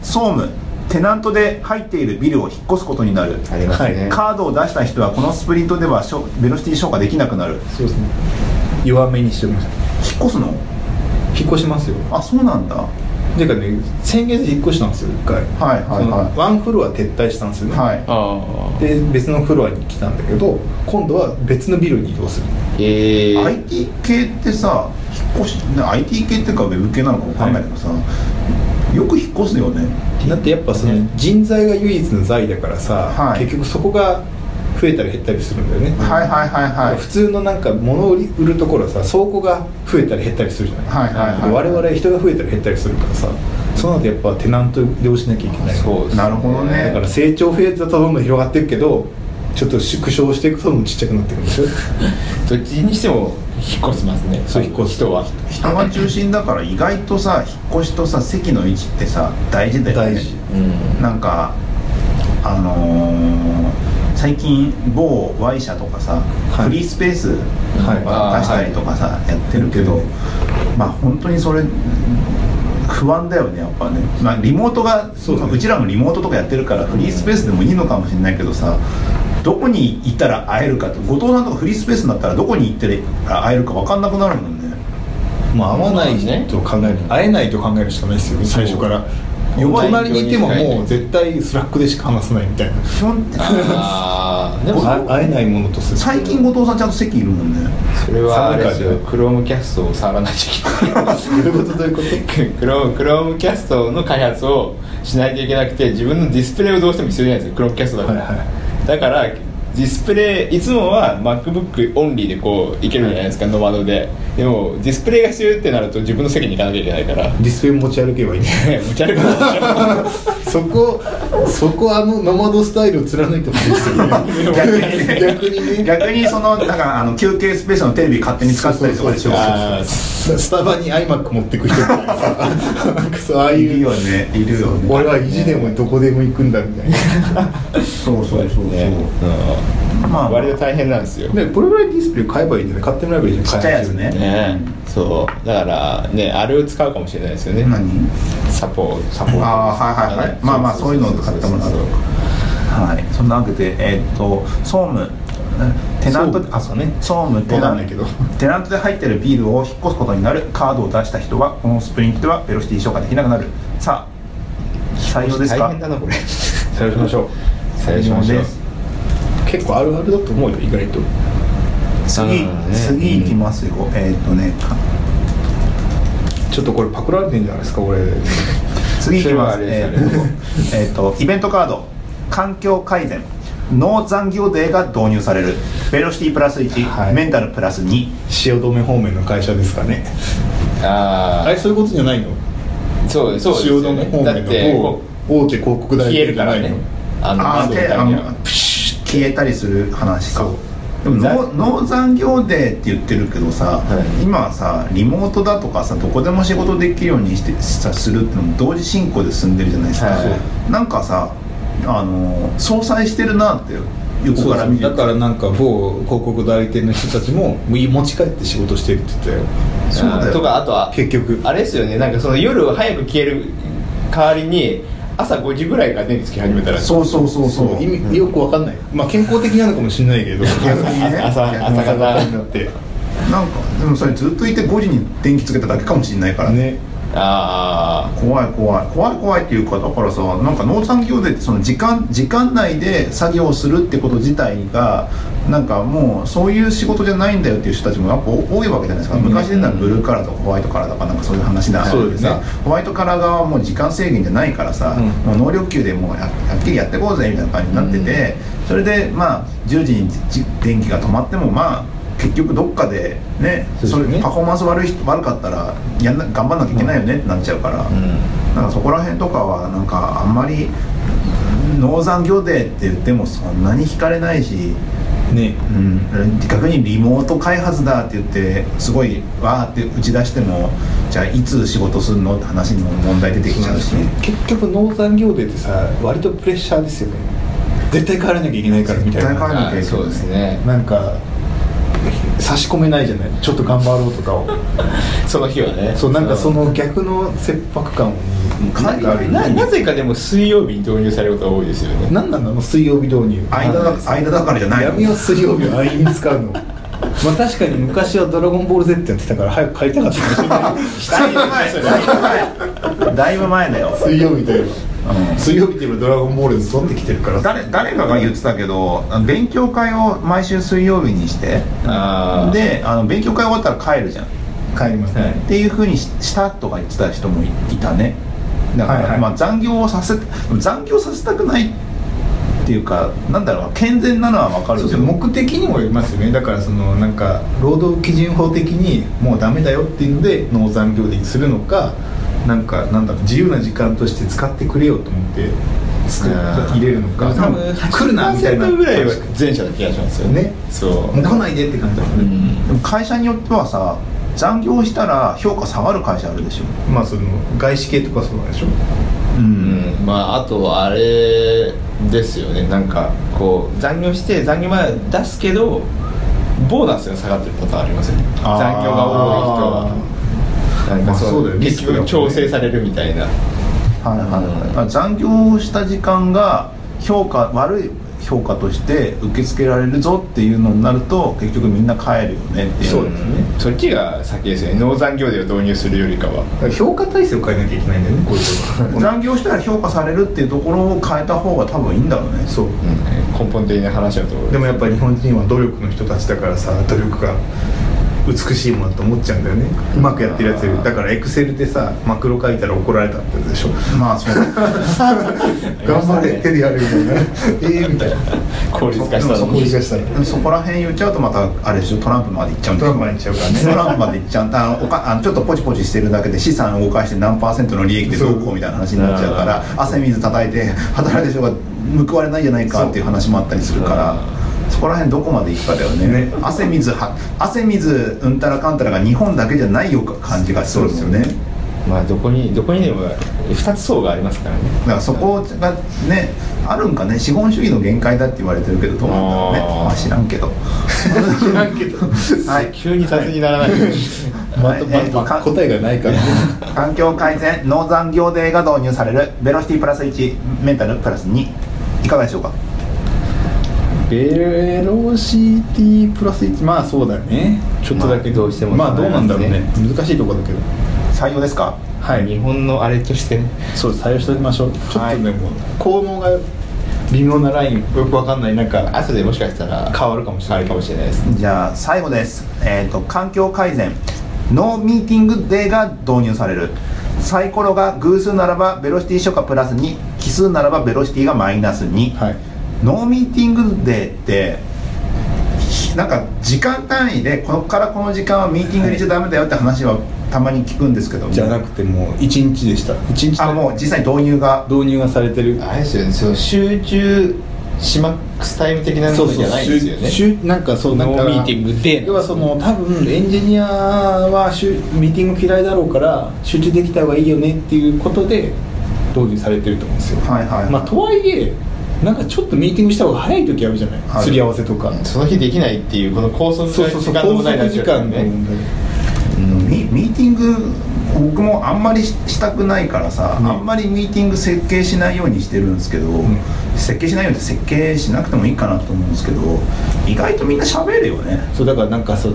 Speaker 1: 総務テナントで入っているビルを引っ越すことになる
Speaker 3: ありますね、
Speaker 1: カードを出した人はこのスプリントではしょベロシティ消化できなくなる
Speaker 2: そうですね弱めにしてました
Speaker 1: 引っ越すの
Speaker 2: 引っ越しますよ
Speaker 1: あそうなんだは
Speaker 2: ていうかね先月引っ越したんですよ一回
Speaker 1: はいはいはい
Speaker 2: そのワンフロア撤退したんですよね、
Speaker 1: い
Speaker 3: ああ
Speaker 2: で別のフロアに来たんだけど今度は別のビルに移動する
Speaker 3: ええ
Speaker 1: IT 系ってさ引っ越しな IT 系っていうかウェブ系なのか分かんないけどさ、よく引っ越すよね
Speaker 2: だってやっぱその人材が唯一の財だからさ、
Speaker 1: はい
Speaker 2: 結局そこが増えたり減ったりするんだよね、
Speaker 1: はいはいはいはい
Speaker 2: 普通のなんか物を売り売るところはさ倉庫が増えたり減ったりするじゃない,で、
Speaker 1: はいはいはい
Speaker 2: 我々人が増えたり減ったりするからさそうなるとやっぱテナントで押しなきゃいけない
Speaker 3: そうですね
Speaker 1: なるほどね
Speaker 2: だから成長フェーズだとどんどん広がっていくけどちょっと縮小していくとどんどんちっちゃくなっていくんですよ
Speaker 3: どっちにしても引っ越しますね
Speaker 2: そう引っ越す
Speaker 3: 人は
Speaker 1: 人が中心だから意外とさ引っ越しとさ席の位置ってさ大事だよね
Speaker 2: 大事
Speaker 3: うん
Speaker 1: なんかあのー最近某 Y 社とかさ、
Speaker 2: はい
Speaker 1: フリースペース
Speaker 2: はい
Speaker 3: あー
Speaker 1: 出したりとかさ、やってるけど、まあ本当にそれ不安だよねやっぱね、まあ、リモートが
Speaker 2: そうだね
Speaker 1: まあうちらもリモートとかやってるからフリースペースでもいいのかもしれないけどさどこに行ったら会えるかと後藤さんとかフリースペースになったらどこに行ったら会えるか分かんなくなるもんね
Speaker 2: まあ会わない
Speaker 3: ね
Speaker 2: と考える会えないと考えるしかないですよ最初から
Speaker 1: 弱い
Speaker 2: 隣にいても
Speaker 3: 状況に
Speaker 2: もう絶対スラックでしか話さないみたいな
Speaker 1: 基本的に
Speaker 3: ああでも
Speaker 2: あ会えないものとする
Speaker 1: 最近後藤さんちゃんと席いるもんね
Speaker 3: それはあれです
Speaker 2: 寒い
Speaker 3: よ
Speaker 2: から
Speaker 3: クロームキャストを触らないといけない
Speaker 2: どういうことどういうこと
Speaker 3: クロームクロームキャストの開発をしないといけなくて自分のディスプレイをどうしても必要じゃないですかクロームキャストだから、
Speaker 2: はいは
Speaker 3: だからディスプレイいつもは MacBook オンリーでこういけるじゃないですか、ノマドででもディスプレイが必要ってなると自分の席に行かなきゃいけないから
Speaker 2: ディスプレイ持ち歩けばいい
Speaker 3: 持ち歩くのでしょ
Speaker 2: そこそこあのノマドスタイルを貫いてほしいですよね 逆にね
Speaker 1: 逆にそのなんかあの休憩スペースのテレビ勝手に使ったりとかでしょ
Speaker 2: そうそうそう
Speaker 3: あー
Speaker 2: ススタバに iMac 持ってく人みたいなさなん かそうああ
Speaker 1: い
Speaker 2: い
Speaker 1: る
Speaker 2: う
Speaker 1: よねいるよね
Speaker 2: 俺は意地でもどこでも行くんだみたいな
Speaker 1: そうそうそうそう、
Speaker 3: ね
Speaker 1: まあ
Speaker 3: 割と大変なんですよ、ね
Speaker 2: ねこれぐらいディスプレイ買えばいいんじゃない買ってもらえばいいじゃない
Speaker 1: ちっちゃいやつね
Speaker 3: そうだからねあれを使うかもしれないですよね
Speaker 1: 何
Speaker 3: サポサポート
Speaker 1: あーはいはいはいまあまあそういうのを使ってもらうとはいそんなわけでえーっと総務テナント
Speaker 2: 総務あそうね
Speaker 1: 総務テナ
Speaker 2: わかん
Speaker 1: ン
Speaker 2: ないけど
Speaker 1: テナントで入ってるビールを引っ越すことになるカードを出した人はこのスプリントではベロシティ消化できなくなるさあ採用ですか
Speaker 3: 大変だなこれ
Speaker 2: さよしましょう
Speaker 3: 採用しましょう
Speaker 1: です
Speaker 2: 結構あるあるだと思うよ意外と
Speaker 1: 次
Speaker 3: うん
Speaker 1: 次いきますよ、えーっとねか
Speaker 2: ちょっとこれパクられてんじゃないですか これ
Speaker 1: 次いきま
Speaker 3: そ
Speaker 1: す
Speaker 3: れはあ
Speaker 1: え
Speaker 3: れですよね
Speaker 1: ーっとえーっとイベントカード環境改善ノー残業デーが導入されるベロシティプラス1、
Speaker 2: はい
Speaker 1: メンタルプラス2
Speaker 2: 汐留方面の会社ですかね
Speaker 3: あ
Speaker 2: あれそういうことじゃないの
Speaker 3: あそうそうです
Speaker 2: 汐
Speaker 3: よ
Speaker 2: 留
Speaker 3: ね
Speaker 2: 方
Speaker 3: だっ
Speaker 2: 面
Speaker 3: て
Speaker 2: の
Speaker 3: こ
Speaker 2: 大大手広告
Speaker 3: う消
Speaker 2: 代理
Speaker 3: え
Speaker 2: 店
Speaker 3: る
Speaker 2: じ
Speaker 3: か
Speaker 2: ゃな
Speaker 3: ら
Speaker 2: いの
Speaker 3: ねあ
Speaker 1: あー
Speaker 3: 窓の
Speaker 1: 手あ
Speaker 3: 紙が
Speaker 1: のプシュッ消えたりする話か
Speaker 2: そう
Speaker 1: でも
Speaker 3: ざ
Speaker 1: ノーノー残業デーって言ってるけどさ、
Speaker 3: はい
Speaker 1: 今はさリモートだとかさどこでも仕事できるようにしてさするってのも同時進行で進んでるじゃないですか、
Speaker 3: はい
Speaker 1: そうなんかさあのー相殺してるなって横
Speaker 2: そう
Speaker 1: から
Speaker 2: そ
Speaker 1: 見
Speaker 2: う
Speaker 1: る
Speaker 2: だからなんか某広告代理店の人たちも持ち帰って仕事してるって言ってたよ
Speaker 1: そうだよ
Speaker 3: あーとかあとは
Speaker 2: 結局
Speaker 3: あれですよねなんかその夜早く消える代わりに朝5時ぐらいから電気つき始めたら
Speaker 1: そうそうそうそう
Speaker 2: 意味よくわかんないまあ健康的なのかもしれない けど
Speaker 1: ね
Speaker 3: 朝朝朝方
Speaker 2: になって
Speaker 1: なんかでもそれずっといて5時に電気つけただけかもしれないから
Speaker 2: ね
Speaker 3: あ
Speaker 1: 怖い怖い怖い怖いっていうかだからさなんか農産業でその時間時間内で作業するってこと自体がなんかもうそういう仕事じゃないんだよっていう人たちもやっぱ多いわけじゃないですか、昔でならブルーカラーとかホワイトカラーとかなんかそういう話だ
Speaker 5: そうですね
Speaker 1: さホワイトカラー側はもう時間制限じゃないからさ、
Speaker 5: うん
Speaker 1: もう能力級でもうやはっきりやってこうぜみたいな感じになってて、それでまあ10時にじ電気が止まってもまあ結局どっかでね
Speaker 5: そう
Speaker 1: そ
Speaker 5: で
Speaker 1: れ
Speaker 5: すね
Speaker 1: パフォーマンス悪い人悪かったらやんな頑張んなきゃいけないよねってなっちゃうから、
Speaker 3: あうん
Speaker 1: なんかそこら辺とかはなんかあんまり農産業デーって言ってもそんなに惹かれないし、
Speaker 5: ね
Speaker 1: うん、逆にリモート開発だって言ってすごいわーって打ち出してもじゃあいつ仕事するのって話にも問題出てきちゃうし
Speaker 5: 結局農産業でってさ割とプレッシャーですよね絶対帰らなきゃいけないからみたい
Speaker 1: 絶対
Speaker 5: な
Speaker 1: 帰る
Speaker 3: あそうですね
Speaker 5: なんか差し込めないじゃないちょっと頑張ろうとかを
Speaker 3: その日はね
Speaker 5: そうなんかその逆の切迫感を
Speaker 1: かなりある
Speaker 3: ななぜかでも水曜日に導入されることが多いですよね
Speaker 5: 何なんだの水曜日導入
Speaker 1: 間だ間だからじゃない
Speaker 5: 闇を水曜日を愛に使う のまあ確かに昔は「ドラゴンボール Z」やってたから早く帰りたかったかもしれない
Speaker 1: だいぶ前だいぶ前だよ、
Speaker 2: 水曜日といえば
Speaker 1: うん
Speaker 2: 水曜日といえばドラゴンボールに沿ってきてるから
Speaker 1: 誰誰かが言ってたけどあの勉強会を毎週水曜日にして
Speaker 3: ああ
Speaker 1: であの勉強会終わったら帰るじゃんっ
Speaker 2: 帰りますね、
Speaker 1: ていうふうにししたとか言ってた人もいいたねだから、
Speaker 2: はいはい
Speaker 1: まあ、残業をさせ残業させたくないっていうかなんだろう健全なのは分かる
Speaker 2: そう
Speaker 1: け
Speaker 2: です
Speaker 1: ど
Speaker 2: ね目的にもよりますよねだからそのなんか労働基準法的にもうダメだよっていうので農産業でにするのかなんかなんだろう自由な時間として使ってくれよと思って作っ
Speaker 3: あー
Speaker 2: 入れるのか
Speaker 3: 多
Speaker 2: なん
Speaker 3: 分
Speaker 2: か来るなみたいな
Speaker 3: 80%ぐらいは
Speaker 2: も
Speaker 3: 前者な気がしますよ
Speaker 2: ね
Speaker 3: そう
Speaker 2: う来ないでって感じだも
Speaker 3: うん
Speaker 2: ね、
Speaker 3: ん
Speaker 1: でも会社によってはさ残業したら評価下がる会社あるでしょ
Speaker 2: まあその外資系とかそうなんでしょ
Speaker 1: う
Speaker 3: うんんまああとはあれですよねなんかこう残業して残業まで出すけどボーナスが下がってるパターンありますよね残業
Speaker 1: あー
Speaker 3: が多い人はなんか
Speaker 2: まあそうだよね
Speaker 3: 結局調整されるみたいな
Speaker 1: はいはいはい、あ残業をした時間が評価悪い評価として受け付けられるぞっていうのになると結局みんな帰るよねっていう
Speaker 2: そうですね
Speaker 3: そっちが先ですよね農産業でを導入するよりかは
Speaker 2: だから評価体制を変えなきゃいけないんだよねこういうのは
Speaker 1: 残業したら評価されるっていうところを変えた方が多分いいんだろう ね
Speaker 2: そう
Speaker 3: うん根本的な話だと思う
Speaker 2: でもやっぱり日本人は努力の人たちだからさ努力が美しいものだと思っちゃうんだよねうまくやってるやつよりだからエクセルでさマクロ書いたら怒られたってやつでしょ
Speaker 1: まあそう
Speaker 2: 頑張れ手 でやるみたいなええみたいな
Speaker 3: 効率化した
Speaker 1: で
Speaker 3: の
Speaker 1: も
Speaker 2: 効
Speaker 3: に
Speaker 2: 率化したら
Speaker 1: そこら辺言っちゃうとまたあれでしょトランプまで行っちゃうん
Speaker 2: ト
Speaker 1: で
Speaker 2: ランプまで行っちゃうからね
Speaker 1: トランプまで行っちゃうあのおかあのちょっとポチポチしてるだけで資産動かして何パーセントの利益でどうこうみたいな話になっちゃうから汗水叩いて働いてる人が報われないじゃないかっていう話もあったりするからそこら辺どこまで行くかだよね
Speaker 2: ね
Speaker 1: 汗水は汗水うんたらかんたらが日本だけじゃないよか感じがするんですよね
Speaker 3: まあどこにどこにでも2つ層がありますからね
Speaker 1: だからそこがねあるんかね資本主義の限界だって言われてるけどどうなんだろうね
Speaker 3: あー
Speaker 1: まあ知らんけど知らんけどはい
Speaker 3: 急に雑にならないように
Speaker 5: まとま
Speaker 1: えーとか
Speaker 5: 答えがないから
Speaker 1: 環境改善農産業デーが導入されるベロシティプラス1メンタルプラス2いかがでしょうか
Speaker 5: ベロシティプラス1まあそうだよね
Speaker 3: ちょっとだけどうしても
Speaker 5: まあどうなんだろうね難しいところだけど
Speaker 1: 採用ですか
Speaker 5: はい
Speaker 3: 日本のあれとしてね
Speaker 5: そう採用しておきましょうちょっとね、
Speaker 1: はい
Speaker 5: もう効能が微妙なラインよくわかんないなんか
Speaker 3: 後でもしかしたら
Speaker 5: 変わるかもしれな
Speaker 3: 変わ
Speaker 5: い
Speaker 3: るかもしれないですね
Speaker 1: じゃあ最後ですえっ、と環境改善ノーミーティングデーが導入されるサイコロが偶数ならばベロシティ初夏プラス2奇数ならばベロシティがマイナス2、
Speaker 5: はい
Speaker 1: ノーミーティングデーってひなんか時間単位でここからこの時間はミーティングにしちゃダメだよって話はたまに聞くんですけども
Speaker 5: じゃなくてもう1日でした1日
Speaker 1: あもう実際導入が
Speaker 5: 導入がされてる
Speaker 3: あれですよねその集中しマックスタイム的なものじゃないですよね
Speaker 5: しゅしゅなんかそうなんか
Speaker 3: ノーミーティングデー
Speaker 5: 要はその多分エンジニアはしゅミーティング嫌いだろうから集中できた方がいいよねっていうことで導入されてると思うんですよ
Speaker 1: はいはいはい
Speaker 5: まあとはいえなんかちょっとミーティングした方が早い時あるじゃない、
Speaker 1: はい
Speaker 5: すり合わせとか、
Speaker 3: その日できないっていうこの拘束
Speaker 5: そうそうそう拘束時間の問題
Speaker 1: ミミーティング僕もあんまりししたくないからさ、
Speaker 5: うん
Speaker 1: あんまりミーティング設計しないようにしてるんですけど、設計しないようにって設計しなくてもいいかなと思うんですけど意外とみんな喋るよね
Speaker 5: そうだからなんかそう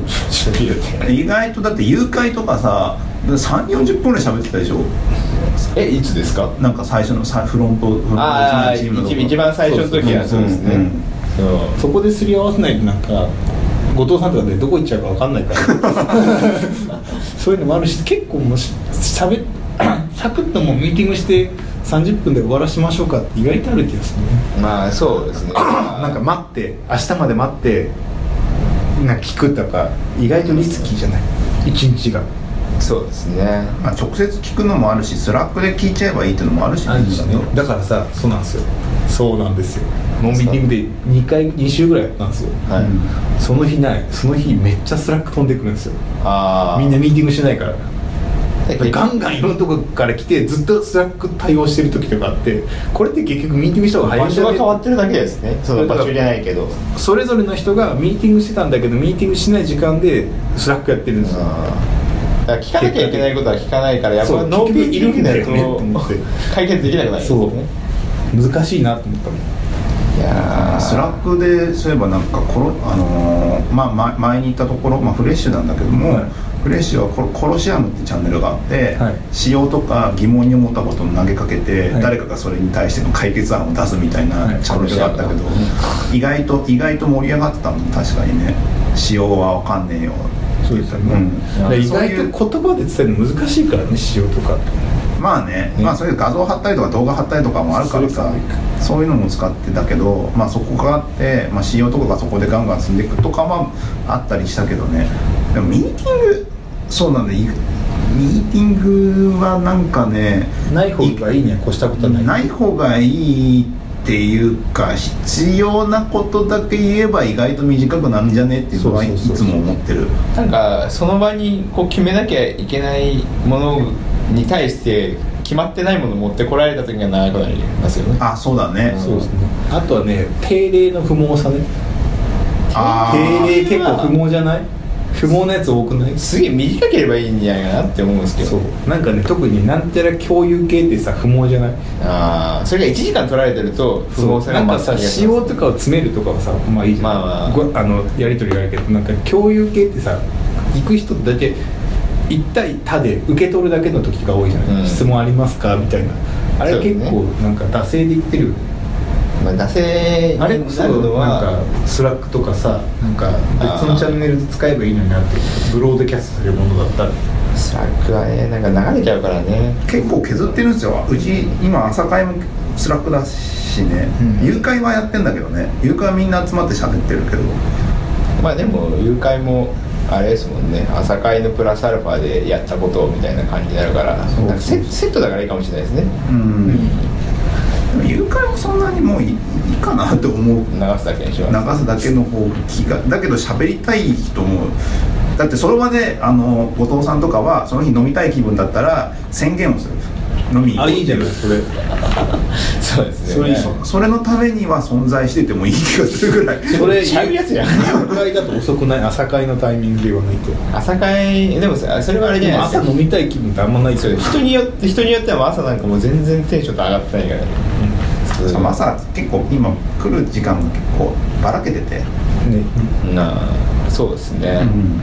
Speaker 1: 意外とだって誘拐とかさ3 4 0分ぐらい喋ってたでしょ
Speaker 3: えいつですか
Speaker 1: なんか最初のさフロントフロント
Speaker 3: ああ
Speaker 1: チームの
Speaker 3: 一一番最初の時はそうですね
Speaker 1: うん
Speaker 3: そう
Speaker 2: そこですり合わせないとなんか後藤さんとかでどこ行っちゃうか分かんないから そういうのもあるし結構もうししゃべ サクッともうミーティングして30分で終わらしましょうかって意外とある気がするね
Speaker 3: まあそうですね
Speaker 6: なんか待って明日まで待ってなんか聞くとか意外とリスキーじゃない一日が
Speaker 3: そうですね
Speaker 1: まあ、直接聞くのもあるしスラックで聞いちゃえばいいっていうのもあるし、
Speaker 6: だからさそうなんですよ
Speaker 2: そうなんですよノンミーティングで2回2週ぐらいやったんですよ
Speaker 3: はい、
Speaker 2: その日ないその日めっちゃスラック飛んでくるんですよ
Speaker 3: ああ
Speaker 2: みんなミーティングしてないから
Speaker 3: だけど
Speaker 2: ガンガンいろんなとこから来てずっとスラック対応してる時とかあってこれって結局ミーティングした方が早
Speaker 3: 場
Speaker 2: いんじ
Speaker 3: 所
Speaker 2: ゃ
Speaker 3: が
Speaker 2: ね
Speaker 3: 変わってるだけですねその場所じゃないけど
Speaker 2: それぞれの人がミーティングしてたんだけどミーティングしない時間でスラックやってるんですよ
Speaker 3: だから聞かなきゃいけないことは聞かないからやっぱ
Speaker 2: そう
Speaker 3: ノーピンいるんだよ
Speaker 2: 結局いる んだよねって思
Speaker 3: 解決できなくなるんです
Speaker 2: そ
Speaker 3: よ
Speaker 2: う
Speaker 3: ね
Speaker 2: 難しいなと思ったの
Speaker 3: いやー
Speaker 1: スラックでそういえばなんかコロ、あのーまあ、ま前に行ったところ、まあ、フレッシュなんだけども、
Speaker 2: はい
Speaker 1: フレッシュはコロコロシアムってチャンネルがあって、
Speaker 2: はい
Speaker 1: 使用とか疑問に思ったことを投げかけて、
Speaker 2: はい
Speaker 1: 誰かがそれに対しての解決案を出すみたい
Speaker 2: は
Speaker 1: ないチャンネルがあったけど、意外と意外と盛り上がってたもん確かにね使用は分かんねえよ
Speaker 2: そうですよ
Speaker 1: う
Speaker 2: ね、
Speaker 1: ん
Speaker 2: だから意
Speaker 1: そういう
Speaker 2: 外と言葉で伝えるの難しいからね仕様とか
Speaker 1: まあね、まあそういう画像貼ったりとか動画貼ったりとかもあるからさそういうのも使ってたけど、まあ、そこがあって、まあ、仕様とかがそこでガンガン進んでいくとかはあったりしたけどねでもミーティングそうなんだいミーティングはなんかね
Speaker 2: ない方がいいには越したことはない
Speaker 1: ない方がいいっていうか必要なことだけ言えば意外と短くなるんじゃねっていうのはい
Speaker 2: そうそうそう
Speaker 1: つも思ってる
Speaker 3: なんかその場にこう決めなきゃいけないものに対して決まってないもの持ってこられた時が長くなりますよね
Speaker 1: あそうだね
Speaker 2: そうですねあとはね定例の不毛さね
Speaker 1: あー
Speaker 2: 定例結構不毛じゃない不毛なやつ多くない
Speaker 3: すげえ短ければいいんじゃないかなって思うんですけ
Speaker 2: そ
Speaker 3: ど
Speaker 2: うなんかね特になんちゃら共有系ってさ不毛じゃない
Speaker 3: ああそれが1時間取られてると不合
Speaker 2: そ
Speaker 3: 成
Speaker 2: うなんか
Speaker 3: ま
Speaker 2: さ
Speaker 3: あ
Speaker 2: 仕様とかを詰めるとかはさまあいいじゃん、
Speaker 3: まあまあ
Speaker 2: ごあのやり取りがあるけどなんか共有系ってさ行く人って大体一対他で受け取るだけの時が多いじゃない、
Speaker 3: うん
Speaker 2: 質問ありますかみたいなあれ
Speaker 3: そうね
Speaker 2: 結構なんか惰性で言ってるよね
Speaker 3: まあ惰性に
Speaker 2: あ
Speaker 3: な
Speaker 2: れ
Speaker 3: る
Speaker 2: こそ
Speaker 3: のは
Speaker 2: なんかスラックとかさなんか別のチャンネルで使えばいいのになってブロードキャストするものだったら
Speaker 3: スラックはねなんか流れちゃうからね
Speaker 1: 結構削ってるんですようち今朝会もスラックだしね、
Speaker 6: うん
Speaker 1: 誘拐はやってんだけどね誘拐はみんな集まって喋ってるけど
Speaker 3: まあでも誘拐もあれですもんね朝会のプラスアルファでやったことみたいな感じになるから
Speaker 1: そう
Speaker 3: なんかセセットだからいいかもしれないですね
Speaker 1: うん、でも誘拐もそんなにもういいいいかなって思う
Speaker 3: 流すだけにし
Speaker 1: 流
Speaker 3: ます
Speaker 1: すだけの方が気がだけど喋りたい人もだってその場であの後藤さんとかはその日飲みたい気分だったら宣言をする飲みに行こう
Speaker 2: ないそれ
Speaker 3: そうです
Speaker 2: そ
Speaker 3: よ
Speaker 2: れい
Speaker 3: ね
Speaker 2: いっす
Speaker 1: それのためには存在しててもいい気がするぐらい
Speaker 2: それ
Speaker 3: ちゃうやつやん
Speaker 2: 誘拐だと遅くない朝会のタイミングで言わないと
Speaker 3: 朝会でもさそれはあれじゃないです
Speaker 2: 朝
Speaker 3: か
Speaker 2: 飲みたい気分ってあんまないけ
Speaker 3: そう
Speaker 2: ど
Speaker 3: 人によって人によっては朝なんかもう全然テンション上がってないからねそう
Speaker 1: しかも朝結構今来る時間が結構ばらけてて、
Speaker 2: ね
Speaker 3: なあそうですね、
Speaker 1: うん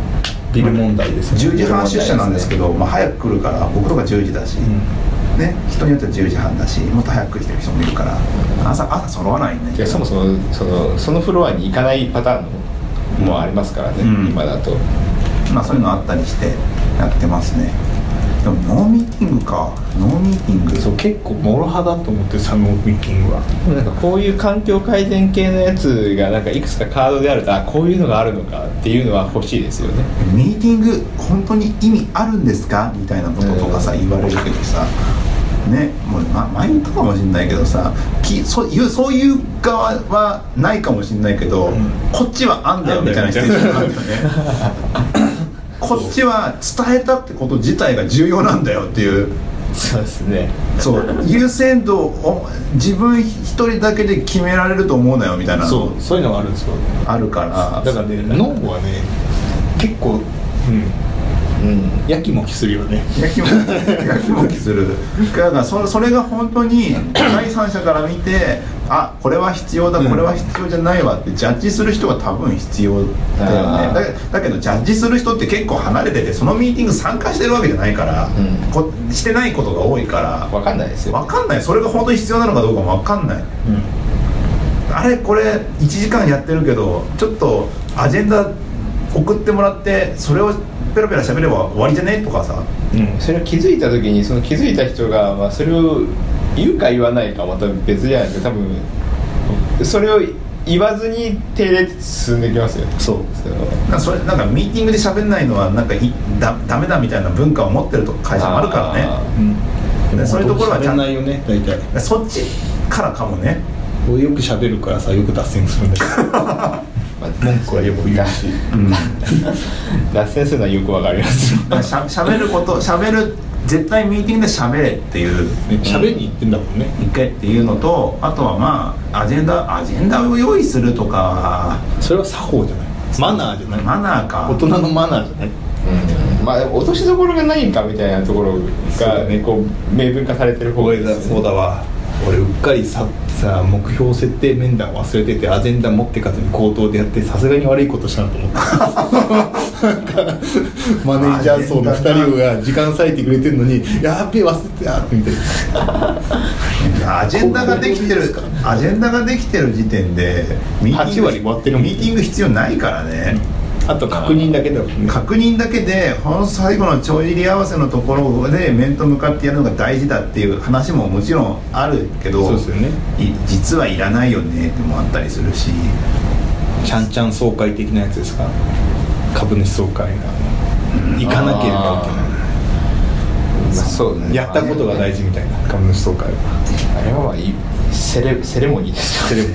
Speaker 2: ビル問題ですね
Speaker 1: 10時半出社なんですけど、まあ、早く来るから僕とか10時だし、ね、人によっては10時半だしもっと早く来てる人もいるから朝朝揃わないね
Speaker 3: いやそもそもそのそのフロアに行かないパターンのもありますからね、
Speaker 1: うん
Speaker 3: 今だと
Speaker 1: まあ、そういうのあったりしてやってますねでもノーミーティングかノーミーティング
Speaker 2: そう結構もろ派だと思ってサムミーティングは
Speaker 3: でもなんかこういう環境改善系のやつがなんかいくつかカードであるとあこういうのがあるのかっていうのは欲しいですよね
Speaker 1: ミーティング本当に意味あるんですかみたいなこととかさ、
Speaker 3: うん
Speaker 1: 言われるけどさねもう、ま、前言ったかもしれないけどさきそういうそういう側はないかもしれないけど、こっちはあんだよみたいなステージがあるんだよね こっちは伝えたってこと自体が重要なんだよっていう
Speaker 3: そうですね
Speaker 1: そう優先度を自分一人だけで決められると思うなよみたいなの
Speaker 2: そういうのがあるんですよ
Speaker 1: あるから
Speaker 2: だからね脳はね結構うん
Speaker 3: うん
Speaker 2: やきもきするよね
Speaker 1: やきもきやきもきするだからそそれが本当に第三者から見てあこれは必要だこれは必要じゃないわってジャッジする人が多分必要だよ
Speaker 3: あ
Speaker 1: ね
Speaker 3: ー
Speaker 1: だけだけどジャッジする人って結構離れててそのミーティング参加してるわけじゃないから、
Speaker 3: うん
Speaker 1: こしてないことが多いから
Speaker 3: 分かんないですよ
Speaker 1: 分かんないそれが本当に必要なのかどうかも分かんない、あれこれ1時間やってるけどちょっとアジェンダ送ってもらってそれをペラペラ喋れば終わりじゃねとかさ
Speaker 3: それを気づいた時にその気づいた人が、まあ、それを言うか言わないかはまた別じゃないですか多分それを言わずに定例って進んできますよそう
Speaker 1: なんかそれなんかミーティングで喋んないのはなんかいだダメだみたいな文化を持ってると会社もあるからね
Speaker 2: うん
Speaker 1: でそういうところはちゃん
Speaker 2: 喋んないよね大体
Speaker 1: そっちからかもね
Speaker 2: 俺よく喋るからさよく脱線するんだけど
Speaker 3: 文句はよく言う し脱線するのはよくわかりますよ
Speaker 1: しゃ喋ること喋る絶対ミーティングで喋れっていう
Speaker 2: ね喋りに行ってんだもんね
Speaker 1: 一回っていうのとあとはまあアジェンダアジェンダを用意するとか
Speaker 2: それは作法じゃないマナーじゃない
Speaker 1: マナーか
Speaker 2: 大人のマナーじゃない
Speaker 3: まあでも落としどころが何かみたいなところが、ね、こう明文化されてる方がいいですよね
Speaker 2: だわ俺うっかりささ目標設定面談忘れててアジェンダ持ってかずに口頭でやってさすがに悪いことしたなと思った なんかマネージャー層の2人が時間割いてくれてるのに「やっべえ忘れてた」みたいな
Speaker 1: アジェンダができてるアジェンダができてる時点でミーティ
Speaker 2: 8割
Speaker 1: ング
Speaker 2: 終わってるもん
Speaker 1: ミーティング必要ないからね、
Speaker 2: あと確認だけだもんね
Speaker 1: 確認だけでほんの最後の帳尻合わせのところで面と向かってやるのが大事だっていう話ももちろんあるけど
Speaker 2: そうですよね
Speaker 1: い実はいらないよねってもあったりするし
Speaker 2: ちゃんちゃん総会的なやつですか株主総会が行かなければいけない
Speaker 3: まあそうね
Speaker 2: やったことが大事みたいな株主総会は
Speaker 3: あれはまあいセレセレモニーですか
Speaker 2: テレビ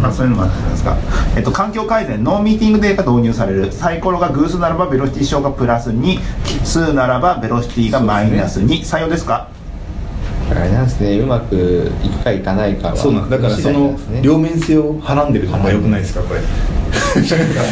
Speaker 1: まあそういうのもあったじゃないですか、えっと、環境改善ノーミーティングデーが導入されるサイコロが偶数ならばベロシティ小がプラス2奇数ならばベロシティがマイナス2、採用ですか
Speaker 3: あれなんですねうまくいくかいかないかは
Speaker 2: そうなんだからその両面性をはらんでるのが良くないですかこれ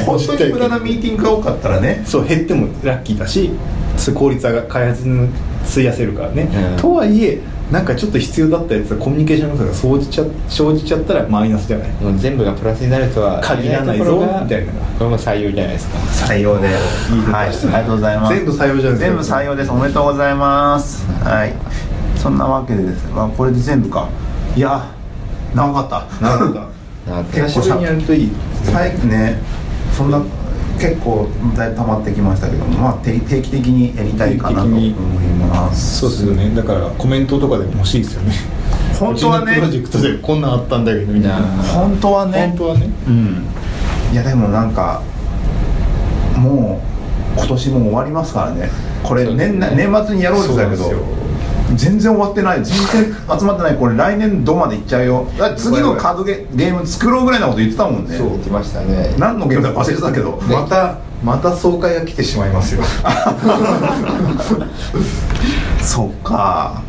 Speaker 1: 本当に無駄なミーティングが多かったらね
Speaker 2: そう減ってもラッキーだしそう効率が開発に費やせるからね、
Speaker 3: うん
Speaker 2: とはいえなんかちょっと必要だったやつはコミュニケーションの差が生じちゃ生じちゃったらマイナスじゃない
Speaker 3: もう全部がプラスになるとは
Speaker 2: 限らないぞみたいな
Speaker 3: これも採用じゃないですか
Speaker 1: 採用ではいありがとうございます
Speaker 2: 全部採用じゃないですか
Speaker 1: 全部採用ですおめでとうございますはいそんなわけでですまあこれで全部かいや長かった
Speaker 2: なるほど
Speaker 3: なんて
Speaker 1: 結構
Speaker 2: 久しぶりにやるといい
Speaker 1: 最近ねそんな結構だいぶ溜まってきましたけどもまあ定定期的にやりたいかなと思います
Speaker 2: そうですよねだからコメントとかでも欲しいですよね
Speaker 1: 本当は
Speaker 2: うちのプロジ
Speaker 1: ね
Speaker 2: ェクトでこんなんあったんだけどみたいな
Speaker 1: 本当はね
Speaker 2: 本当はね
Speaker 1: うんいやでもなんかもう今年も終わりますからねこれ
Speaker 3: そうです
Speaker 1: 年,、
Speaker 3: ね
Speaker 1: 年末にやろうって言ってた
Speaker 2: そう
Speaker 1: け
Speaker 2: なん
Speaker 1: ど全然終わってない全然集まってないこれ来年度までいっちゃうよだから次のカードゲゲーム作ろうぐらいなこと言ってたもんね
Speaker 3: 言ってましたね
Speaker 1: 何のゲームだか忘れてたけど
Speaker 7: またまた総会が来てしまいますよ
Speaker 1: そっか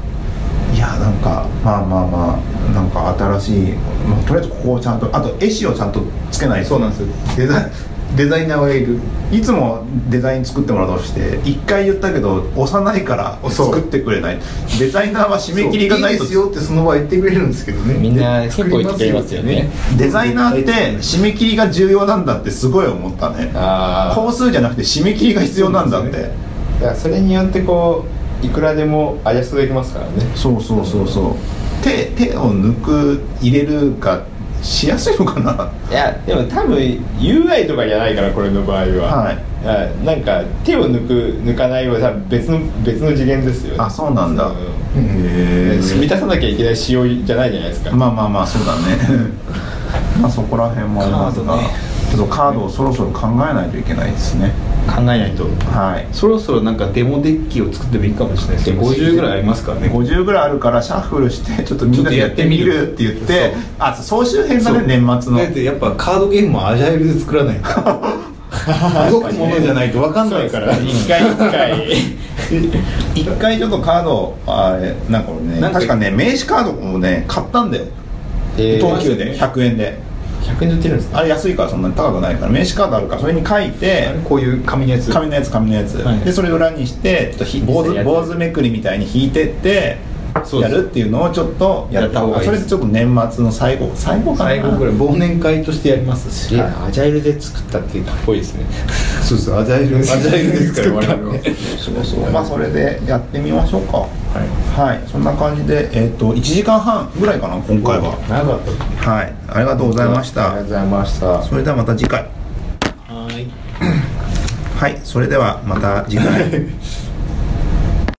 Speaker 1: いやなんかまあまあまあなんか新しい、まあ、とりあえずここをちゃんとあと絵師をちゃんとつけないと
Speaker 7: そうなんですよデザイデザイナーがいる
Speaker 1: いつもデザイン作ってもらおうとして一回言ったけど押さないから
Speaker 7: そう
Speaker 1: 作ってくれないデザイナーは締め切りがない
Speaker 7: そうい
Speaker 1: と
Speaker 7: ですよってその場は言ってくれるんですけどね
Speaker 3: みんな
Speaker 7: で
Speaker 3: 結構言ってくれますよね
Speaker 1: デザイナーって締め切りが重要なんだってすごい思ったね
Speaker 3: ああ
Speaker 1: 工数じゃなくて締め切りが必要なんだって
Speaker 7: そうです
Speaker 3: だからそれによってこういくらでもアジャストできますからね
Speaker 1: そうそうそうそう手手を抜く入れるがしやすいのかな
Speaker 3: いやでも多分 UI とかじゃないからこれの場合は
Speaker 1: はい
Speaker 3: いなんか手を抜く抜かないは多分別の別の次元ですよね
Speaker 1: あそうなんだ
Speaker 3: う
Speaker 1: へ
Speaker 3: 満たさなきゃいけない仕様じゃないじゃないですか
Speaker 1: まあまあまあそうだねまあそこら辺もありますが、
Speaker 2: カードね
Speaker 1: ちょっとカードをそろそろ考えないといけないですね
Speaker 2: 考えないと
Speaker 1: はい
Speaker 2: そろそろなんかデモデッキを作ってもいいかもしれないですね
Speaker 3: デモデッキ
Speaker 2: 50ぐらいありますからね
Speaker 1: 50ぐらいあるからシャッフルしてちょっとみんなで
Speaker 2: ちょ
Speaker 1: や
Speaker 2: っとや
Speaker 1: っ
Speaker 2: ってて
Speaker 1: み
Speaker 2: みる
Speaker 1: るって言って
Speaker 2: そう
Speaker 1: あ総集編だね年末の
Speaker 2: だってやっぱカードゲームもアジャイルで作らないと動くものじゃないと分かんないから
Speaker 3: そうですね一回一
Speaker 1: 一
Speaker 3: 回
Speaker 1: 回ちょっとカードをあれなんか俺ね
Speaker 2: なんか
Speaker 1: 確かね名刺カードもね買ったんだよ
Speaker 3: えー
Speaker 1: 東急で100円で
Speaker 3: 100円で売ってるんですか
Speaker 1: あれ安いからそんなに高くないから名刺カードあるからそれに書いて
Speaker 2: こういう紙のやつ
Speaker 1: 紙のやつ紙のやつ、
Speaker 2: はい
Speaker 1: でそれ裏にしてちょっとひ
Speaker 3: 実際
Speaker 1: 坊
Speaker 3: やって
Speaker 1: 主
Speaker 3: る
Speaker 1: 坊主めくりみたいに引いてって
Speaker 5: そうで
Speaker 1: や
Speaker 5: す
Speaker 1: るっていうのをちょっとやった方
Speaker 5: やった方がい
Speaker 1: がいい
Speaker 5: いで
Speaker 1: それ
Speaker 5: す
Speaker 1: でちょっと年末の最後最後かな
Speaker 5: 最後ぐらい忘年会としてやります
Speaker 3: す
Speaker 5: し
Speaker 3: げえなアジャイルで作ったってかっこいいですね
Speaker 2: そうですアジャイルアジャイルですから我々は
Speaker 1: そうそうまあそれでやってみましょうかはい、そんな感じでえっ、と1時間半ぐらいかな今回は
Speaker 3: 長かったあり
Speaker 1: はいありがとうございまし
Speaker 3: がとう
Speaker 1: た
Speaker 3: ございました
Speaker 1: それではまた次回
Speaker 5: はい
Speaker 1: はいそれではまた次回